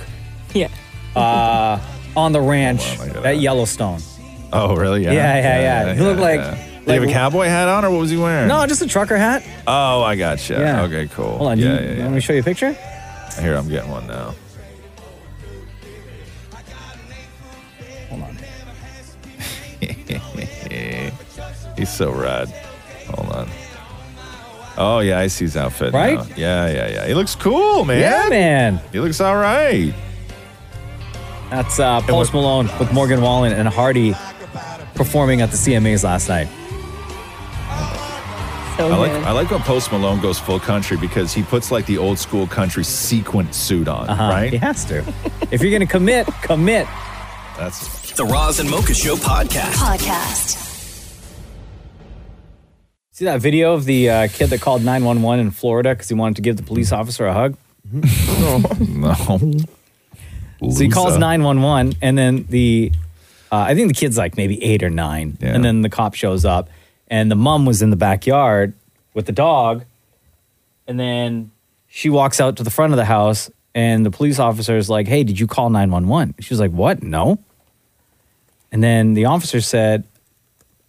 [SPEAKER 6] Yeah.
[SPEAKER 5] Uh, on the ranch at Yellowstone.
[SPEAKER 4] Oh, really? Yeah.
[SPEAKER 5] Yeah, yeah, yeah. He looked like-
[SPEAKER 4] Did he have a
[SPEAKER 5] like-
[SPEAKER 4] cowboy hat on, or what was he wearing?
[SPEAKER 5] No, just a trucker hat.
[SPEAKER 4] Oh, I gotcha.
[SPEAKER 5] Yeah.
[SPEAKER 4] Okay, cool.
[SPEAKER 5] Hold on,
[SPEAKER 4] Yeah,
[SPEAKER 5] you,
[SPEAKER 4] yeah,
[SPEAKER 5] Let me show you a picture.
[SPEAKER 4] yeah. Here, I'm getting one now.
[SPEAKER 5] Hold on.
[SPEAKER 4] He's so rad. Hold on. Oh yeah, I see his outfit. now.
[SPEAKER 12] Right?
[SPEAKER 4] Yeah, yeah, yeah. He looks cool, man.
[SPEAKER 5] Yeah, man.
[SPEAKER 4] He looks all right.
[SPEAKER 5] That's uh, Post Malone with Morgan Wallen and Hardy performing at the CMAs last night.
[SPEAKER 4] I like I like when Post Malone goes full country because he puts like the old school country sequin suit on,
[SPEAKER 5] Uh-huh.
[SPEAKER 4] right?
[SPEAKER 5] He has to. if you're gonna commit, commit.
[SPEAKER 4] That's
[SPEAKER 1] The Roz and Mocha Show podcast.
[SPEAKER 18] Podcast.
[SPEAKER 5] See that video of the uh, kid that called 911 in Florida because he wanted to give the police officer a hug?
[SPEAKER 4] Oh, no.
[SPEAKER 5] So he calls
[SPEAKER 12] Loser.
[SPEAKER 5] 911, and then the, uh, I think the kid's like maybe eight or nine. And then the cop shows up, and the mom was in the backyard with the dog. And then she walks out to the front of the house, and the police officer is like, Hey, did you call 911? She's like, What? No. And then the officer said,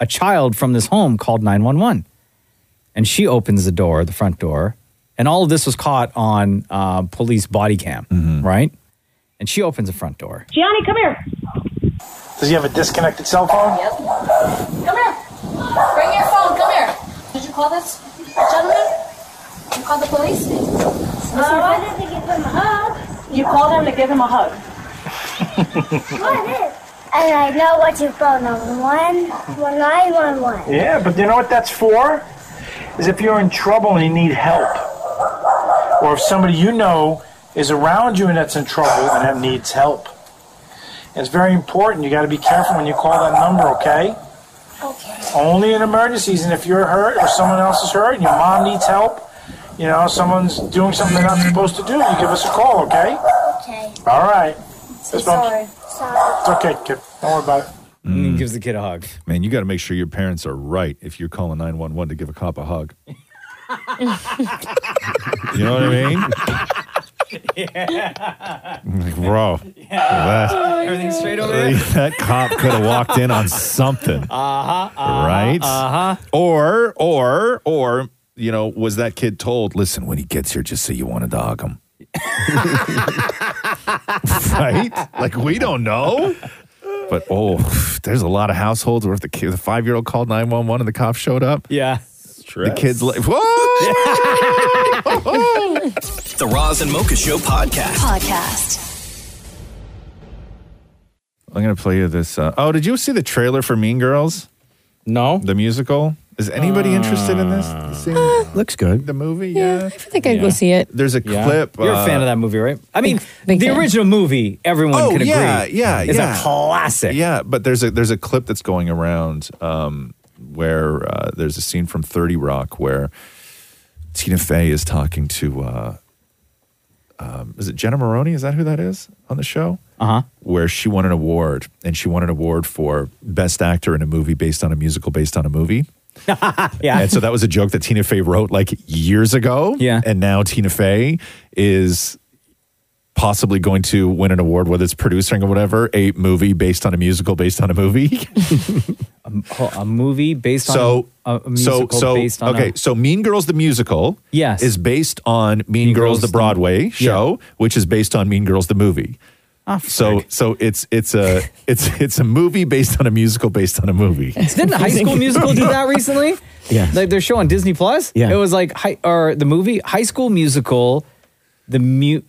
[SPEAKER 5] A child from this home called 911. And she opens the door, the front door. And all of this was caught on uh, police body cam, right? And she opens the front door.
[SPEAKER 20] Gianni, come here.
[SPEAKER 5] Does he have a disconnected cell phone? Yep.
[SPEAKER 20] Come here. Bring your phone. Come here. Did you call this gentleman? You called the police? No, I didn't give him a hug. You called him to give him a hug.
[SPEAKER 24] And I know what your phone number one one nine one one.
[SPEAKER 25] Yeah, but you know what that's for? Is if you're in trouble and you need help. Or if somebody you know is around you and that's in trouble and that needs help. It's very important. You got to be careful when you call that number, okay? Okay. Only in emergencies and if you're hurt or someone else is hurt and your mom needs help, you know, someone's doing something they're not supposed to do, you give us a call, okay?
[SPEAKER 24] Okay.
[SPEAKER 25] All right. That's what I'm-
[SPEAKER 24] Sorry. Sorry.
[SPEAKER 25] It's okay, kid. Don't worry about it.
[SPEAKER 5] And gives the kid a hug.
[SPEAKER 4] mm. Man, you got to make sure your parents are right if you're calling 911 to give a cop a hug. you know what I mean?
[SPEAKER 5] yeah.
[SPEAKER 4] I'm like, bro. that-
[SPEAKER 5] Oh, Everything's straight over there?
[SPEAKER 4] that cop could have walked in on something.
[SPEAKER 5] Uh-huh.
[SPEAKER 4] right? Uh huh. Or, or, or, you know, was that kid told, listen, when he gets here, just say you want to dog him? right? Like, we don't know. But oh, there's a lot of households where if the, kid, the five year old called 911 and the cops showed up,
[SPEAKER 5] yeah.
[SPEAKER 4] The kid's like, whoa!
[SPEAKER 1] The Roz and Mocha Show podcast.
[SPEAKER 18] Podcast.
[SPEAKER 4] I'm going to play you this. Uh, oh, did you see the trailer for Mean Girls?
[SPEAKER 5] No. Uh.
[SPEAKER 4] The musical? Is anybody interested in this? Seeing
[SPEAKER 7] Looks good.
[SPEAKER 4] The movie?
[SPEAKER 6] Yeah, I feel like I'd go see it.
[SPEAKER 4] There's a
[SPEAKER 5] Yeah.
[SPEAKER 4] clip. uh,
[SPEAKER 5] You're a fan of that movie, right? I mean, the
[SPEAKER 6] fan.
[SPEAKER 5] original movie, everyone
[SPEAKER 4] Oh,
[SPEAKER 5] can
[SPEAKER 4] yeah,
[SPEAKER 5] agree.
[SPEAKER 4] Yeah,
[SPEAKER 5] It's
[SPEAKER 4] yeah.
[SPEAKER 5] a classic.
[SPEAKER 4] Yeah, but there's a there's a clip that's going around um, where uh, there's a scene from 30 Rock where Tina Fey is talking to uh, um, is it Jenna Maroney? Is that who that is on the show?
[SPEAKER 5] Uh huh.
[SPEAKER 4] Where she won an award, and she won an award for best actor in a movie based on a musical based on a movie.
[SPEAKER 5] yeah.
[SPEAKER 4] And so that was a joke that Tina Fey wrote like years ago. Yeah. And now Tina Fey is possibly going to win an award, whether it's producing or whatever, a movie based on a musical based on a movie.
[SPEAKER 5] Oh, a movie based on
[SPEAKER 4] so,
[SPEAKER 5] a, a musical
[SPEAKER 4] so, so,
[SPEAKER 5] based on
[SPEAKER 4] okay.
[SPEAKER 5] a,
[SPEAKER 4] so Mean Girls, the musical,
[SPEAKER 5] Yes.
[SPEAKER 4] is based on Mean, Girls, the Broadway show, which is based on Mean Girls, the movie.
[SPEAKER 5] Ah,
[SPEAKER 4] so, so it's it's a it's it's a movie based on a musical based on a movie.
[SPEAKER 5] Didn't the High School Musical do that recently?
[SPEAKER 4] Yes.
[SPEAKER 5] Like their show on Disney Plus.
[SPEAKER 4] Yeah.
[SPEAKER 5] It was like high, or the movie High School Musical, the mu-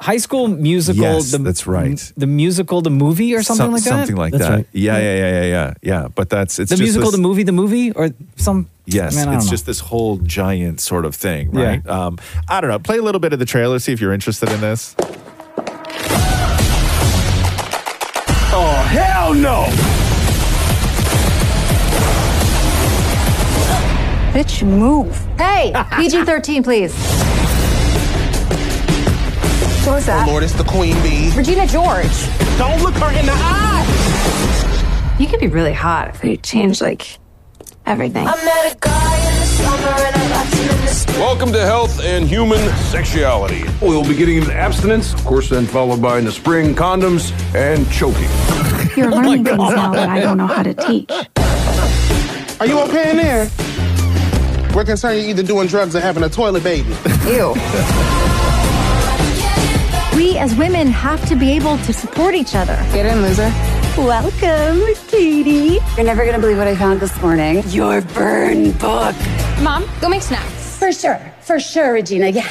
[SPEAKER 5] High School Musical.
[SPEAKER 4] Yes,
[SPEAKER 5] the,
[SPEAKER 4] that's right.
[SPEAKER 5] The musical, the movie, or something
[SPEAKER 4] Some-
[SPEAKER 5] like that.
[SPEAKER 4] Something like that. Yeah, yeah, yeah, yeah, yeah, yeah. But that's it's
[SPEAKER 5] the
[SPEAKER 4] just
[SPEAKER 5] musical,
[SPEAKER 4] this-
[SPEAKER 5] the movie, the movie, or some.
[SPEAKER 4] Yes,
[SPEAKER 5] Man, I don't
[SPEAKER 4] it's
[SPEAKER 5] know.
[SPEAKER 4] just this whole giant sort of thing, right? Um, I don't know. Play a little bit of the trailer, see if you're interested in this.
[SPEAKER 12] Oh, hell no!
[SPEAKER 26] Bitch, move. Hey, PG 13, please. What was that?
[SPEAKER 12] Oh, Lord, it's the queen bee.
[SPEAKER 26] Regina George.
[SPEAKER 12] Don't look her in the eye!
[SPEAKER 26] You could be really hot if you change, like, everything.
[SPEAKER 12] met a guy in the summer and I left him in the
[SPEAKER 27] Welcome to Health and Human Sexuality. We'll be getting into abstinence, of course, then followed by in the spring condoms and choking.
[SPEAKER 28] You're learning things now that I don't know how to teach.
[SPEAKER 29] Are you okay in there? We're concerned you're either doing drugs or having a toilet baby. Ew.
[SPEAKER 26] We as women have to be able to support each other. Get in, loser.
[SPEAKER 11] Welcome, Katie. You're never going to believe what I found this morning. Your burn book.
[SPEAKER 9] Mom, go make snacks.
[SPEAKER 11] For sure. For sure, Regina. Yeah.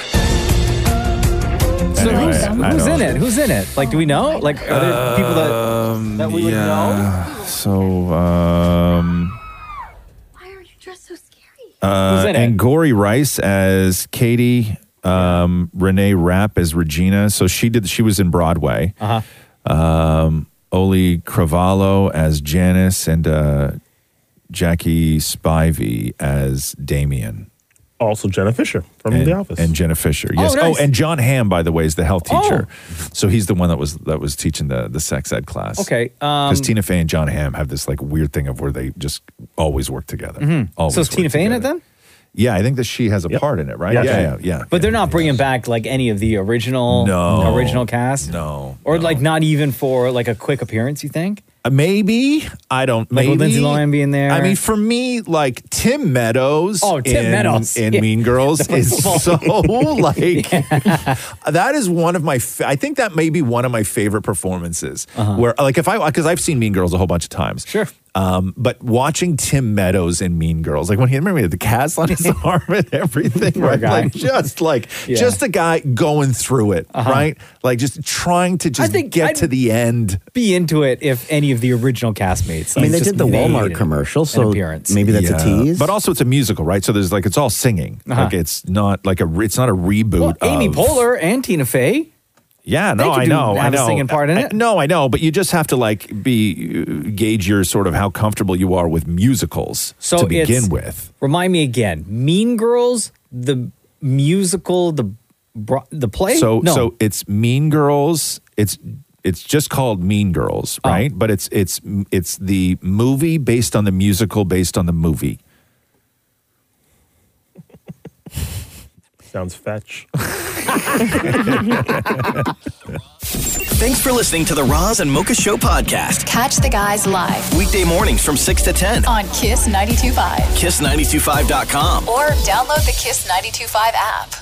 [SPEAKER 5] So
[SPEAKER 4] Anyway,
[SPEAKER 5] who's,
[SPEAKER 4] I Um,
[SPEAKER 5] who's
[SPEAKER 4] don't-
[SPEAKER 5] in it? Who's in it? Like, do we know? Like, are there people that that we would know?
[SPEAKER 4] So, um.
[SPEAKER 5] Who's
[SPEAKER 4] Uh,
[SPEAKER 5] in it?
[SPEAKER 4] and Gory Rice as Katie, um, Renee Rapp as Regina. So she did. She was in Broadway.
[SPEAKER 5] Uh-huh.
[SPEAKER 4] Um, Oli Cravallo as Janice, and uh, Jackie Spivey as Damien.
[SPEAKER 8] Also, Jenna Fisher from
[SPEAKER 4] and,
[SPEAKER 8] The Office.
[SPEAKER 4] and Jenna Fisher.
[SPEAKER 8] Oh,
[SPEAKER 4] Yes. Oh,
[SPEAKER 8] nice.
[SPEAKER 4] and John Hamm, by the way, is the health teacher. So he's the one that was that was teaching the the sex ed class.
[SPEAKER 5] Oh. Okay, um,
[SPEAKER 4] Because Tina Fey and John Hamm have this like weird thing of where they just always work together.
[SPEAKER 5] Mhm.
[SPEAKER 4] Always
[SPEAKER 5] So is
[SPEAKER 4] work
[SPEAKER 5] Tina Fey in it
[SPEAKER 4] together.
[SPEAKER 5] then?
[SPEAKER 4] Yeah, I think that she has a part in it, right? Yeah, yeah, yeah.
[SPEAKER 5] But they're not bringing back like any of the original
[SPEAKER 4] No.
[SPEAKER 5] original cast.
[SPEAKER 4] No.
[SPEAKER 5] Or like not even for like a quick appearance. You think?
[SPEAKER 4] Uh, maybe I don't.
[SPEAKER 5] Like
[SPEAKER 4] maybe
[SPEAKER 5] with Lindsay Lohan being there.
[SPEAKER 4] I mean, for me, like Tim Meadows.
[SPEAKER 5] Oh, Tim
[SPEAKER 4] in,
[SPEAKER 5] Meadows.
[SPEAKER 4] in
[SPEAKER 5] Yeah.
[SPEAKER 4] Mean Girls
[SPEAKER 5] The
[SPEAKER 4] is so
[SPEAKER 5] principal.
[SPEAKER 4] like that is one of my. Fa- I think that may be one of my favorite performances.
[SPEAKER 5] Uh-huh.
[SPEAKER 4] Where like if I because I've seen Mean Girls a whole bunch of times. Sure. Um, but watching Tim Meadows in Mean Girls, like when he remember he had the cast on his arm and everything,
[SPEAKER 2] Poor
[SPEAKER 4] right?
[SPEAKER 2] guy.
[SPEAKER 4] Like just like
[SPEAKER 2] Yeah.
[SPEAKER 4] just a guy going through it,
[SPEAKER 5] Uh-huh.
[SPEAKER 4] right? Like just trying to just get to the end.
[SPEAKER 5] Be into it if any of the original castmates.
[SPEAKER 4] I mean,
[SPEAKER 5] like,
[SPEAKER 4] they
[SPEAKER 5] just
[SPEAKER 4] did the
[SPEAKER 5] made
[SPEAKER 4] Walmart
[SPEAKER 5] an-
[SPEAKER 4] commercial,
[SPEAKER 5] an
[SPEAKER 4] so
[SPEAKER 5] appearance.
[SPEAKER 4] Yeah. But also, it's a musical, right? So there's like it's all singing.
[SPEAKER 5] Uh-huh.
[SPEAKER 4] Like it's not like a re- it's not a reboot.
[SPEAKER 5] Amy
[SPEAKER 4] of-
[SPEAKER 5] Poehler and Tina Fey.
[SPEAKER 4] Yeah,
[SPEAKER 5] They
[SPEAKER 4] no,
[SPEAKER 5] could
[SPEAKER 4] I
[SPEAKER 5] do-
[SPEAKER 4] know, I
[SPEAKER 5] have a
[SPEAKER 4] know.
[SPEAKER 5] singing part in
[SPEAKER 4] I-
[SPEAKER 5] it.
[SPEAKER 4] no, I know, but you just have to like be uh, gauge your sort of how comfortable you are with musicals
[SPEAKER 5] So
[SPEAKER 4] to
[SPEAKER 5] it's-
[SPEAKER 4] begin with.
[SPEAKER 5] Remind me again. Mean Girls, the musical, the bro- the play.
[SPEAKER 4] So
[SPEAKER 5] no.
[SPEAKER 4] so it's Mean Girls. It's it's just called Mean Girls,
[SPEAKER 5] Oh.
[SPEAKER 4] right? But it's it's it's the movie based on the musical based on the movie.
[SPEAKER 8] Sounds fetch.
[SPEAKER 1] Thanks for listening to the Roz and Mocha Show podcast.
[SPEAKER 3] Catch the guys live
[SPEAKER 1] Weekday mornings from 6 to 10.
[SPEAKER 3] on Kiss 92.5
[SPEAKER 1] Kiss925.com.
[SPEAKER 3] or download the Kiss 92.5 app.